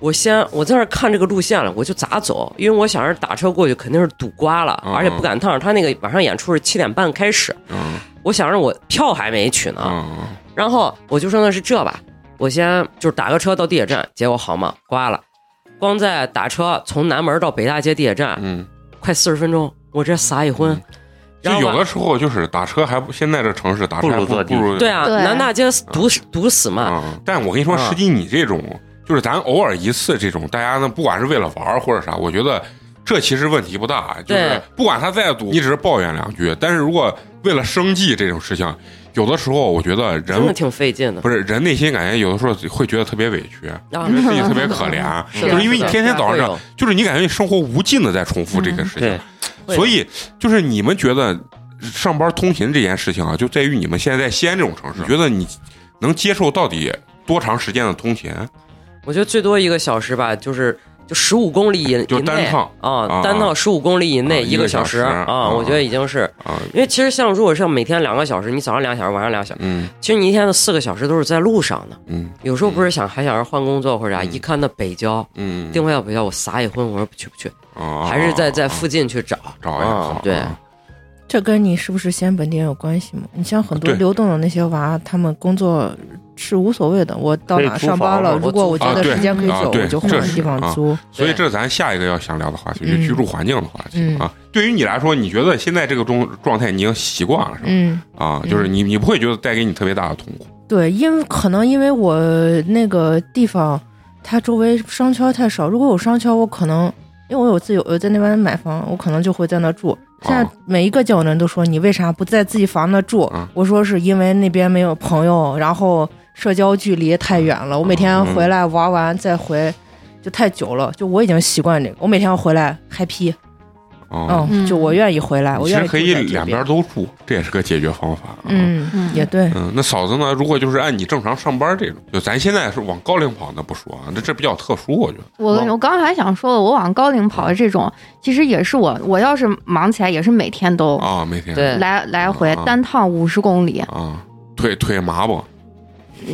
[SPEAKER 2] 我先我在那儿看这个路线了，我就咋走，因为我想着打车过去肯定是堵瓜了，
[SPEAKER 1] 嗯
[SPEAKER 2] 而且不赶趟儿。他那个晚上演出是七点半开始，
[SPEAKER 1] 嗯
[SPEAKER 2] 我想着我票还没取呢，
[SPEAKER 1] 嗯
[SPEAKER 2] 然后我就说那是这吧，我先就是打个车到地铁站，结果好嘛，挂了。光在打车从南门到北大街地铁站，
[SPEAKER 1] 嗯，
[SPEAKER 2] 快四十分钟，我这撒一昏。
[SPEAKER 1] 就
[SPEAKER 2] 然后
[SPEAKER 1] 有
[SPEAKER 2] 吧
[SPEAKER 1] 的时候就是打车还不，现在这城市打车
[SPEAKER 5] 不
[SPEAKER 1] 还
[SPEAKER 5] 如
[SPEAKER 1] 不
[SPEAKER 5] 坐地
[SPEAKER 1] 不如
[SPEAKER 2] 对啊，
[SPEAKER 4] 对
[SPEAKER 2] 南大街堵死堵死嘛，
[SPEAKER 1] 啊。但我跟你说，
[SPEAKER 2] 啊
[SPEAKER 1] 实际你这种就是咱偶尔一次这种，大家呢不管是为了玩儿或者啥，我觉得这其实问题不大。就是
[SPEAKER 2] 对
[SPEAKER 1] 不管他再堵，你只是抱怨两句。但是如果为了生计这种事情，有的时候我觉得
[SPEAKER 2] 真的
[SPEAKER 1] 人
[SPEAKER 2] 挺费劲的。
[SPEAKER 1] 不是人内心感觉有的时候会觉得特别委屈，
[SPEAKER 2] 然后
[SPEAKER 1] 觉得自己特别可怜，
[SPEAKER 2] 啊
[SPEAKER 1] 啊
[SPEAKER 2] 是
[SPEAKER 1] 就
[SPEAKER 2] 的
[SPEAKER 1] 是嗯因为你
[SPEAKER 2] 是的嗯
[SPEAKER 1] 天天早上
[SPEAKER 2] 会
[SPEAKER 1] 这
[SPEAKER 2] 有
[SPEAKER 1] 样，就是你感觉你生活无尽的在重复这个事情
[SPEAKER 2] 会
[SPEAKER 5] 对。，
[SPEAKER 1] 所以就是你们觉得上班通勤这件事情啊，就在于你们现在在西安这种城市，你觉得你能接受到底多长时间的通勤？
[SPEAKER 2] 我觉得最多一个小时吧，就是就十五公里以
[SPEAKER 1] 就
[SPEAKER 2] 以
[SPEAKER 1] 单
[SPEAKER 2] 内
[SPEAKER 1] 趟啊
[SPEAKER 2] 啊，单趟十五公里以
[SPEAKER 1] 啊
[SPEAKER 2] 内
[SPEAKER 1] 一
[SPEAKER 2] 一
[SPEAKER 1] 个
[SPEAKER 2] 小时
[SPEAKER 1] 小时啊
[SPEAKER 2] 啊，我觉得已经是
[SPEAKER 1] 啊，
[SPEAKER 2] 因为其实像如果像每天两个小时，你早上两小时，晚上两小时，
[SPEAKER 1] 嗯
[SPEAKER 2] 其实你一天的四个小时都是在路上的。
[SPEAKER 1] 嗯
[SPEAKER 2] 有时候不是想还想着换工作或者啥，
[SPEAKER 1] 嗯
[SPEAKER 2] 一看到北郊
[SPEAKER 1] 嗯，
[SPEAKER 2] 定位到北郊，我撒一昏，我说不去不去，
[SPEAKER 1] 啊
[SPEAKER 2] 还是在在
[SPEAKER 1] 啊
[SPEAKER 2] 附近去找
[SPEAKER 1] 找一下
[SPEAKER 2] 啊
[SPEAKER 1] 好，
[SPEAKER 2] 对，
[SPEAKER 1] 啊
[SPEAKER 3] 这跟你是不是西安本地人有关系吗？你像很多
[SPEAKER 1] 对
[SPEAKER 3] 流动的那些娃，他们工作是无所谓的，我到
[SPEAKER 5] 可以
[SPEAKER 3] 哪
[SPEAKER 5] 租
[SPEAKER 3] 上班
[SPEAKER 5] 房
[SPEAKER 3] 了，
[SPEAKER 5] 嘛
[SPEAKER 3] 如果我觉
[SPEAKER 1] 啊
[SPEAKER 3] 得
[SPEAKER 1] 对
[SPEAKER 3] 时间可以
[SPEAKER 1] 啊
[SPEAKER 3] 走，
[SPEAKER 1] 对
[SPEAKER 3] 我就换
[SPEAKER 1] 这
[SPEAKER 3] 个
[SPEAKER 1] 是
[SPEAKER 3] 地方
[SPEAKER 1] 啊
[SPEAKER 3] 租。
[SPEAKER 1] 所以这是咱下一个要想聊的话题，就
[SPEAKER 3] 嗯
[SPEAKER 1] 居住环境的话题
[SPEAKER 3] 嗯
[SPEAKER 1] 啊。对于你来说，你觉得现在这个中状态你已经习惯了是吧？
[SPEAKER 3] 嗯，
[SPEAKER 1] 啊，就是你你不会觉得带给你特别大的痛苦？
[SPEAKER 3] 对，因为可能因为我那个地方，它周围商圈太少。如果有商圈，我可能因为我有自由，我在那边买房，我可能就会在那住。现在
[SPEAKER 1] 哦
[SPEAKER 3] 每一个见我的人都说你为啥不在自己房那住？
[SPEAKER 1] 嗯
[SPEAKER 3] 我说是因为那边没有朋友，然后社交距离太远了。我每天
[SPEAKER 1] 嗯
[SPEAKER 3] 回来玩完再回，就太久了。就我已经习惯这个，我每天回来 happy，
[SPEAKER 1] 啊，
[SPEAKER 3] 嗯，
[SPEAKER 4] 嗯
[SPEAKER 3] 就我愿意回
[SPEAKER 2] 哦
[SPEAKER 3] 来，我
[SPEAKER 1] 其实
[SPEAKER 3] 愿意
[SPEAKER 1] 可
[SPEAKER 3] 住
[SPEAKER 1] 以
[SPEAKER 3] 在这
[SPEAKER 1] 两边，都住，这也是个解决方法。啊。
[SPEAKER 3] 嗯，
[SPEAKER 4] 嗯
[SPEAKER 3] 也对，
[SPEAKER 1] 嗯，那嫂子呢？如果就是按你正常上班这种，就咱现在是往高龄跑，那不说啊，那这比较特殊，我觉得。
[SPEAKER 4] 我
[SPEAKER 1] 往
[SPEAKER 4] 我刚才想说的，我往高龄跑的这种，其实也是我，我要是忙起来，也是每天都
[SPEAKER 1] 啊，每天
[SPEAKER 2] 对
[SPEAKER 4] 来来回
[SPEAKER 1] 啊
[SPEAKER 4] 单趟五十公里，
[SPEAKER 1] 啊，腿腿麻不？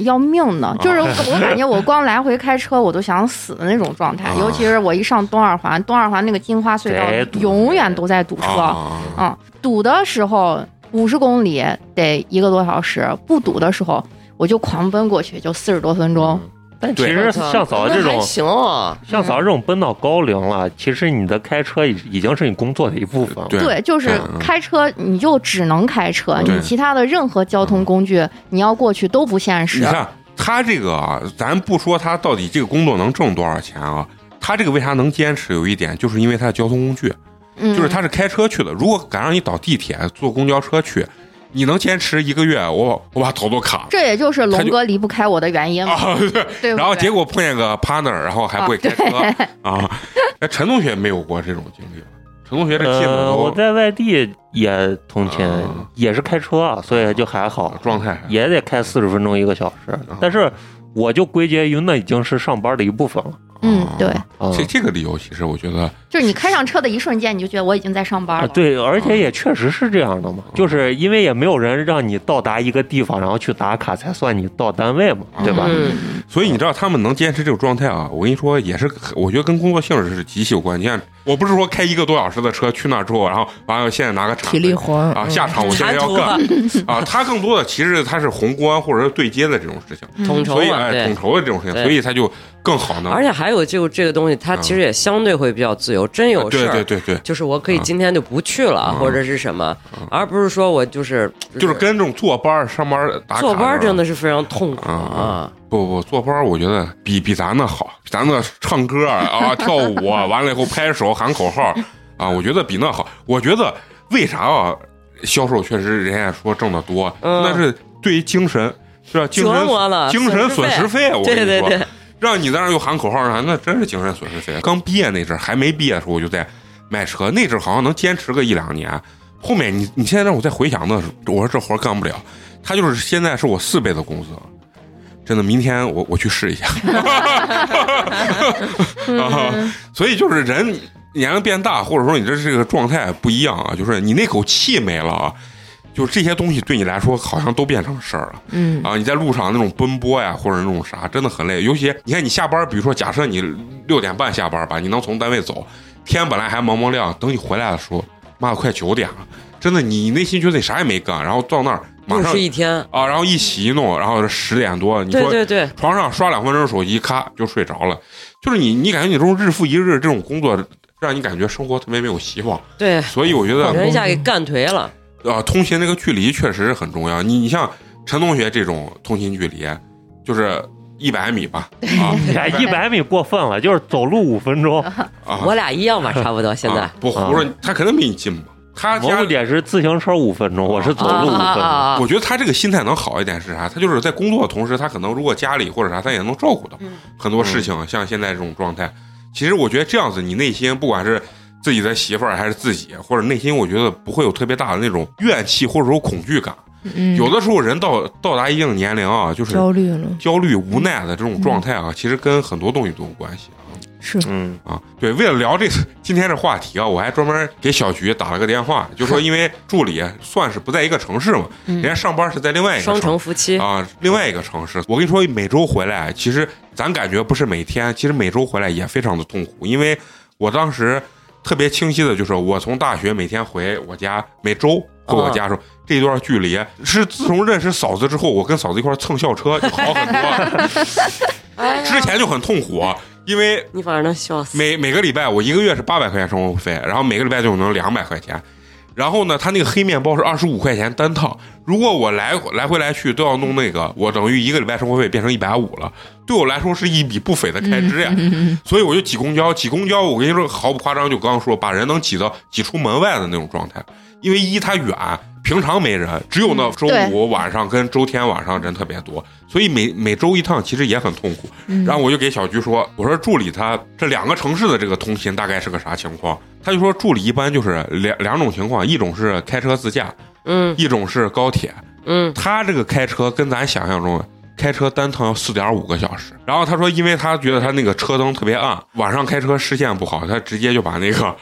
[SPEAKER 4] 要命呢！就是我我感觉我光来回开车，我都想死的那种状态
[SPEAKER 1] 啊。
[SPEAKER 4] 尤其是我一上东二环，东二环那个金花隧
[SPEAKER 5] 贼
[SPEAKER 4] 道
[SPEAKER 5] 堵
[SPEAKER 4] 永远都在堵车，
[SPEAKER 1] 啊
[SPEAKER 4] 嗯，堵的时候五十公里得一个多小时，不堵的时候我就狂奔过去，就四十多分钟。
[SPEAKER 5] 但其
[SPEAKER 1] 对
[SPEAKER 5] 实像嫂子这
[SPEAKER 2] 那还
[SPEAKER 5] 种，
[SPEAKER 2] 行啊，
[SPEAKER 5] 像嫂子这种奔到高龄了，其实你的开车已已经是你工作的一部分了。
[SPEAKER 1] 对
[SPEAKER 4] 对，就是
[SPEAKER 1] 嗯
[SPEAKER 4] 开车，你就只能开车，
[SPEAKER 1] 对嗯
[SPEAKER 4] 你其他的任何交通工具，你要过去都不现
[SPEAKER 1] 你
[SPEAKER 4] 实。
[SPEAKER 1] 看他这个啊，咱不说他到底这个工作能挣多少钱啊，他这个为啥能坚持？有一点就是因为他的交通工具，
[SPEAKER 4] 嗯，
[SPEAKER 1] 就是他是开车去的。如果敢让你倒地铁、坐公交车去，你能坚持一个月，我我把头都卡了。
[SPEAKER 4] 这也就是
[SPEAKER 1] 他
[SPEAKER 4] 龙
[SPEAKER 1] 就
[SPEAKER 4] 哥离不开我的原因嘛，
[SPEAKER 1] 啊，对，
[SPEAKER 4] 对啊不对？
[SPEAKER 1] 然后结果碰见个 partner，然后还不会开车啊。那陈同学没有过这种经历吧？陈同学这基本
[SPEAKER 5] 呃，我
[SPEAKER 1] 都
[SPEAKER 5] 在外地也通勤
[SPEAKER 1] 啊，
[SPEAKER 5] 也是开车，所以就还好，
[SPEAKER 1] 状态啊还
[SPEAKER 5] 也得开四十分钟一个小时。但是我就归结于那已经是上班的一部分了。
[SPEAKER 4] 嗯
[SPEAKER 1] 啊，
[SPEAKER 4] 对，
[SPEAKER 5] 啊
[SPEAKER 1] 这这个理由其实我觉得
[SPEAKER 4] 就是你开上车的一瞬间，你就觉得我已经在上班
[SPEAKER 5] 啊，
[SPEAKER 4] 了。
[SPEAKER 5] 对，而且也确实是这样的嘛，就是因为也没有人让你到达一个地方，然后去打卡才算你到单位嘛，对吧？
[SPEAKER 2] 嗯，
[SPEAKER 1] 所以你知道他们能坚持这种状态啊，我跟你说也是，我觉得跟工作性质是极其有关。你看，我不是说开一个多小时的车去那儿之后，然后完了现在拿个铲子
[SPEAKER 3] 体力活嗯
[SPEAKER 1] 啊，下场我现在
[SPEAKER 2] 馋
[SPEAKER 1] 要
[SPEAKER 2] 头
[SPEAKER 1] 干啊。他更多的其实他是宏观或者是对接的这种事情，
[SPEAKER 4] 嗯
[SPEAKER 2] 统筹
[SPEAKER 1] 所以
[SPEAKER 2] 嘛，
[SPEAKER 1] 哎
[SPEAKER 2] 对
[SPEAKER 1] 统。筹的这种事情，
[SPEAKER 2] 对
[SPEAKER 1] 所以他就更好能
[SPEAKER 2] 而且还有就这个东西，它其实也相对会比较自由，真有
[SPEAKER 1] 嗯呃对
[SPEAKER 2] 事
[SPEAKER 1] 对
[SPEAKER 2] 儿。
[SPEAKER 1] 对对，
[SPEAKER 2] 就是我可以今天就不去了，
[SPEAKER 1] 嗯
[SPEAKER 2] 或者是什么，而不是说我就是
[SPEAKER 1] 就是跟这种坐班儿上班儿打卡
[SPEAKER 2] 坐班儿
[SPEAKER 1] 是吧
[SPEAKER 2] 真的是非常痛苦
[SPEAKER 1] 啊
[SPEAKER 2] 啊！
[SPEAKER 1] 不不，坐班儿我觉得比比咱那好，比咱那唱歌啊、啊 跳舞啊，完了以后拍手喊口号啊，我觉得比那好。我觉得为啥啊？销售确实人家说挣得多，
[SPEAKER 2] 嗯
[SPEAKER 1] 但是对于精神是吧？精
[SPEAKER 2] 折
[SPEAKER 1] 神
[SPEAKER 2] 磨了，
[SPEAKER 1] 精神损失
[SPEAKER 2] 费。
[SPEAKER 1] 费，我跟你
[SPEAKER 2] 对
[SPEAKER 1] 说，
[SPEAKER 2] 对对，
[SPEAKER 1] 让你在那儿又喊口号啥，那真是精神损失费。刚毕业那阵儿还没毕业的时候，我就在卖车，那阵儿好像能坚持个一两年。后面你你现在让我再回想的时候，我说这活儿干不了。他就是现在是我四倍的工资，真的，明天我我去试一下。 啊，所以就是人年龄变大，或者说你这这个状态不一样啊，就是你那口气没了啊，就这些东西对你来说好像都变成事儿了。
[SPEAKER 3] 嗯
[SPEAKER 1] 啊，你在路上那种奔波呀，或者那种啥，真的很累。尤其你看，你下班，比如说假设你六点半下班吧，你能从单位走，天本来还蒙蒙亮，等你回来的时候，妈的快九点了，真的，你内心觉得你啥也没干，然后到那儿马
[SPEAKER 2] 又
[SPEAKER 1] 上
[SPEAKER 2] 是一天。
[SPEAKER 1] 啊，然后一洗一弄，然后十点多，你说
[SPEAKER 2] 对对对，
[SPEAKER 1] 床上刷两分钟手机，咔就睡着了。就是你，你感觉你这种日复一日这种工作，让你感觉生活特别没有希望。
[SPEAKER 2] 对，
[SPEAKER 1] 所以我觉
[SPEAKER 2] 把
[SPEAKER 1] 得
[SPEAKER 2] 人一下给干颓了。
[SPEAKER 1] 啊，通勤这个距离确实很重要。你你像陈同学这种通勤距离，就是一百米吧，啊，
[SPEAKER 5] 哎，一百米过分了，就是走路五分钟。
[SPEAKER 1] 啊，
[SPEAKER 2] 我俩一样吧，差不多现在
[SPEAKER 1] 啊。不胡说，他肯定比你近嘛。他
[SPEAKER 5] 蘑
[SPEAKER 1] 家
[SPEAKER 5] 菇，姐是自行车五分钟，我是走路五分
[SPEAKER 2] 啊啊啊
[SPEAKER 5] 钟。
[SPEAKER 2] 啊！
[SPEAKER 1] 我觉得他这个心态能好一点是啥？他就是在工作的同时，他可能如果家里或者啥，他也能照顾到
[SPEAKER 2] 嗯
[SPEAKER 1] 很多事情。像现在这种状态，其实我觉得这样子，你内心不管是自己的媳妇儿还是自己，或者内心，我觉得不会有特别大的那种怨气或者说恐惧感。
[SPEAKER 3] 嗯，
[SPEAKER 1] 有的时候人到到达一定年龄啊，就是
[SPEAKER 3] 焦虑了，
[SPEAKER 1] 焦虑、无奈的这种状态啊，其实跟很多东西都有关系
[SPEAKER 3] 是
[SPEAKER 5] 嗯，
[SPEAKER 1] 啊。啊，对，为了聊这次今天这话题啊，我还专门给小菊打了个电话，就说因为助理啊算是不在一个城市嘛，人家上班是在另外一个
[SPEAKER 2] 双
[SPEAKER 1] 城
[SPEAKER 2] 城夫妻，
[SPEAKER 1] 啊，另外一个城市。我跟你说，每周回来，其实咱感觉不是每天，其实每周回来也非常的痛苦，因为我当时特别清晰的就是，我从大学每天回我家，每周回我家的时候。这段距离是自从认识嫂子之后，我跟嫂子一块儿蹭校车就好很多，之前就很痛苦，啊因为
[SPEAKER 2] 你反正能笑死。
[SPEAKER 1] 每每个礼拜我一个月是八百块钱生活费，然后每个礼拜就能两百块钱。然后呢，他那个黑面包是二十五块钱单趟，如果我来来回来去都要弄那个，我等于一个礼拜生活费变成一百五了，对我来说是一笔不菲的开支呀。所以我就挤公交，挤公交，我跟你说毫不夸张，就刚刚说，把人能挤到挤出门外的那种状态。因为一它远，平常没人，只有那周
[SPEAKER 4] 对
[SPEAKER 1] 五晚上跟周天晚上人特别多，所以每每周一趟其实也很痛苦。然后我就给小菊说，我说助理他这两个城市的这个通勤大概是个啥情况？他就说助理一般就是两两种情况，一种是开车自驾，
[SPEAKER 2] 嗯
[SPEAKER 1] 一种是高铁。
[SPEAKER 2] 嗯，
[SPEAKER 1] 他这个开车跟咱想象中的开车单趟要四点五个小时。然后他说，因为他觉得他那个车灯特别暗，晚上开车视线不好，他直接就把那个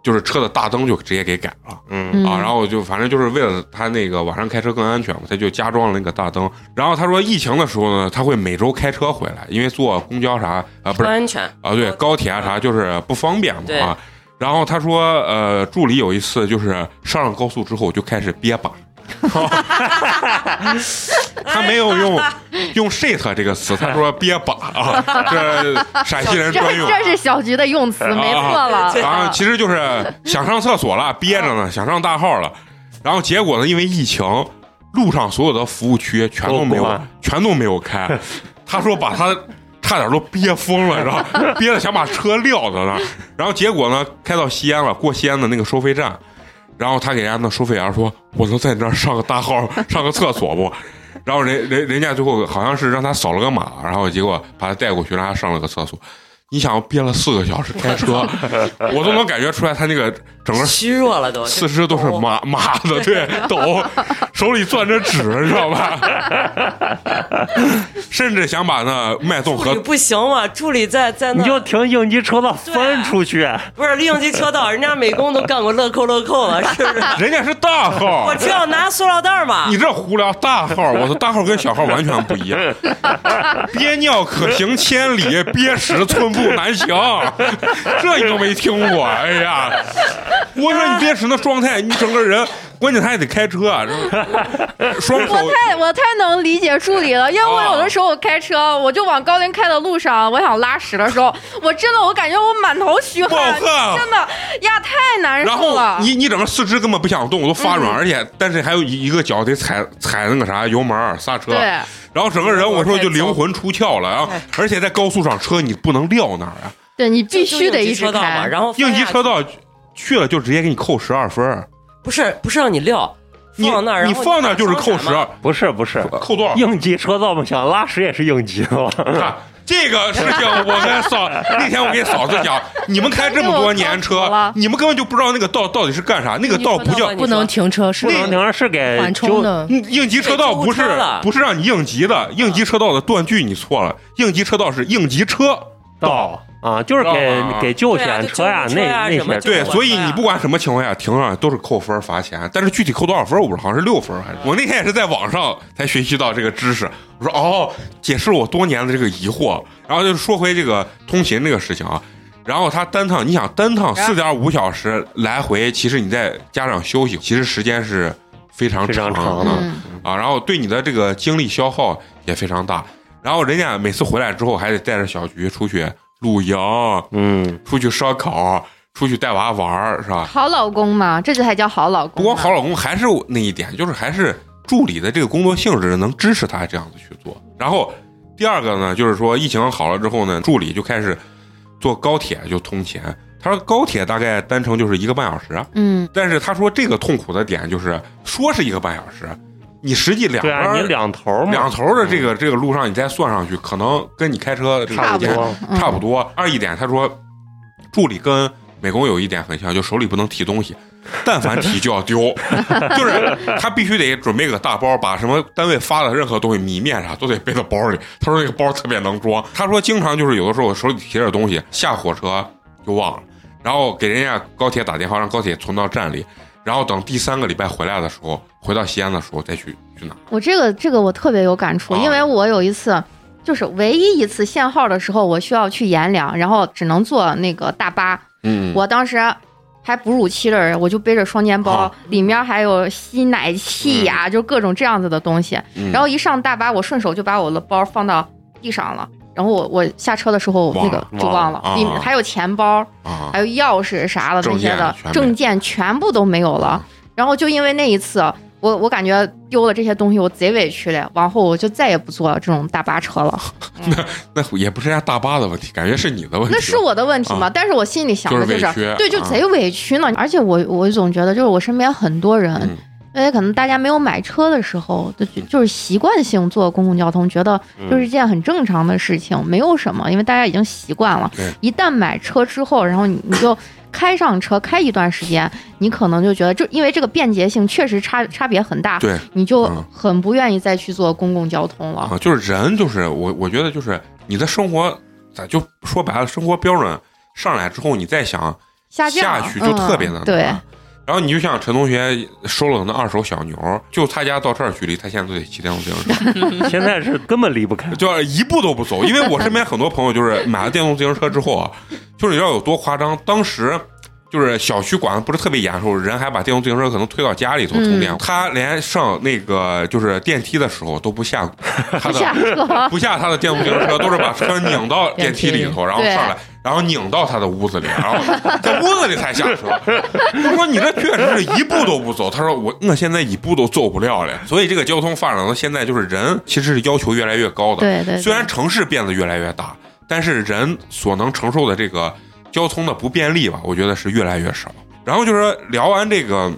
[SPEAKER 1] 就是车的大灯就直接给改了。
[SPEAKER 5] 嗯
[SPEAKER 1] 啊，然后就反正就是为了他那个晚上开车更安全嘛，他就加装了那个大灯。然后他说疫情的时候呢，他会每周开车回来，因为坐公交啥啊、不
[SPEAKER 2] 不
[SPEAKER 1] 是
[SPEAKER 2] 安全。
[SPEAKER 1] 啊，对，高铁啊
[SPEAKER 4] 嗯
[SPEAKER 1] 啥就是不方便嘛
[SPEAKER 2] 对
[SPEAKER 1] 啊。然后他说，呃，助理有一次就是上了高速之后就开始憋吧。 他没有用用 shit 这个词，他说憋吧啊，这陕西人
[SPEAKER 4] 这
[SPEAKER 1] 专用。
[SPEAKER 4] 这是小菊的用词，没错了。
[SPEAKER 1] 啊，其实就是想上厕所了，憋着呢，想上大号了，然后结果呢，因为疫情，路上所有的服务区全都没
[SPEAKER 5] 都
[SPEAKER 1] 有
[SPEAKER 5] 关，
[SPEAKER 1] 全都没有开。他说把他差点都憋疯了，然后憋得想把车撂在那儿。然后结果呢，开到西安了，过西安的那个收费站，然后他给人家那收费员说：“我能在你这儿上个大号， 上个厕所不？”然后人人人家最后好像是让他扫了个码，然后结果把他带过去，让他上了个厕所。你想憋了四个小时开车，我都能感觉出来他那个整个
[SPEAKER 2] 虚弱了都，
[SPEAKER 1] 四肢都是麻麻的，对，抖，手里攥着纸，你知道吧？甚至想把那脉动
[SPEAKER 2] 助理
[SPEAKER 1] 和
[SPEAKER 2] 不行嘛，助理在在那
[SPEAKER 5] 你就停应急车道翻出去，
[SPEAKER 2] 不是利用机车道，人家美工都干过乐扣乐扣了，是 不是？
[SPEAKER 1] 人家是大号
[SPEAKER 2] 我，只要拿塑料袋儿嘛
[SPEAKER 1] 你。这胡聊大号，我说大号跟小号完全不一样。憋尿可行千里，憋屎寸步难行，这你都没听过？哎呀，我说你憋屎那状态，你整个人，关键他还得开车，然后双手
[SPEAKER 4] 我太我太能理解助理
[SPEAKER 1] 啊
[SPEAKER 4] 了，因为我有的时候我开车，我就往高陵开的路上，我想拉屎的时候，我真的我感觉我满头虚
[SPEAKER 1] 冒
[SPEAKER 4] 汗，
[SPEAKER 1] 汗
[SPEAKER 4] 真的呀太难
[SPEAKER 1] 然
[SPEAKER 4] 受
[SPEAKER 1] 后
[SPEAKER 4] 了。嗯
[SPEAKER 1] 你你整个四肢根本不想动，我都发软，而且但是还有一一个脚得踩踩那个啥油门儿刹车，
[SPEAKER 4] 对
[SPEAKER 1] 然后整个人我说就灵魂出窍了，然后而且在高速上车你不能撂那儿啊，
[SPEAKER 4] 对你必
[SPEAKER 2] 就
[SPEAKER 4] 须
[SPEAKER 2] 用
[SPEAKER 4] 得
[SPEAKER 2] 机
[SPEAKER 4] 一直
[SPEAKER 2] 车道嘛，
[SPEAKER 4] 开，
[SPEAKER 2] 然后
[SPEAKER 1] 应急车
[SPEAKER 2] 翻下去
[SPEAKER 1] 道去了就直接给你扣十二分儿，
[SPEAKER 2] 不是不是让你撂，
[SPEAKER 1] 你
[SPEAKER 2] 放那儿，
[SPEAKER 1] 你
[SPEAKER 2] 然后
[SPEAKER 1] 放那儿就是
[SPEAKER 2] 把双
[SPEAKER 1] 扣
[SPEAKER 2] 闪
[SPEAKER 1] 十
[SPEAKER 2] 嘛
[SPEAKER 1] 二，
[SPEAKER 5] 不是不是，
[SPEAKER 1] 扣多少？
[SPEAKER 5] 应急车道嘛，想拉屎也是应急的 吧？
[SPEAKER 1] 看这个事 情，我跟嫂那天我跟嫂子讲，你们开这么多年
[SPEAKER 4] 我靠死
[SPEAKER 1] 车
[SPEAKER 4] 了，
[SPEAKER 1] 你们根本就不知道那个道到底是干啥，那个道不叫
[SPEAKER 2] 你说
[SPEAKER 3] 不能停车，是
[SPEAKER 5] 不能停是给
[SPEAKER 2] 哎
[SPEAKER 3] 缓
[SPEAKER 5] 纠
[SPEAKER 3] 冲的，
[SPEAKER 1] 嗯应急车道不是
[SPEAKER 2] 对救护车了
[SPEAKER 1] 不是让你应急的，应急车道的断句你错了，应急车道是应急车
[SPEAKER 5] 道啊，就是
[SPEAKER 1] 道
[SPEAKER 5] 给
[SPEAKER 1] 啊
[SPEAKER 5] 给救险车呀，
[SPEAKER 2] 对啊就救护车呀
[SPEAKER 5] 那那
[SPEAKER 2] 什么
[SPEAKER 5] 些
[SPEAKER 2] 救
[SPEAKER 1] 对，
[SPEAKER 2] 我
[SPEAKER 1] 所以
[SPEAKER 2] 知道
[SPEAKER 1] 你不管什么情况下停上都是扣分儿罚钱，但是具体扣多少分儿我不知道，好像是六分儿还是？我那天也是在网上才学习到这个知识，我说哦，解释了我多年的这个疑惑。然后就说回这个通勤这个事情啊，然后他单趟，你想单趟四点五小时来回，其实你再加上休息，其实时间是非常
[SPEAKER 5] 非常
[SPEAKER 1] 长
[SPEAKER 5] 长
[SPEAKER 1] 的。
[SPEAKER 5] 的
[SPEAKER 4] 嗯
[SPEAKER 1] 啊，然后对你的这个精力消耗也非常大。然后人家每次回来之后，还得带着小菊出去露营，
[SPEAKER 5] 嗯，
[SPEAKER 1] 出去烧烤，出去带娃玩儿，是吧？
[SPEAKER 4] 好老公嘛，这就才叫好老公
[SPEAKER 1] 不
[SPEAKER 4] 嘛。
[SPEAKER 1] 光好老公，还是那一点，就是还是助理的这个工作性质能支持他这样子去做。然后第二个呢，就是说疫情好了之后呢，助理就开始坐高铁就通勤。他说高铁大概单程就是一个半小时，
[SPEAKER 4] 嗯，
[SPEAKER 1] 但是他说这个痛苦的点就是说是一个半小时，你实际两
[SPEAKER 5] 对
[SPEAKER 1] 边
[SPEAKER 5] 啊，你两头儿嘛，
[SPEAKER 1] 两头的这个这个路上，你再算上去，可能跟你开车这个时
[SPEAKER 5] 差不
[SPEAKER 1] 间
[SPEAKER 5] 多，
[SPEAKER 4] 嗯
[SPEAKER 1] 差不多。二一点，他说助理跟美工有一点很像，就手里不能提东西，但凡提就要丢，就是他必须得准备个大包，把什么单位发的任何东西，米面啥都得背到包里。他说那个包特别能装，他说经常就是有的时候我手里提着东西下火车就忘了，然后给人家高铁打电话让高铁存到站里，然后等第三个礼拜回来的时候，回到西安的时候再去去拿。
[SPEAKER 4] 我这个这个我特别有感触，
[SPEAKER 1] 啊
[SPEAKER 4] 因为我有一次。就是唯一一次限号的时候，我需要去阎良，然后只能坐那个大巴。
[SPEAKER 1] 嗯，
[SPEAKER 4] 我当时还哺乳期的人，我就背着双肩包
[SPEAKER 1] 啊，
[SPEAKER 4] 里面还有吸奶器呀、就各种这样子的东西。
[SPEAKER 1] 嗯
[SPEAKER 4] 然后一上大巴，我顺手就把我的包放到地上了。然后我我下车的时候，
[SPEAKER 1] 忘
[SPEAKER 4] 那
[SPEAKER 1] 了
[SPEAKER 4] 个就
[SPEAKER 5] 忘
[SPEAKER 4] 忘
[SPEAKER 5] 了
[SPEAKER 4] 了
[SPEAKER 1] 啊，
[SPEAKER 4] 里面还有钱包，
[SPEAKER 1] 啊
[SPEAKER 4] 还有钥匙啥的那些的
[SPEAKER 1] 证件全没
[SPEAKER 4] 证件全部都没有了。然后就因为那一次，我我感觉丢了这些东西，我贼委屈嘞。往后我就再也不坐这种大巴车了。
[SPEAKER 1] 那也不是人家大巴的问题，感觉是你的问题。啊
[SPEAKER 4] 那是我的问题嘛？但是我心里想的
[SPEAKER 1] 就是
[SPEAKER 4] 是，
[SPEAKER 1] 委屈
[SPEAKER 4] 对，就
[SPEAKER 1] 啊
[SPEAKER 4] 贼委屈呢。而且我我总觉得，就是我身边很多人，
[SPEAKER 1] 嗯
[SPEAKER 4] 因为可能大家没有买车的时候，就就是习惯性坐公共交通，觉得
[SPEAKER 1] 嗯
[SPEAKER 4] 就是一件很正常的事情，没有什么，因为大家已经习惯了
[SPEAKER 1] 对。
[SPEAKER 4] 一旦买车之后，然后你你就开上车，开一段时间，你可能就觉得，就因为这个便捷性确实差差别很大，
[SPEAKER 1] 对
[SPEAKER 4] 你就
[SPEAKER 1] 嗯
[SPEAKER 4] 很不愿意再去坐公共交通了。
[SPEAKER 1] 啊，就是人，就是我，我觉得就是你的生活，咱就说白了，生活标准上来之后，你再想
[SPEAKER 4] 下降
[SPEAKER 1] 下去就特别难、啊
[SPEAKER 4] 嗯、对。
[SPEAKER 1] 然后你就像陈同学收了那二手小牛，就他家到这儿距离，他现在都得骑电动自行车。
[SPEAKER 5] 现在是根本离不开。
[SPEAKER 1] 就是一步都不走。因为我身边很多朋友就是买了电动自行车之后 啊，就是你知道有多夸张，当时。就是小区管的不是特别严的时候，人还把电动自行车可能推到家里
[SPEAKER 4] 嗯
[SPEAKER 1] 头充电。他连上那个就是电梯的时候都不下， 他
[SPEAKER 4] 不
[SPEAKER 1] 的
[SPEAKER 4] 下 车，
[SPEAKER 1] 不下他的电动自行车，都是把车拧到电梯里 头，然后
[SPEAKER 4] 对
[SPEAKER 1] 上来，然后拧到他的屋子里，然后在屋子里才下车。 他说：“你这确实是一步都不走。”他说：“我我现在一步都走不了了。”所以这个交通发展到现在，就是人其实是要求越来越高的。
[SPEAKER 4] 对对对
[SPEAKER 1] 虽然城市变得越来越大，但是人所能承受的这个交通的不便利吧，我觉得是越来越少。然后就是说聊完这个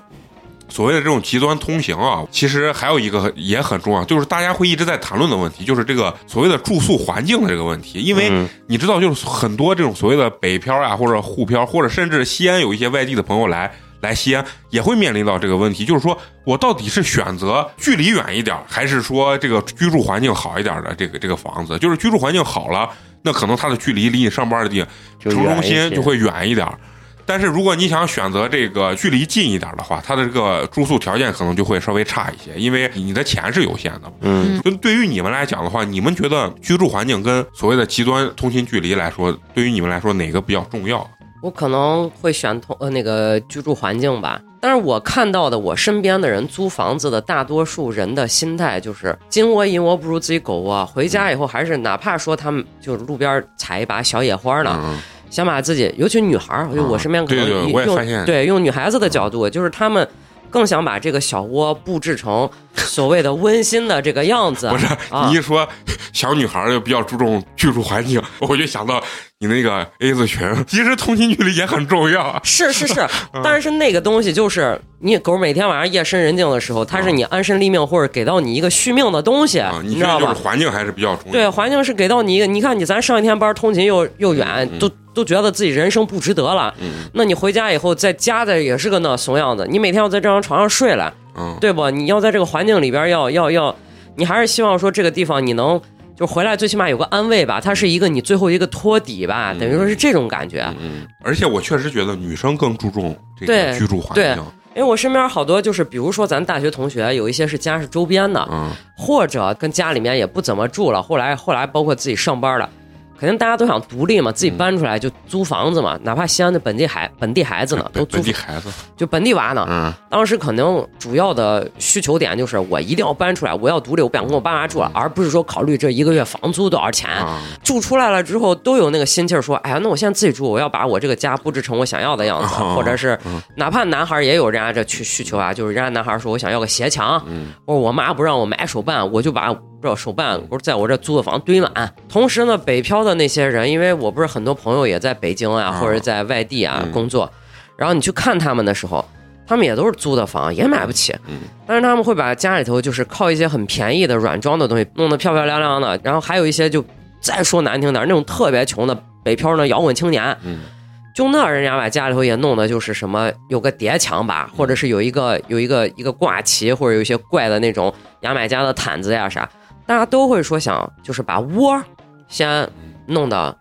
[SPEAKER 1] 所谓的这种极端通行啊，其实还有一个很也很重要，就是大家会一直在谈论的问题，就是这个所谓的住宿环境的这个问题。因为
[SPEAKER 5] 嗯
[SPEAKER 1] 你知道，就是很多这种所谓的北漂啊，或者沪漂，或者甚至西安有一些外地的朋友来。来西安也会面临到这个问题，就是说我到底是选择距离远一点儿，还是说这个居住环境好一点儿的这个这个房子？就是居住环境好了，那可能它的距离离你上班的地
[SPEAKER 5] 就
[SPEAKER 1] 城
[SPEAKER 5] 远
[SPEAKER 1] 中
[SPEAKER 5] 一
[SPEAKER 1] 心
[SPEAKER 5] 些
[SPEAKER 1] 就会远一点儿。但是如果你想选择这个距离近一点儿的话，它的这个住宿条件可能就会稍微差一些，因为你的钱是有限的嘛。
[SPEAKER 5] 嗯，
[SPEAKER 1] 就对于你们来讲的话，你们觉得居住环境跟所谓的极端通勤距离来说，对于你们来说哪个比较重要？
[SPEAKER 2] 我可能会选同呃那个居住环境吧，但是我看到的我身边的人租房子的大多数人的心态就是金窝银窝不如自己狗窝、回家以后还是哪怕说他们就是路边采一把小野花呢，
[SPEAKER 1] 嗯，啊
[SPEAKER 2] 想把自己，尤其女孩儿，就我身边可能
[SPEAKER 1] 对对
[SPEAKER 2] 以
[SPEAKER 1] 我也
[SPEAKER 2] 用
[SPEAKER 1] 发现
[SPEAKER 2] 对用女孩子的角度，就是她们更想把这个小窝布置成所谓的温馨的这个 样子。
[SPEAKER 1] 不是
[SPEAKER 2] 啊
[SPEAKER 1] 你一说小女孩儿就比较注重居住环境，我就想到你那个 A 字裙，其实通勤距离也很重要。啊
[SPEAKER 2] 是 是是，
[SPEAKER 1] 嗯
[SPEAKER 2] 但是那个东西就是你狗每天晚上夜深人静的时候，它是你安身立命或者给到你一个续命的东西，
[SPEAKER 1] 嗯啊，
[SPEAKER 2] 你
[SPEAKER 1] 你
[SPEAKER 2] 知
[SPEAKER 1] 觉
[SPEAKER 2] 道
[SPEAKER 1] 得就是
[SPEAKER 2] 吧？
[SPEAKER 1] 环境还是比较重要。
[SPEAKER 2] 对，环境是给到你一个，你看你咱上一天班通勤又又远，都都觉得自己人生不值得了。
[SPEAKER 1] 嗯
[SPEAKER 2] 那你回家以后在家的也是个那怂样子，你每天要在这张床上睡了，
[SPEAKER 1] 嗯，
[SPEAKER 2] 对不？你要在这个环境里边儿要要要，你还是希望说这个地方你能就回来，最起码有个安慰吧，它是一个你最后一个托底吧，等于说是这种感觉。
[SPEAKER 1] 嗯，而且我确实觉得女生更注重这个
[SPEAKER 2] 对
[SPEAKER 1] 居住环境，
[SPEAKER 2] 因为我身边好多就是，比如说咱大学同学，有一些是家是周边的，
[SPEAKER 1] 嗯
[SPEAKER 2] 或者跟家里面也不怎么住了，后来后来包括自己上班了，肯定大家都想独立嘛，
[SPEAKER 1] 嗯
[SPEAKER 2] 自己搬出来就租房子嘛，哪怕西安的本地孩本地孩子 呢，都
[SPEAKER 1] 本
[SPEAKER 2] 租
[SPEAKER 1] 本地孩子，
[SPEAKER 2] 就本地娃呢，
[SPEAKER 1] 嗯，
[SPEAKER 2] 当时可能主要的需求点就是我一定要搬出来，我要独立，我不想跟我爸妈住了，而不是说考虑这一个月房租多少钱。
[SPEAKER 1] 嗯啊，
[SPEAKER 2] 住出来了之后，都有那个心气儿说，哎呀，那我现在自己住，我要把我这个家布置成我想要的样子，
[SPEAKER 1] 啊
[SPEAKER 2] 或者是
[SPEAKER 1] 嗯
[SPEAKER 2] 哪怕男孩儿也有人家这需需求啊，就是人家男孩儿说我想要个鞋墙，
[SPEAKER 1] 嗯，
[SPEAKER 2] 或者我妈不让我买手办，我就把这手办不是在我这租的房堆满。同时呢，北漂的那些人，因为我不是很多朋友也在北京啊，
[SPEAKER 1] 啊
[SPEAKER 2] 或者在外地啊
[SPEAKER 1] 嗯
[SPEAKER 2] 工作，然后你去看他们的时候，他们也都是租的房，也买不起
[SPEAKER 1] 嗯，
[SPEAKER 2] 但是他们会把家里头就是靠一些很便宜的软装的东西弄得漂漂亮亮的，然后还有一些就再说难听点儿，那种特别穷的北漂的摇滚青年，
[SPEAKER 1] 嗯
[SPEAKER 2] 就那人家把家里头也弄的就是什么有个叠墙吧，或者是有一个有一个一个挂旗，或者有一些怪的那种牙买加的毯子呀啥，大家都会说想就是把窝儿先弄得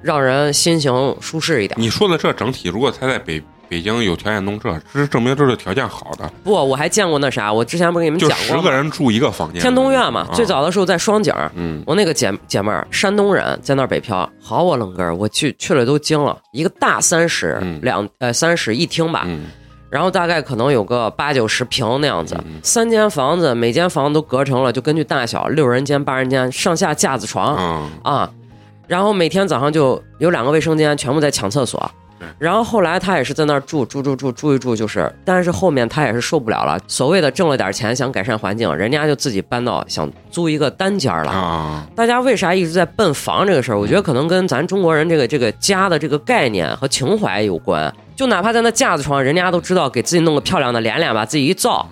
[SPEAKER 2] 让人心情舒适一点。
[SPEAKER 1] 你说的这整体，如果他在北北京有条件弄这，这是证明这是条件好的，
[SPEAKER 2] 不，我还见过那啥，我之前不是给你们
[SPEAKER 1] 就
[SPEAKER 2] 讲
[SPEAKER 1] 十
[SPEAKER 2] 过
[SPEAKER 1] 个
[SPEAKER 2] 吗？
[SPEAKER 1] 人住一个房间，
[SPEAKER 2] 天通苑嘛，
[SPEAKER 1] 啊
[SPEAKER 2] 最，早的时候在双井儿，
[SPEAKER 1] 嗯
[SPEAKER 2] 我那个姐姐妹儿，山东人，在那儿北漂，好我冷根儿，我去去了都惊了，一个大三十、
[SPEAKER 1] 嗯
[SPEAKER 2] 两呃三室一厅吧，
[SPEAKER 1] 嗯
[SPEAKER 2] 然后大概可能有个八九十平那样子，
[SPEAKER 1] 嗯
[SPEAKER 2] 三间房子，每间房子都隔成了，就根据大小，六人间、八人间，上下架子床
[SPEAKER 1] 啊，
[SPEAKER 2] 啊。然后每天早上就有两个卫生间，全部在抢厕所
[SPEAKER 1] 对。
[SPEAKER 2] 然后后来他也是在那儿住住住住住一住，就是，但是后面他也是受不了了，所谓的挣了点钱想改善环境，人家就自己搬到想租一个单间儿了。
[SPEAKER 1] 啊，
[SPEAKER 2] 大家为啥一直在奔房这个事儿？我
[SPEAKER 1] 嗯
[SPEAKER 2] 觉得可能跟咱中国人这个这个家的这个概念和情怀有关。就哪怕在那架子床，人家都知道给自己弄个漂亮的帘帘，把自己一罩。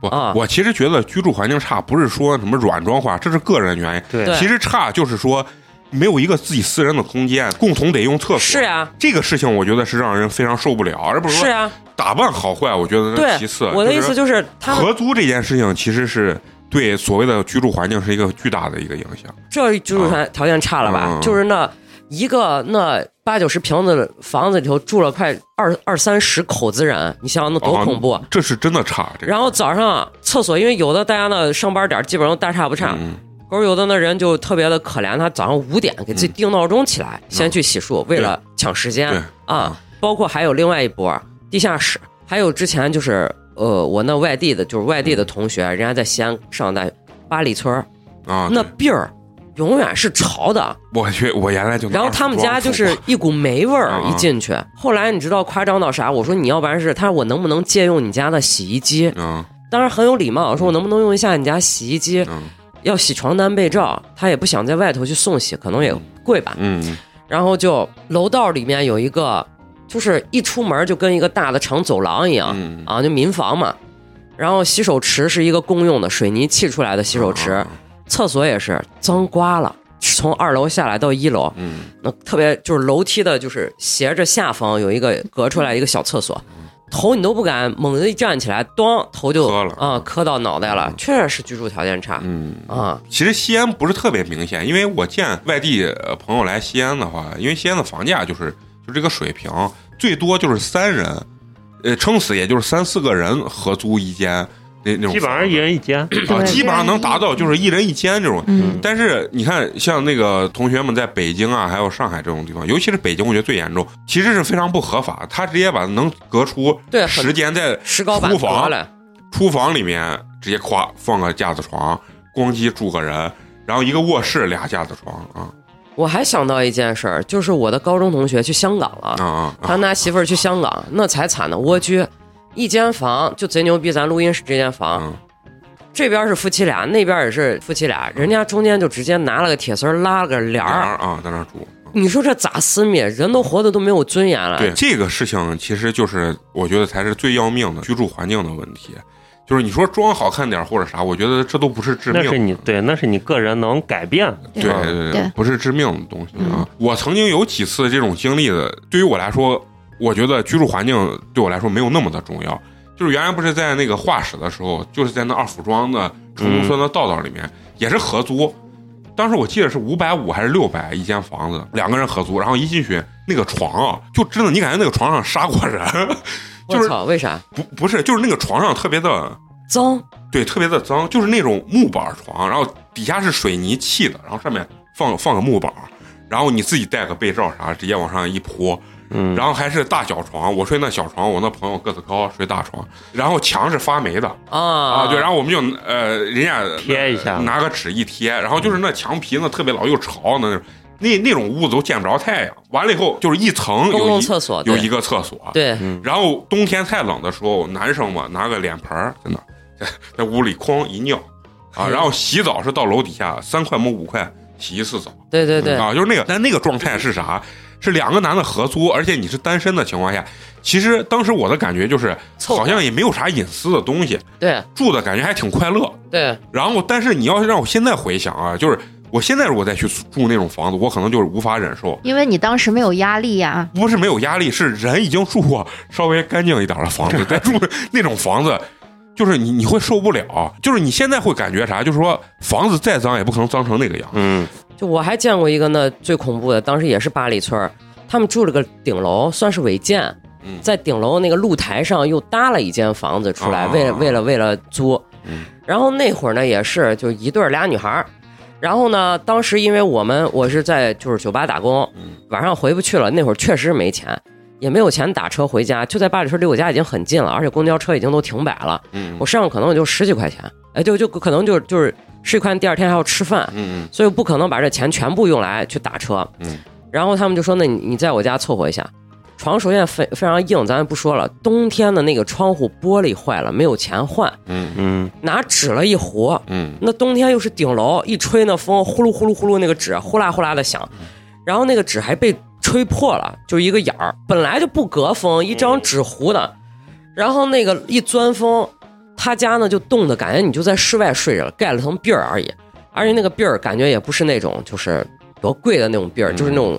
[SPEAKER 1] 我、
[SPEAKER 2] 啊
[SPEAKER 1] 我其实觉得居住环境差，不是说什么软装化，这是个人原因。
[SPEAKER 5] 对
[SPEAKER 2] 对
[SPEAKER 1] 其实差就是说没有一个自己私人的空间，共同得用厕所。
[SPEAKER 2] 是呀、
[SPEAKER 1] 这个事情我觉得是让人非常受不了，而不
[SPEAKER 2] 是
[SPEAKER 1] 说
[SPEAKER 2] 呀、
[SPEAKER 1] 打扮好坏，我觉得那
[SPEAKER 2] 对
[SPEAKER 1] 是其次。啊
[SPEAKER 2] 我的意思
[SPEAKER 1] 就是
[SPEAKER 2] 就是，他们
[SPEAKER 1] 合租这件事情其实是对所谓的居住环境是一个巨大的一个影响。
[SPEAKER 2] 这居住条条件差了吧？
[SPEAKER 1] 啊嗯
[SPEAKER 2] 就是那一个那八九十平的房子里头住了快二二三十口子人，你想想那多
[SPEAKER 1] 啊
[SPEAKER 2] 恐怖！
[SPEAKER 1] 这是真的差。这个、
[SPEAKER 2] 然后早上厕所，因为有的大家呢上班点儿基本上大差不差，
[SPEAKER 1] 嗯
[SPEAKER 2] 可是有的那人就特别的可怜，他早上五点给自己定闹钟起来，先去洗漱，为了抢时间
[SPEAKER 1] 嗯对
[SPEAKER 2] 啊。包括还有另外一波地下室，还有之前就是呃，我那外地的，就是外地的同学，人家在西安上大学，八里村儿
[SPEAKER 1] 嗯啊，
[SPEAKER 2] 那
[SPEAKER 1] 对
[SPEAKER 2] 壁儿永远是潮的，
[SPEAKER 1] 我去，我原来就
[SPEAKER 2] 然后他们家就是一股霉味儿
[SPEAKER 1] 嗯啊，
[SPEAKER 2] 一进去。后来你知道夸张到啥？我说你要不然是他说我能不能借用你家的洗衣机？
[SPEAKER 1] 嗯
[SPEAKER 2] 当然很有礼貌，我说我能不能用一下你家洗衣机？
[SPEAKER 1] 嗯
[SPEAKER 2] 要洗床单被罩，他也不想在外头去送洗，可能也贵吧。
[SPEAKER 1] 嗯
[SPEAKER 2] 然后就楼道里面有一个，就是一出门就跟一个大的长走廊一样、
[SPEAKER 1] 嗯
[SPEAKER 2] 啊，就民房嘛。然后洗手池是一个公用的水泥砌出来的洗手池，
[SPEAKER 1] 啊
[SPEAKER 2] 厕所也是脏刮了。从二楼下来到一楼，
[SPEAKER 1] 嗯
[SPEAKER 2] 那特别就是楼梯的，就是斜着下方有一个隔出来一个小厕所，头你都不敢猛地一站起来，咣头就
[SPEAKER 1] 嗯磕了
[SPEAKER 2] 啊磕到脑袋了，确实是居住条件差、
[SPEAKER 1] 嗯。
[SPEAKER 2] 啊。
[SPEAKER 1] 其实西安不是特别明显，因为我见外地呃朋友来西安的话，因为西安的房价就是就这个水平，最多就是三人，呃，撑死也就是三四个人合租一间那那种房子，
[SPEAKER 5] 基本上一人一间，
[SPEAKER 1] 啊，
[SPEAKER 4] 对
[SPEAKER 1] 基本上能达到就是一人一间这种。
[SPEAKER 4] 嗯
[SPEAKER 1] 但是你看，像那个同学们在北京啊，还有上海这种地方，尤其是北京，我觉得最严重，其实是非常不合法。他直接把能隔出
[SPEAKER 2] 对很
[SPEAKER 1] 时间在
[SPEAKER 2] 石膏板
[SPEAKER 1] 厨房
[SPEAKER 2] 隔了，
[SPEAKER 1] 厨房里面直接夸放个架子床，光机住个人，然后一个卧室俩架子床啊
[SPEAKER 2] 我还想到一件事儿，就是我的高中同学去香港了，
[SPEAKER 1] 啊啊啊！
[SPEAKER 2] 他跟他媳妇儿去香港，那才惨呢，蜗居，一间房就贼牛逼，咱录音室这间房，
[SPEAKER 1] 嗯
[SPEAKER 2] 这边是夫妻俩，那边也是夫妻俩，人家中间就直接拿了个铁丝儿拉了个帘
[SPEAKER 1] 俩
[SPEAKER 2] 儿，
[SPEAKER 1] 人啊，嗯在那儿住。
[SPEAKER 2] 你说这咋私密？人都活得都没有尊严了，
[SPEAKER 1] 对这个事情，其实就是我觉得才是最要命的居住环境的问题。就是你说装好看点儿或者啥，我觉得这都不是致
[SPEAKER 5] 那
[SPEAKER 1] 命
[SPEAKER 5] 是你对，那是你个人能改变的。
[SPEAKER 1] 对
[SPEAKER 5] 嗯
[SPEAKER 1] 对
[SPEAKER 4] 对
[SPEAKER 1] 不是致命的东西啊。我曾经有几次这种经历的，对于我来说，我觉得居住环境对我来说没有那么的重要。就是原来不是在那个画室的时候，就是在那二府庄的城中村的道道里面，也是合租。当时我记得是五百五还是六百一间房子，两个人合租，然后一进去那个床啊，就真的你感觉那个床上杀过人， 就
[SPEAKER 2] 我
[SPEAKER 1] 是
[SPEAKER 2] 操，为啥
[SPEAKER 1] 不不是就是那个床上特别的
[SPEAKER 2] 脏？
[SPEAKER 1] 对，特别的脏，就是那种木板床，然后底下是水泥砌的，然后上面放放个木板，然后你自己带个被罩啥，直接往上一铺，
[SPEAKER 5] 嗯，
[SPEAKER 1] 然后还是大小床，我睡那小床，我那朋友个子高，睡大床，然后墙是发霉的
[SPEAKER 2] 啊
[SPEAKER 1] 啊，
[SPEAKER 2] 啊
[SPEAKER 1] 对，然后我们就呃，人家
[SPEAKER 5] 贴一下
[SPEAKER 1] 呃拿个纸一贴，然后就是那墙皮呢特别老又潮呢那种，那那种屋子都见不着太阳，完了以后就是一层
[SPEAKER 2] 公
[SPEAKER 1] 有
[SPEAKER 2] 共
[SPEAKER 1] 一
[SPEAKER 2] 厕所
[SPEAKER 1] 有
[SPEAKER 2] 对
[SPEAKER 1] 一个厕所，
[SPEAKER 2] 对，
[SPEAKER 1] 然后冬天太冷的时候，男生嘛拿个脸盆儿在那儿 在在屋里哐一尿啊，然后洗澡是到楼底下三块么五块洗一次澡
[SPEAKER 2] 对对对，
[SPEAKER 1] 啊，就是那个，但那个状态是啥？是两个男的合租，而且你是单身的情况下，其实当时我的感觉就是
[SPEAKER 2] 凑合
[SPEAKER 1] 好像也没有啥隐私的东西，
[SPEAKER 2] 对
[SPEAKER 1] 住的感觉还挺快乐。
[SPEAKER 2] 对，
[SPEAKER 1] 然后，但是你要是让我现在回想啊，就是我现在如果再去住那种房子，我可能就是无法忍受。
[SPEAKER 4] 因为你当时没有压力呀、
[SPEAKER 1] 不是没有压力，是人已经住过稍微干净一点的房子，再住那种房子，就是你你会受不了。就是你现在会感觉啥？就是说房子再脏也不可能脏成那个样。
[SPEAKER 5] 嗯，
[SPEAKER 2] 就我还见过一个那最恐怖的，当时也是八里村儿，他们住了个顶楼，算是违建
[SPEAKER 1] 嗯，
[SPEAKER 2] 在顶楼那个露台上又搭了一间房子出来，
[SPEAKER 1] 啊
[SPEAKER 2] 为了为了为了租。
[SPEAKER 1] 嗯
[SPEAKER 2] 然后那会儿呢，也是就一对儿俩女孩儿。然后呢，当时因为我们我是在就是酒吧打工，
[SPEAKER 1] 嗯
[SPEAKER 2] 晚上回不去了，那会儿确实没钱，也没有钱打车回家，就在八里村离我家已经很近了，而且公交车已经都停摆了，
[SPEAKER 1] 嗯
[SPEAKER 2] 我身上可能也就十几块钱，哎，就就可能就就是吃一块，第二天还要吃饭，
[SPEAKER 1] 嗯
[SPEAKER 2] 所以不可能把这钱全部用来去打车。
[SPEAKER 1] 嗯，
[SPEAKER 2] 然后他们就说：“那你你在我家凑合一下。”床首先非非常硬，咱不说了。冬天的那个窗户玻璃坏了，没有钱换，
[SPEAKER 1] 嗯
[SPEAKER 5] 嗯
[SPEAKER 2] 拿纸了一糊。
[SPEAKER 1] 嗯
[SPEAKER 2] 那冬天又是顶楼，一吹那风，呼噜呼噜呼噜，那个纸呼啦呼啦的响，然后那个纸还被吹破了，就一个眼儿，本来就不隔风，一张纸糊的，然后那个一钻风，他家呢就冻的感觉你就在室外睡着了，盖了层被儿而已，而且那个被儿感觉也不是那种就是多贵的那种被儿，就是那种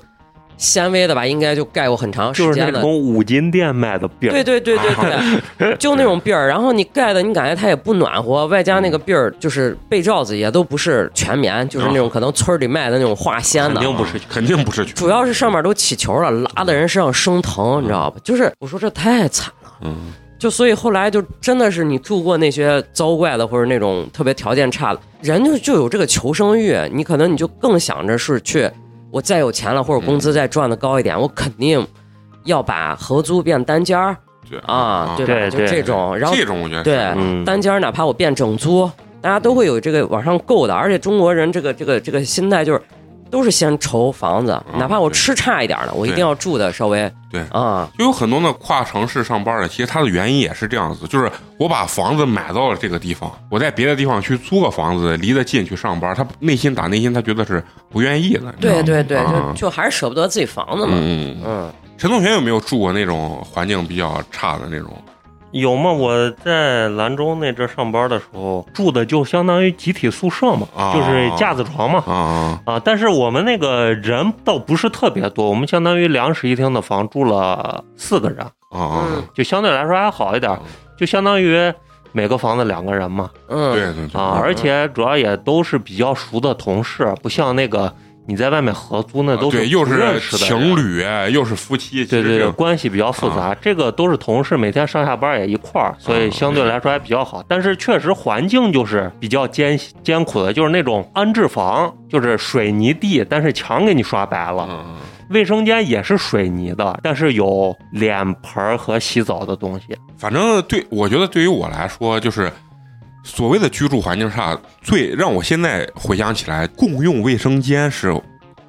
[SPEAKER 2] 纤维的吧，应该就盖过很长时
[SPEAKER 5] 嗯就是
[SPEAKER 2] 间
[SPEAKER 5] 那
[SPEAKER 2] 的。
[SPEAKER 5] 种五金店卖的病，
[SPEAKER 2] 对对对对
[SPEAKER 5] 啊
[SPEAKER 2] 对，就那种被儿，然后你盖的，你感觉它也不暖和，外加
[SPEAKER 5] 嗯
[SPEAKER 2] 那个被儿就是被罩子也都不是全棉，就是那种可能村儿里卖的那种化纤的
[SPEAKER 5] 哦肯，定
[SPEAKER 1] 嗯，
[SPEAKER 5] 不是
[SPEAKER 1] 肯定不是全。
[SPEAKER 2] 主要是上面都起球了，拉的人身上生疼，你知道吧？就是我说这太惨了，
[SPEAKER 1] 嗯
[SPEAKER 2] 就所以后来就真的是你住过那些糟怪的或者那种特别条件差的人就就有这个求生欲，你可能你就更想着是去我再有钱了或者工
[SPEAKER 5] 嗯
[SPEAKER 2] 资再赚的高一点，我肯定要把合租变单间儿。
[SPEAKER 1] 对
[SPEAKER 2] 啊，对吧？
[SPEAKER 5] 对
[SPEAKER 2] 就
[SPEAKER 5] 对
[SPEAKER 2] 这种，然后
[SPEAKER 1] 这种我觉得
[SPEAKER 2] 对、
[SPEAKER 1] 是
[SPEAKER 5] 嗯
[SPEAKER 2] 单间儿哪怕我变整租，大家都会有这个往上够的，而且中国人这个这个这个心态就是。都是先愁房子，
[SPEAKER 1] 嗯
[SPEAKER 2] 哪怕我吃差一点的，我一定要住的稍微
[SPEAKER 1] 对
[SPEAKER 2] 啊，
[SPEAKER 1] 就有很多那跨城市上班的，其实他的原因也是这样子，就是我把房子买到了这个地方，我在别的地方去租个房子，离得近去上班，他内心打内心他觉得是不愿意的。你知道
[SPEAKER 2] 对
[SPEAKER 3] 嗯
[SPEAKER 1] 吗
[SPEAKER 2] 对对，
[SPEAKER 1] 啊
[SPEAKER 2] 就就还是舍不得自己房子嘛，
[SPEAKER 1] 嗯嗯，嗯
[SPEAKER 2] 嗯，
[SPEAKER 1] 陈同学有没有住过那种环境比较差的那种？
[SPEAKER 5] 有吗？我在兰州那阵儿上班的时候住的就相当于集体宿舍嘛，
[SPEAKER 1] 啊
[SPEAKER 5] 就是架子床嘛。
[SPEAKER 1] 啊，
[SPEAKER 5] 啊，但是我们那个人倒不是特别多，我们相当于两室一厅的房住了四个人，
[SPEAKER 1] 啊啊，
[SPEAKER 5] 就相对来说还好一点儿，就相当于每个房子两个人嘛。
[SPEAKER 2] 嗯，
[SPEAKER 1] 对对对
[SPEAKER 5] 啊，而且主要也都是比较熟的同事，不像那个你在外面合租那都是
[SPEAKER 1] 啊对，又
[SPEAKER 5] 不认
[SPEAKER 1] 是
[SPEAKER 5] 识的人
[SPEAKER 1] 情侣，又是夫妻，
[SPEAKER 5] 对对
[SPEAKER 1] 其实啊
[SPEAKER 5] 对，
[SPEAKER 1] 这
[SPEAKER 5] 关系比较复杂，这个都是同事，每天上下班也一块儿，所
[SPEAKER 1] 啊
[SPEAKER 5] 以相对来说还比较好。但是确实环境就是比较艰艰苦的，就是那种安置房，就是水泥地，但是墙给你刷白了，
[SPEAKER 1] 嗯嗯
[SPEAKER 5] 卫生间也是水泥的，但是有脸盆儿和洗澡的东西。
[SPEAKER 1] 反正对我觉得对于我来说，就是所谓的居住环境差，最让我现在回想起来，共用卫生间是。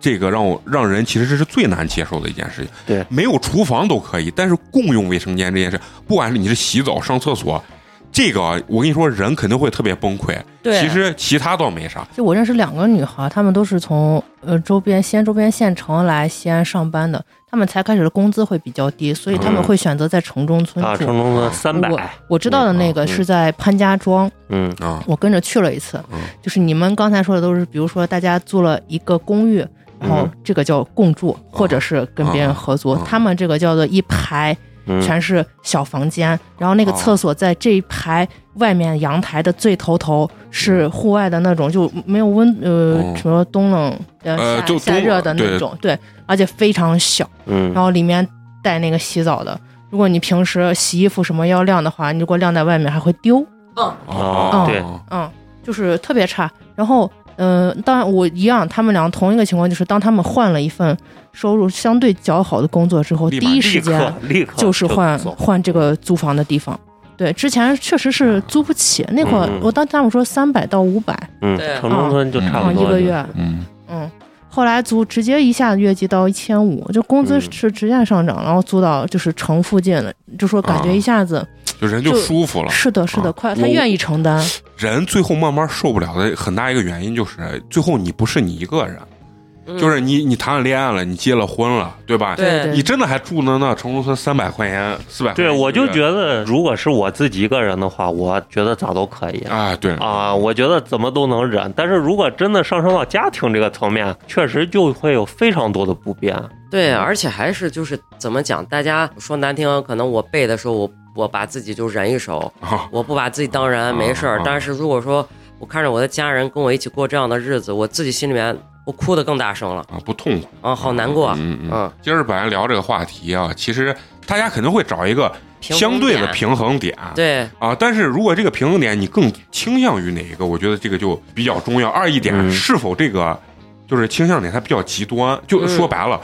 [SPEAKER 1] 这个让我让人其实这是最难接受的一件事情。
[SPEAKER 5] 对，
[SPEAKER 1] 没有厨房都可以，但是共用卫生间这件事，不管是你是洗澡、上厕所，这个啊我跟你说，人肯定会特别崩溃。
[SPEAKER 2] 对
[SPEAKER 1] 其实其他倒没啥，
[SPEAKER 3] 就我认识两个女孩，她们都是从呃周边西安周边县城来西安上班的，她们才开始的工资会比较低，所以她们
[SPEAKER 5] 嗯
[SPEAKER 3] 会选择在城中村
[SPEAKER 5] 啊，
[SPEAKER 3] 住。
[SPEAKER 5] 城中的三百，
[SPEAKER 3] 哎我我知道的那个
[SPEAKER 5] 嗯
[SPEAKER 3] 是在潘家庄，
[SPEAKER 5] 嗯
[SPEAKER 1] 啊，
[SPEAKER 3] 我跟着去了一次
[SPEAKER 1] 嗯。
[SPEAKER 3] 就是你们刚才说的都是，比如说大家租了一个公寓，然后
[SPEAKER 5] 嗯啊
[SPEAKER 3] 这个叫共住，或者是跟别人合租
[SPEAKER 1] 嗯嗯。
[SPEAKER 3] 他们这个叫做一排
[SPEAKER 5] 嗯，
[SPEAKER 3] 全是小房间，然后那个
[SPEAKER 1] 哦
[SPEAKER 3] 厕所在这一排外面阳台的最头头是户外的那种，就没有温呃
[SPEAKER 1] 嗯哦
[SPEAKER 3] 什么冬冷
[SPEAKER 1] 呃
[SPEAKER 3] 呃夏
[SPEAKER 1] 就
[SPEAKER 3] 夏
[SPEAKER 1] 冬
[SPEAKER 3] 热的那
[SPEAKER 1] 对
[SPEAKER 3] 种，对，而且非常小，
[SPEAKER 5] 嗯
[SPEAKER 3] 然后里面带那个洗澡的。如果你平时洗衣服什么要晾的话，你
[SPEAKER 5] 嗯
[SPEAKER 3] 如果晾在外面还会丢，
[SPEAKER 1] 啊
[SPEAKER 5] 对
[SPEAKER 1] 啊
[SPEAKER 3] 嗯，就是特别差。然后嗯、当然我一样，他们俩同一个情况，就是当他们换了一份收入相对较好的工作之后，
[SPEAKER 1] 立
[SPEAKER 3] 第
[SPEAKER 1] 马
[SPEAKER 3] 一
[SPEAKER 5] 立
[SPEAKER 3] 时间
[SPEAKER 5] 刻立刻
[SPEAKER 3] 就是换
[SPEAKER 5] 走
[SPEAKER 3] 换这个租房的地方。对，之前确实
[SPEAKER 1] 嗯
[SPEAKER 3] 是租不起，那会儿
[SPEAKER 5] 嗯嗯
[SPEAKER 3] 我当他们说三百到五百，
[SPEAKER 5] 嗯
[SPEAKER 2] 对，
[SPEAKER 5] 城中村就差
[SPEAKER 3] 啊
[SPEAKER 5] 不多
[SPEAKER 3] 一个
[SPEAKER 5] 就
[SPEAKER 3] 月，
[SPEAKER 6] 嗯，
[SPEAKER 3] 嗯，后来租直接一下越级到一千五，就工资
[SPEAKER 5] 嗯
[SPEAKER 3] 是直线上涨，然后租到就是城附近了，就说感觉一下子、
[SPEAKER 1] 就人就
[SPEAKER 3] 就
[SPEAKER 1] 舒服了。
[SPEAKER 3] 是的，是的，
[SPEAKER 1] 啊
[SPEAKER 3] 快，
[SPEAKER 1] 我
[SPEAKER 3] 他愿意承担，
[SPEAKER 1] 人最后慢慢受不了的很大一个原因就是，最后你不是你一个人，
[SPEAKER 2] 嗯
[SPEAKER 1] 就是你你谈了恋爱了，你结了婚了，对吧？
[SPEAKER 2] 对
[SPEAKER 3] 对
[SPEAKER 1] 你真的还住呢那城中村三百块钱四百？
[SPEAKER 5] 对，我就觉得如果是我自己一个人的话，我觉得咋都可以。
[SPEAKER 1] 啊，对，
[SPEAKER 5] 啊，我觉得怎么都能忍，但是如果真的上升到家庭这个层面，确实就会有非常多的不便。
[SPEAKER 2] 对，而且还是就是怎么讲，大家说难听，可能我背的时候，我我把自己就忍一手，
[SPEAKER 1] 啊
[SPEAKER 2] 我不把自己当人没事
[SPEAKER 1] 啊
[SPEAKER 2] 儿
[SPEAKER 1] 啊。
[SPEAKER 2] 但是如果说我看着我的家人跟我一起过这样的日子，我自己心里面我哭得更大声了
[SPEAKER 1] 啊，不痛快。
[SPEAKER 2] 啊，好难过。
[SPEAKER 1] 嗯嗯
[SPEAKER 2] 嗯，
[SPEAKER 1] 今儿本来聊这个话题啊，其实大家肯定会找一个
[SPEAKER 2] 平衡
[SPEAKER 1] 相对的
[SPEAKER 2] 点
[SPEAKER 1] 平衡点。
[SPEAKER 2] 对
[SPEAKER 1] 啊，但是如果这个平衡点你更倾向于哪一个，我觉得这个就比较重要。二一点，
[SPEAKER 5] 嗯
[SPEAKER 1] 是否这个就是倾向点它比较极端，就
[SPEAKER 2] 嗯哎
[SPEAKER 1] 说白了，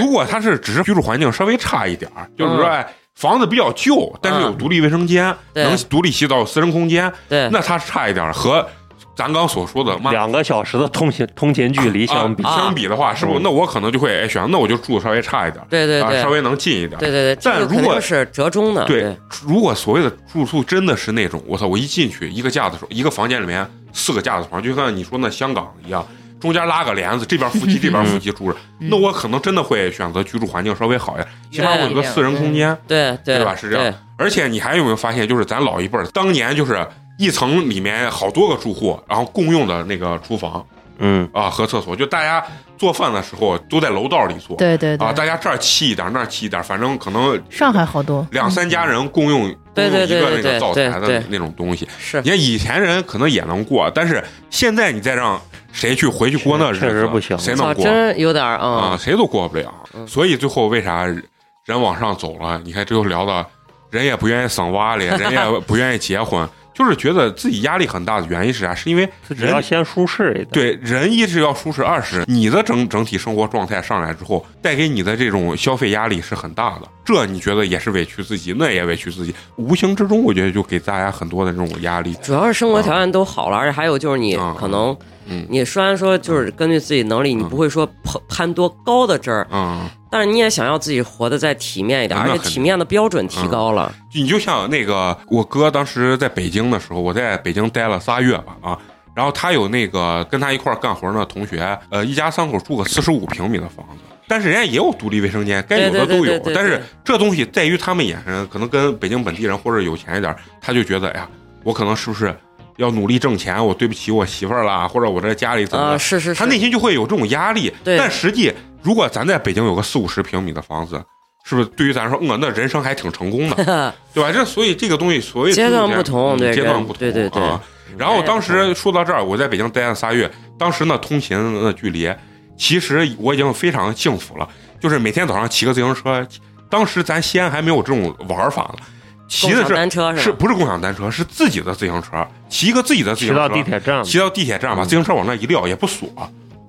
[SPEAKER 1] 如果它是只是居住环境稍微差一点儿，就是说、
[SPEAKER 2] 嗯
[SPEAKER 1] 哎房子比较旧，但是有独立卫生间，
[SPEAKER 2] 对
[SPEAKER 1] 能独立洗澡、有私人空间，
[SPEAKER 2] 对，
[SPEAKER 1] 那它差一点儿和咱刚所说的妈
[SPEAKER 5] 两个小时的通勤通勤距离相比，
[SPEAKER 1] 啊相比的话，是不是？
[SPEAKER 5] 嗯
[SPEAKER 1] 那我可能就会哎选，那我就住稍微差一点儿，
[SPEAKER 2] 对对
[SPEAKER 1] 啊，
[SPEAKER 2] 对
[SPEAKER 1] 稍微能近一点儿。
[SPEAKER 2] 对对对，
[SPEAKER 1] 但
[SPEAKER 2] 这个
[SPEAKER 1] 如果
[SPEAKER 2] 肯定是折中的，
[SPEAKER 1] 对，如果所谓的住宿真的是那种，我操，我一进去一个架子床，一个房间里面四个架子床，就像你说那香港一样，中间拉个帘子，这边夫妻这边夫妻住着，那我可能真的会选择居住环境稍微好一点，起码我有个私人空间，
[SPEAKER 2] 对对
[SPEAKER 1] 对吧？是这样。而且你还有没有发现，就是咱老一辈儿当年就是一层里面好多个住户，然后共用的那个厨房
[SPEAKER 5] 嗯，
[SPEAKER 1] 啊和厕所，就大家做饭的时候都在楼道里做。
[SPEAKER 3] 对对对，
[SPEAKER 1] 啊，大家这儿沏一点，那儿沏一点，反正可能
[SPEAKER 3] 上海好多，
[SPEAKER 1] 两三家人共用共
[SPEAKER 2] 对
[SPEAKER 1] 用一
[SPEAKER 2] 对
[SPEAKER 1] 个那
[SPEAKER 2] 对对
[SPEAKER 1] 个
[SPEAKER 2] 对
[SPEAKER 1] 灶台
[SPEAKER 2] 对
[SPEAKER 1] 的
[SPEAKER 2] 对
[SPEAKER 1] 那种东西。
[SPEAKER 2] 是
[SPEAKER 1] 你看以前人可能也能过，但是现在你再让谁去回去过那日子，
[SPEAKER 5] 确实不行
[SPEAKER 1] 谁
[SPEAKER 2] 操，
[SPEAKER 1] 能过
[SPEAKER 2] 真有点儿
[SPEAKER 1] 啊？
[SPEAKER 2] 啊，
[SPEAKER 1] 谁都过不了。
[SPEAKER 2] 嗯
[SPEAKER 1] 所以最后为啥人往上走了？你看这又聊到人也不愿意生娃了，人也不愿意结婚， 就是觉得自己压力很大的原因是啥？是因为
[SPEAKER 5] 自己
[SPEAKER 1] 人
[SPEAKER 5] 要先舒适一点。，
[SPEAKER 1] 对人一是要舒适，二是你的整整体生活状态上来之后，带给你的这种消费压力是很大的。这你觉得也是委屈自己，那也委屈自己，无形之中我觉得就给大家很多的这种压力。
[SPEAKER 2] 主要是生活条件都好了，而且还有就是你
[SPEAKER 1] 啊
[SPEAKER 2] 可能
[SPEAKER 1] 嗯
[SPEAKER 2] 你虽然说就是根据自己能力，你
[SPEAKER 1] 嗯
[SPEAKER 2] 不会说攀攀多高的枝儿，
[SPEAKER 1] 嗯，
[SPEAKER 2] 但是你也想要自己活得再体面一点，
[SPEAKER 1] 啊
[SPEAKER 2] 而
[SPEAKER 1] 那
[SPEAKER 2] 且
[SPEAKER 1] 肯定嗯
[SPEAKER 2] 体面的标准提高了。
[SPEAKER 1] 你就像那个我哥当时在北京的时候，我在北京待了仨月吧啊，然后他有那个跟他一块儿干活的同学，呃，一家三口住个四十五平米的房子。但是人家也有独立卫生间，该有的
[SPEAKER 2] 对对对
[SPEAKER 1] 都有
[SPEAKER 2] 对。对对
[SPEAKER 1] 但是这东西在于他们眼神，可能跟北京本地人或者有钱一点，他就觉得，哎呀，我可能是不是要努力挣钱？我对不起我媳妇儿啦，或者我这家里怎么
[SPEAKER 2] 啊，
[SPEAKER 1] 了？
[SPEAKER 2] 是是是，
[SPEAKER 1] 他内心就会有这种压力。
[SPEAKER 2] 对
[SPEAKER 1] 但实际如果咱在北京有个四五十平米的房子，是不是对于咱说，嗯，那人生还挺成功的？对吧？这所以这个东西，所以
[SPEAKER 2] 阶段不同对
[SPEAKER 1] 阶段不同，
[SPEAKER 2] 对对对嗯
[SPEAKER 1] 啊。然后当时说到这儿，我在北京待了仨月，当时呢通勤的距离，其实我已经非常幸福了，就是每天早上骑个自行车。当时咱西安还没有这种玩法呢，骑的
[SPEAKER 2] 共享
[SPEAKER 1] 是
[SPEAKER 2] 单车
[SPEAKER 1] 是
[SPEAKER 2] 吧？
[SPEAKER 1] 不是共享单车？是自己的自行车，骑一个自己的自
[SPEAKER 5] 骑
[SPEAKER 1] 行车，
[SPEAKER 5] 到地铁站，
[SPEAKER 1] 骑到地铁站，把自行车往那一撂，也不锁。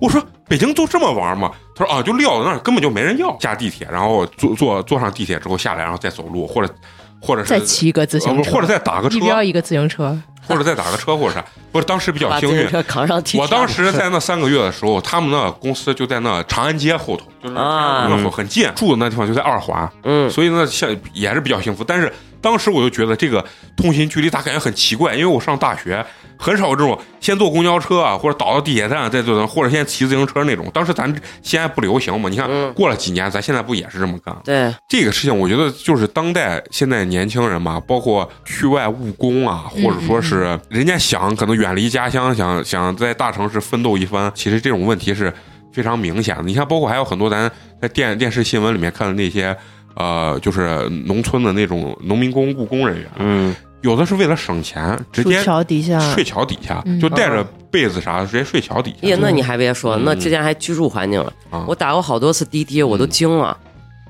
[SPEAKER 1] 我说北京都这么玩吗？他说啊，就撂在那儿，根本就没人要。下地铁，然后坐坐坐上地铁之后下来，然后再走路，或者或者是
[SPEAKER 3] 再骑一个自行
[SPEAKER 1] 呃
[SPEAKER 3] 车，
[SPEAKER 1] 或者再打个车
[SPEAKER 3] 一，标一个自行车，
[SPEAKER 1] 或者再打个车，或者啥。不是当时比较
[SPEAKER 2] 把自
[SPEAKER 1] 幸
[SPEAKER 2] 行
[SPEAKER 1] 运，
[SPEAKER 2] 车扛上地铁。
[SPEAKER 1] 我当时 在那三个月的时候，他们那公司就在那长安街后头，就是那长
[SPEAKER 2] 啊
[SPEAKER 1] 安街后头很近，住的那地方就在二环。
[SPEAKER 2] 嗯，
[SPEAKER 1] 所以呢，像也是比较幸福。但是当时我就觉得这个通勤距离咋感觉很奇怪，因为我上大学很少有这种先坐公交车啊，或者倒到地铁站再坐，或者先骑自行车那种。当时咱西安不流行嘛，你看、
[SPEAKER 2] 嗯
[SPEAKER 1] 过了几年，咱现在不也是这么干？
[SPEAKER 2] 对
[SPEAKER 1] 这个事情我觉得就是当代现在年轻人嘛，包括去外务工啊，或者说
[SPEAKER 3] 嗯
[SPEAKER 1] 是人家想可能远离家乡，想想在大城市奋斗一番，其实这种问题是非常明显的。你看，包括还有很多咱在电电视新闻里面看的那些。呃，就是农村的那种农民工、务工人员，
[SPEAKER 5] 嗯，
[SPEAKER 1] 有的是为了省钱，直
[SPEAKER 3] 住
[SPEAKER 1] 接
[SPEAKER 3] 桥底下，
[SPEAKER 1] 睡桥底下，
[SPEAKER 3] 嗯
[SPEAKER 1] 就带着被子啥，直接睡桥底下。
[SPEAKER 2] 耶，哎那你还别说，
[SPEAKER 1] 嗯
[SPEAKER 2] 那之前还居住环境了
[SPEAKER 1] 啊，
[SPEAKER 2] 我打过好多次滴滴，我都惊了。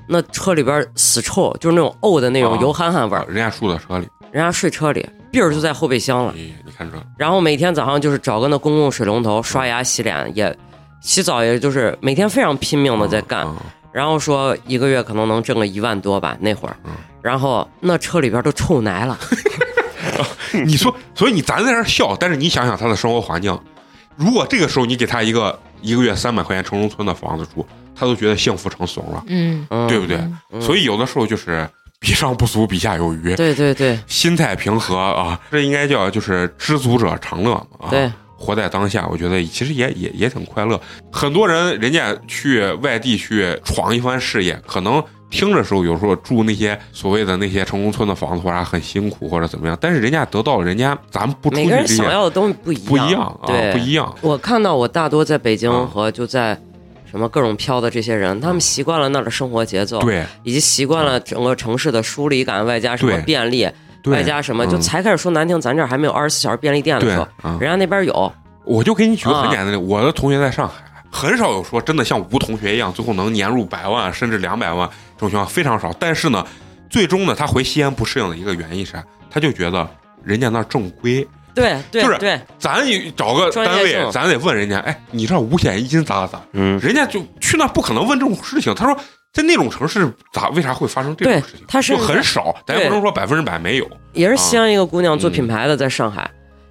[SPEAKER 2] 那车里边死臭，就是那种呕的那种
[SPEAKER 1] 啊
[SPEAKER 2] 油憨憨味儿，
[SPEAKER 1] 人家住在车里，哎
[SPEAKER 2] 人家睡车里，篦儿就在后备箱了。
[SPEAKER 1] 你你看车，
[SPEAKER 2] 然后每天早上就是找个那公共水龙头刷牙、洗脸，也洗澡，也就是每天非常拼命的在干。
[SPEAKER 1] 嗯
[SPEAKER 2] 然后说一个月可能能挣个一万多吧，那会儿
[SPEAKER 1] 嗯。
[SPEAKER 2] 然后那车里边都臭奶了，
[SPEAKER 1] 你说，所以你咱在这儿笑，但是你想想他的生活环境，如果这个时候你给他一个一个月三百块钱城中村的房子住，他都觉得幸福成怂了，
[SPEAKER 3] 嗯，
[SPEAKER 2] 嗯、
[SPEAKER 1] 对不对？
[SPEAKER 2] 嗯
[SPEAKER 1] 所以有的时候就是比上不足，比下有余，
[SPEAKER 2] 对对对
[SPEAKER 1] 心态平和啊，这应该叫就是知足者常乐嘛啊。
[SPEAKER 2] 对，
[SPEAKER 1] 活在当下，我觉得其实也也也挺快乐。很多人人家去外地去闯一番事业，可能听着时候有时候住那些所谓的那些城中村的房子或者很辛苦或者怎么样，但是人家得到了人家咱不出
[SPEAKER 2] 每
[SPEAKER 1] 去
[SPEAKER 2] 个
[SPEAKER 1] 这
[SPEAKER 2] 人想
[SPEAKER 1] 些
[SPEAKER 2] 要的东西不一样，
[SPEAKER 1] 不一样啊
[SPEAKER 2] 对，，
[SPEAKER 1] 不一样。
[SPEAKER 2] 我看到我大多在北京
[SPEAKER 1] 嗯
[SPEAKER 2] 和就在什么各种漂的这些人，他们习惯了那儿的生活节奏，
[SPEAKER 1] 对
[SPEAKER 2] 以及习惯了整个城市的疏离感，外加什么
[SPEAKER 1] 对
[SPEAKER 2] 便利，
[SPEAKER 1] 对，
[SPEAKER 2] 外加什么，
[SPEAKER 1] 嗯
[SPEAKER 2] 就才开始说难听，咱这儿还没有二十四小时便利店的
[SPEAKER 1] 对
[SPEAKER 2] 时候，
[SPEAKER 1] 嗯
[SPEAKER 2] 人家那边有，
[SPEAKER 1] 我就给你举个很
[SPEAKER 2] 啊
[SPEAKER 1] 简单的例子，我的同学在上海，很少有说真的像吴同学一样，最后能年入百万甚至两百万这种情况非常少。但是呢，最终呢，他回西安不适应的一个原因是啥？他就觉得人家那儿正规，
[SPEAKER 2] 对对
[SPEAKER 1] 就是啊
[SPEAKER 2] 对，
[SPEAKER 1] 咱也找个
[SPEAKER 2] 专业
[SPEAKER 1] 单位
[SPEAKER 2] 性，
[SPEAKER 1] 咱得问人家，哎，你这儿五险一金咋咋咋？
[SPEAKER 5] 嗯，
[SPEAKER 1] 人家就去那儿不可能问这种事情。他说，在那种城市咋为啥会发生这种
[SPEAKER 2] 对
[SPEAKER 1] 事情？
[SPEAKER 2] 他是
[SPEAKER 1] 就很少，咱也
[SPEAKER 2] 对
[SPEAKER 1] 不能说百分之百没有。
[SPEAKER 2] 也是西安一个姑娘做品牌的，在上海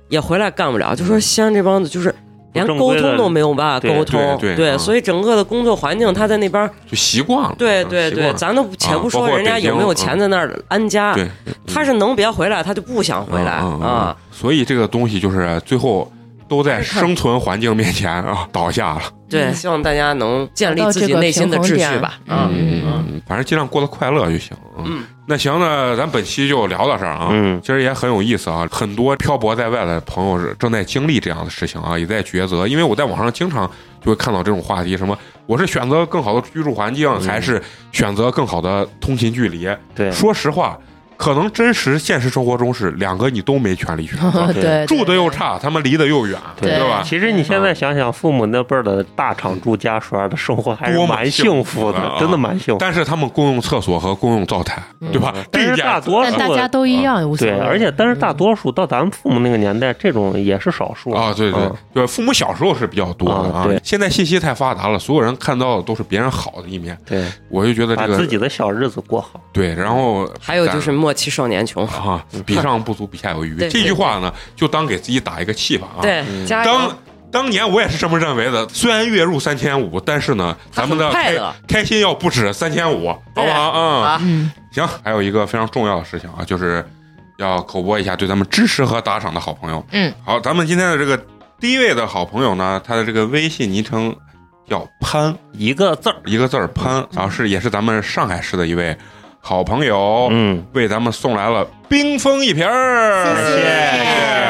[SPEAKER 2] 也回来干不了，就
[SPEAKER 1] 嗯
[SPEAKER 2] 说西安这帮子就是。连
[SPEAKER 5] 不正
[SPEAKER 2] 沟
[SPEAKER 5] 规的
[SPEAKER 2] 通都没有办法
[SPEAKER 5] 对
[SPEAKER 2] 沟通，
[SPEAKER 1] 对对嗯
[SPEAKER 2] 所以整个的工作环境，他在那边，
[SPEAKER 1] 就习惯了，
[SPEAKER 2] 对
[SPEAKER 1] 嗯
[SPEAKER 2] 对
[SPEAKER 1] 习惯
[SPEAKER 2] 对，
[SPEAKER 1] 了
[SPEAKER 2] 咱都且不
[SPEAKER 1] 啊包
[SPEAKER 2] 说
[SPEAKER 1] 括
[SPEAKER 2] 人家
[SPEAKER 1] 北京
[SPEAKER 2] 有没有钱在那儿安家，
[SPEAKER 1] 对，
[SPEAKER 2] 他是能别回来，他就不想回来
[SPEAKER 1] 嗯嗯嗯
[SPEAKER 2] 啊。
[SPEAKER 1] 所以这个东西就是最后都在生存环境面前啊倒下了。
[SPEAKER 2] 对，
[SPEAKER 3] 嗯
[SPEAKER 2] 希望大家能建立
[SPEAKER 3] 找到
[SPEAKER 2] 自己
[SPEAKER 3] 这个
[SPEAKER 2] 内心的
[SPEAKER 3] 平衡
[SPEAKER 2] 秩序
[SPEAKER 3] 点
[SPEAKER 2] 吧。
[SPEAKER 3] 嗯，
[SPEAKER 2] 嗯
[SPEAKER 1] 嗯，反正尽量过得快乐就行。
[SPEAKER 2] 嗯，
[SPEAKER 1] 那行，那咱本期就聊到这儿啊。
[SPEAKER 5] 嗯
[SPEAKER 1] 其实也很有意思啊，很多漂泊在外的朋友是正在经历这样的事情啊，也在抉择。因为我在网上经常就会看到这种话题，什么我是选择更好的居住环境，还是选择更好的通勤距离？
[SPEAKER 5] 对，
[SPEAKER 1] 说实话，可能真实现实生活中是两个你都没权利选择
[SPEAKER 3] 嗯对，
[SPEAKER 1] 住的又差，他们离得又远，
[SPEAKER 5] 对
[SPEAKER 1] 吧？
[SPEAKER 5] 其实你现在想想，父母那辈儿的大厂住家属的生活还是
[SPEAKER 1] 多么
[SPEAKER 5] 蛮
[SPEAKER 1] 幸
[SPEAKER 5] 幸
[SPEAKER 1] 福
[SPEAKER 5] 福
[SPEAKER 1] 的啊
[SPEAKER 5] 的，真的蛮幸福。
[SPEAKER 1] 但是他们公用厕所和公用灶台，对吧？
[SPEAKER 5] 嗯但
[SPEAKER 1] 这一
[SPEAKER 5] 是
[SPEAKER 1] 点
[SPEAKER 5] 大多
[SPEAKER 3] 但
[SPEAKER 5] 数
[SPEAKER 3] 大家
[SPEAKER 1] 啊
[SPEAKER 3] 都一样，无所
[SPEAKER 5] 对，
[SPEAKER 3] 谓。嗯
[SPEAKER 5] 而且但是大多数到咱们父母那个年代，这种也是少数
[SPEAKER 1] 啊，对对
[SPEAKER 5] 嗯
[SPEAKER 1] 对，父母小时候是比较多的
[SPEAKER 5] 啊
[SPEAKER 1] 啊
[SPEAKER 5] 对，
[SPEAKER 1] 现在信息太发达了，所有人看到的都是别人好的一面，
[SPEAKER 5] 对，
[SPEAKER 1] 我就觉得
[SPEAKER 5] 把
[SPEAKER 1] 这个
[SPEAKER 5] 自己嗯的小日子过好。
[SPEAKER 1] 对，然后
[SPEAKER 2] 还有就是莫欺少年穷，
[SPEAKER 1] 啊，比上不足，比下有余，
[SPEAKER 2] 对
[SPEAKER 1] 这
[SPEAKER 2] 对
[SPEAKER 1] 句话呢，就当给自己打一个气吧啊。，
[SPEAKER 2] 对，哎加油
[SPEAKER 1] 当。当年我也是这么认为的，虽然月入三千五，但是呢，
[SPEAKER 2] 他
[SPEAKER 1] 咱们的
[SPEAKER 2] 很快
[SPEAKER 1] 开
[SPEAKER 2] 乐
[SPEAKER 1] 开心要不止三千五，好不
[SPEAKER 2] 对
[SPEAKER 1] 好啊？
[SPEAKER 2] 啊！
[SPEAKER 3] 嗯，
[SPEAKER 1] 行，还有一个非常重要的事情啊，就是要口播一下对咱们支持和打赏的好朋友。
[SPEAKER 3] 嗯，
[SPEAKER 1] 好，咱们今天的这个第一位的好朋友呢，他的这个微信昵称叫潘，
[SPEAKER 5] 一个字儿，
[SPEAKER 1] 一个字儿潘，然后是也是咱们上海市的一位好朋友，
[SPEAKER 5] 嗯，
[SPEAKER 1] 为咱们送来了冰封一瓶儿，谢
[SPEAKER 4] 谢谢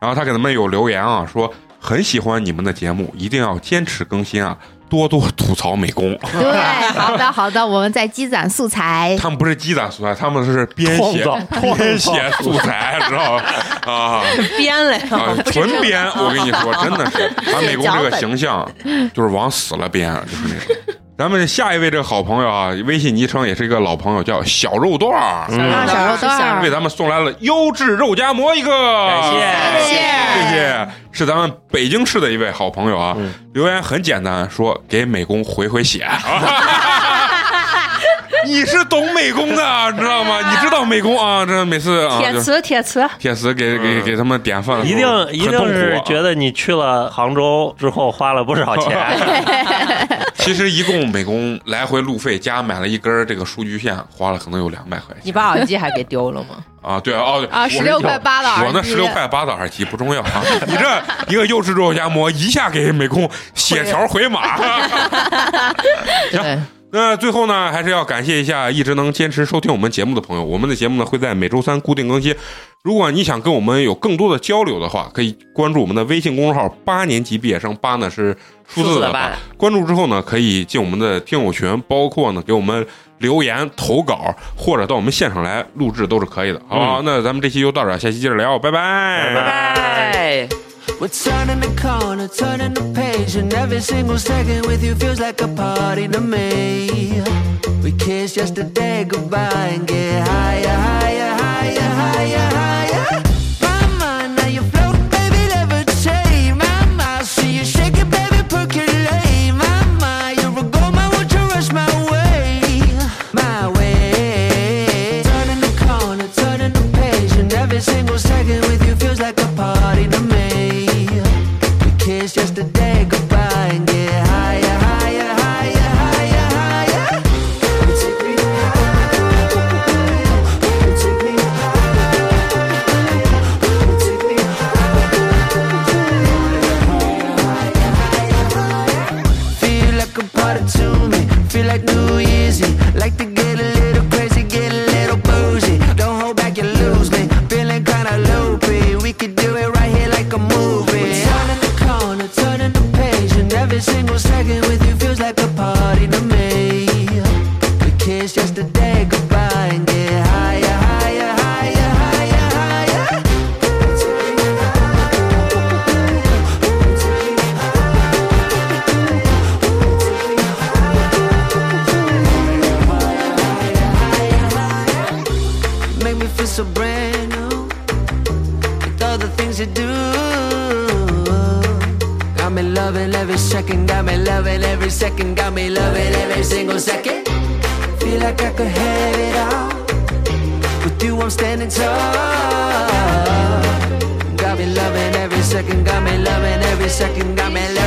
[SPEAKER 1] 然后他给咱们有留言啊，说很喜欢你们的节目，一定要坚持更新啊，多多吐槽美工。
[SPEAKER 4] 对，好的好的，我们在积攒素材。
[SPEAKER 1] 他们不是积攒素材，他们是编写
[SPEAKER 5] 创造
[SPEAKER 1] 编写素材，知道吧？啊
[SPEAKER 2] 编嘞，
[SPEAKER 1] 啊，纯编！我跟你说，真的是把美工这个形象，就是往死了编，就是那种。咱们下一位这个好朋友啊，微信昵称也是一个老朋友，叫小肉段儿，
[SPEAKER 4] 啊，小肉段
[SPEAKER 1] 为
[SPEAKER 4] 儿，
[SPEAKER 1] 咱们送来了优质肉夹馍一个，
[SPEAKER 5] 感谢
[SPEAKER 1] 谢
[SPEAKER 4] 谢
[SPEAKER 1] 谢谢，是咱们北京市的一位好朋友啊，
[SPEAKER 5] 嗯
[SPEAKER 1] 留言很简单，说给美工回回血。 你是懂美工的，知道 吗？你知道美工啊，这每次啊，
[SPEAKER 6] 铁
[SPEAKER 1] 就
[SPEAKER 6] 磁铁磁，
[SPEAKER 1] 铁丝给给给他们点饭的
[SPEAKER 5] 嗯一
[SPEAKER 1] 时候很
[SPEAKER 5] 定
[SPEAKER 1] 痛苦啊，
[SPEAKER 5] 一定是觉得你去了杭州之后花了不少钱，
[SPEAKER 1] 其实一共美工来回路费加买了一根儿这个数据线，花了可能有两百块钱
[SPEAKER 6] 你把耳机还给丢了吗？
[SPEAKER 1] 啊。对哦，对
[SPEAKER 4] 啊，
[SPEAKER 1] 我
[SPEAKER 4] 十六块八的耳机，
[SPEAKER 1] 我那十六块八的耳机不重要啊，你这一个优质肉夹馍一下给美工血条回马。
[SPEAKER 3] 对，
[SPEAKER 1] 那最后呢，还是要感谢一下一直能坚持收听我们节目的朋友。我们的节目呢会在每周三固定更新。如果你想跟我们有更多的交流的话，可以关注我们的微信公众号“八年级毕业生”，八呢是数字的八。关注之后呢，可以进我们的听友群，包括呢给我们留言投稿，或者到我们现场来录制都是可以的，好不好？那咱们这期就到这儿，下期接着聊，拜拜
[SPEAKER 5] 拜
[SPEAKER 2] 拜。
[SPEAKER 7] We're turning the corner, turning the page, and every single second with you feels like a party to me. We kissed yesterday goodbye and get higher, higher, higher, higher, higher. My mind, now you're got me loving every second, got me loving every second, got me loving every single second. Feel like I could have it all. With you, I'm standing tall. Got me loving every second, got me loving every second, got me loving.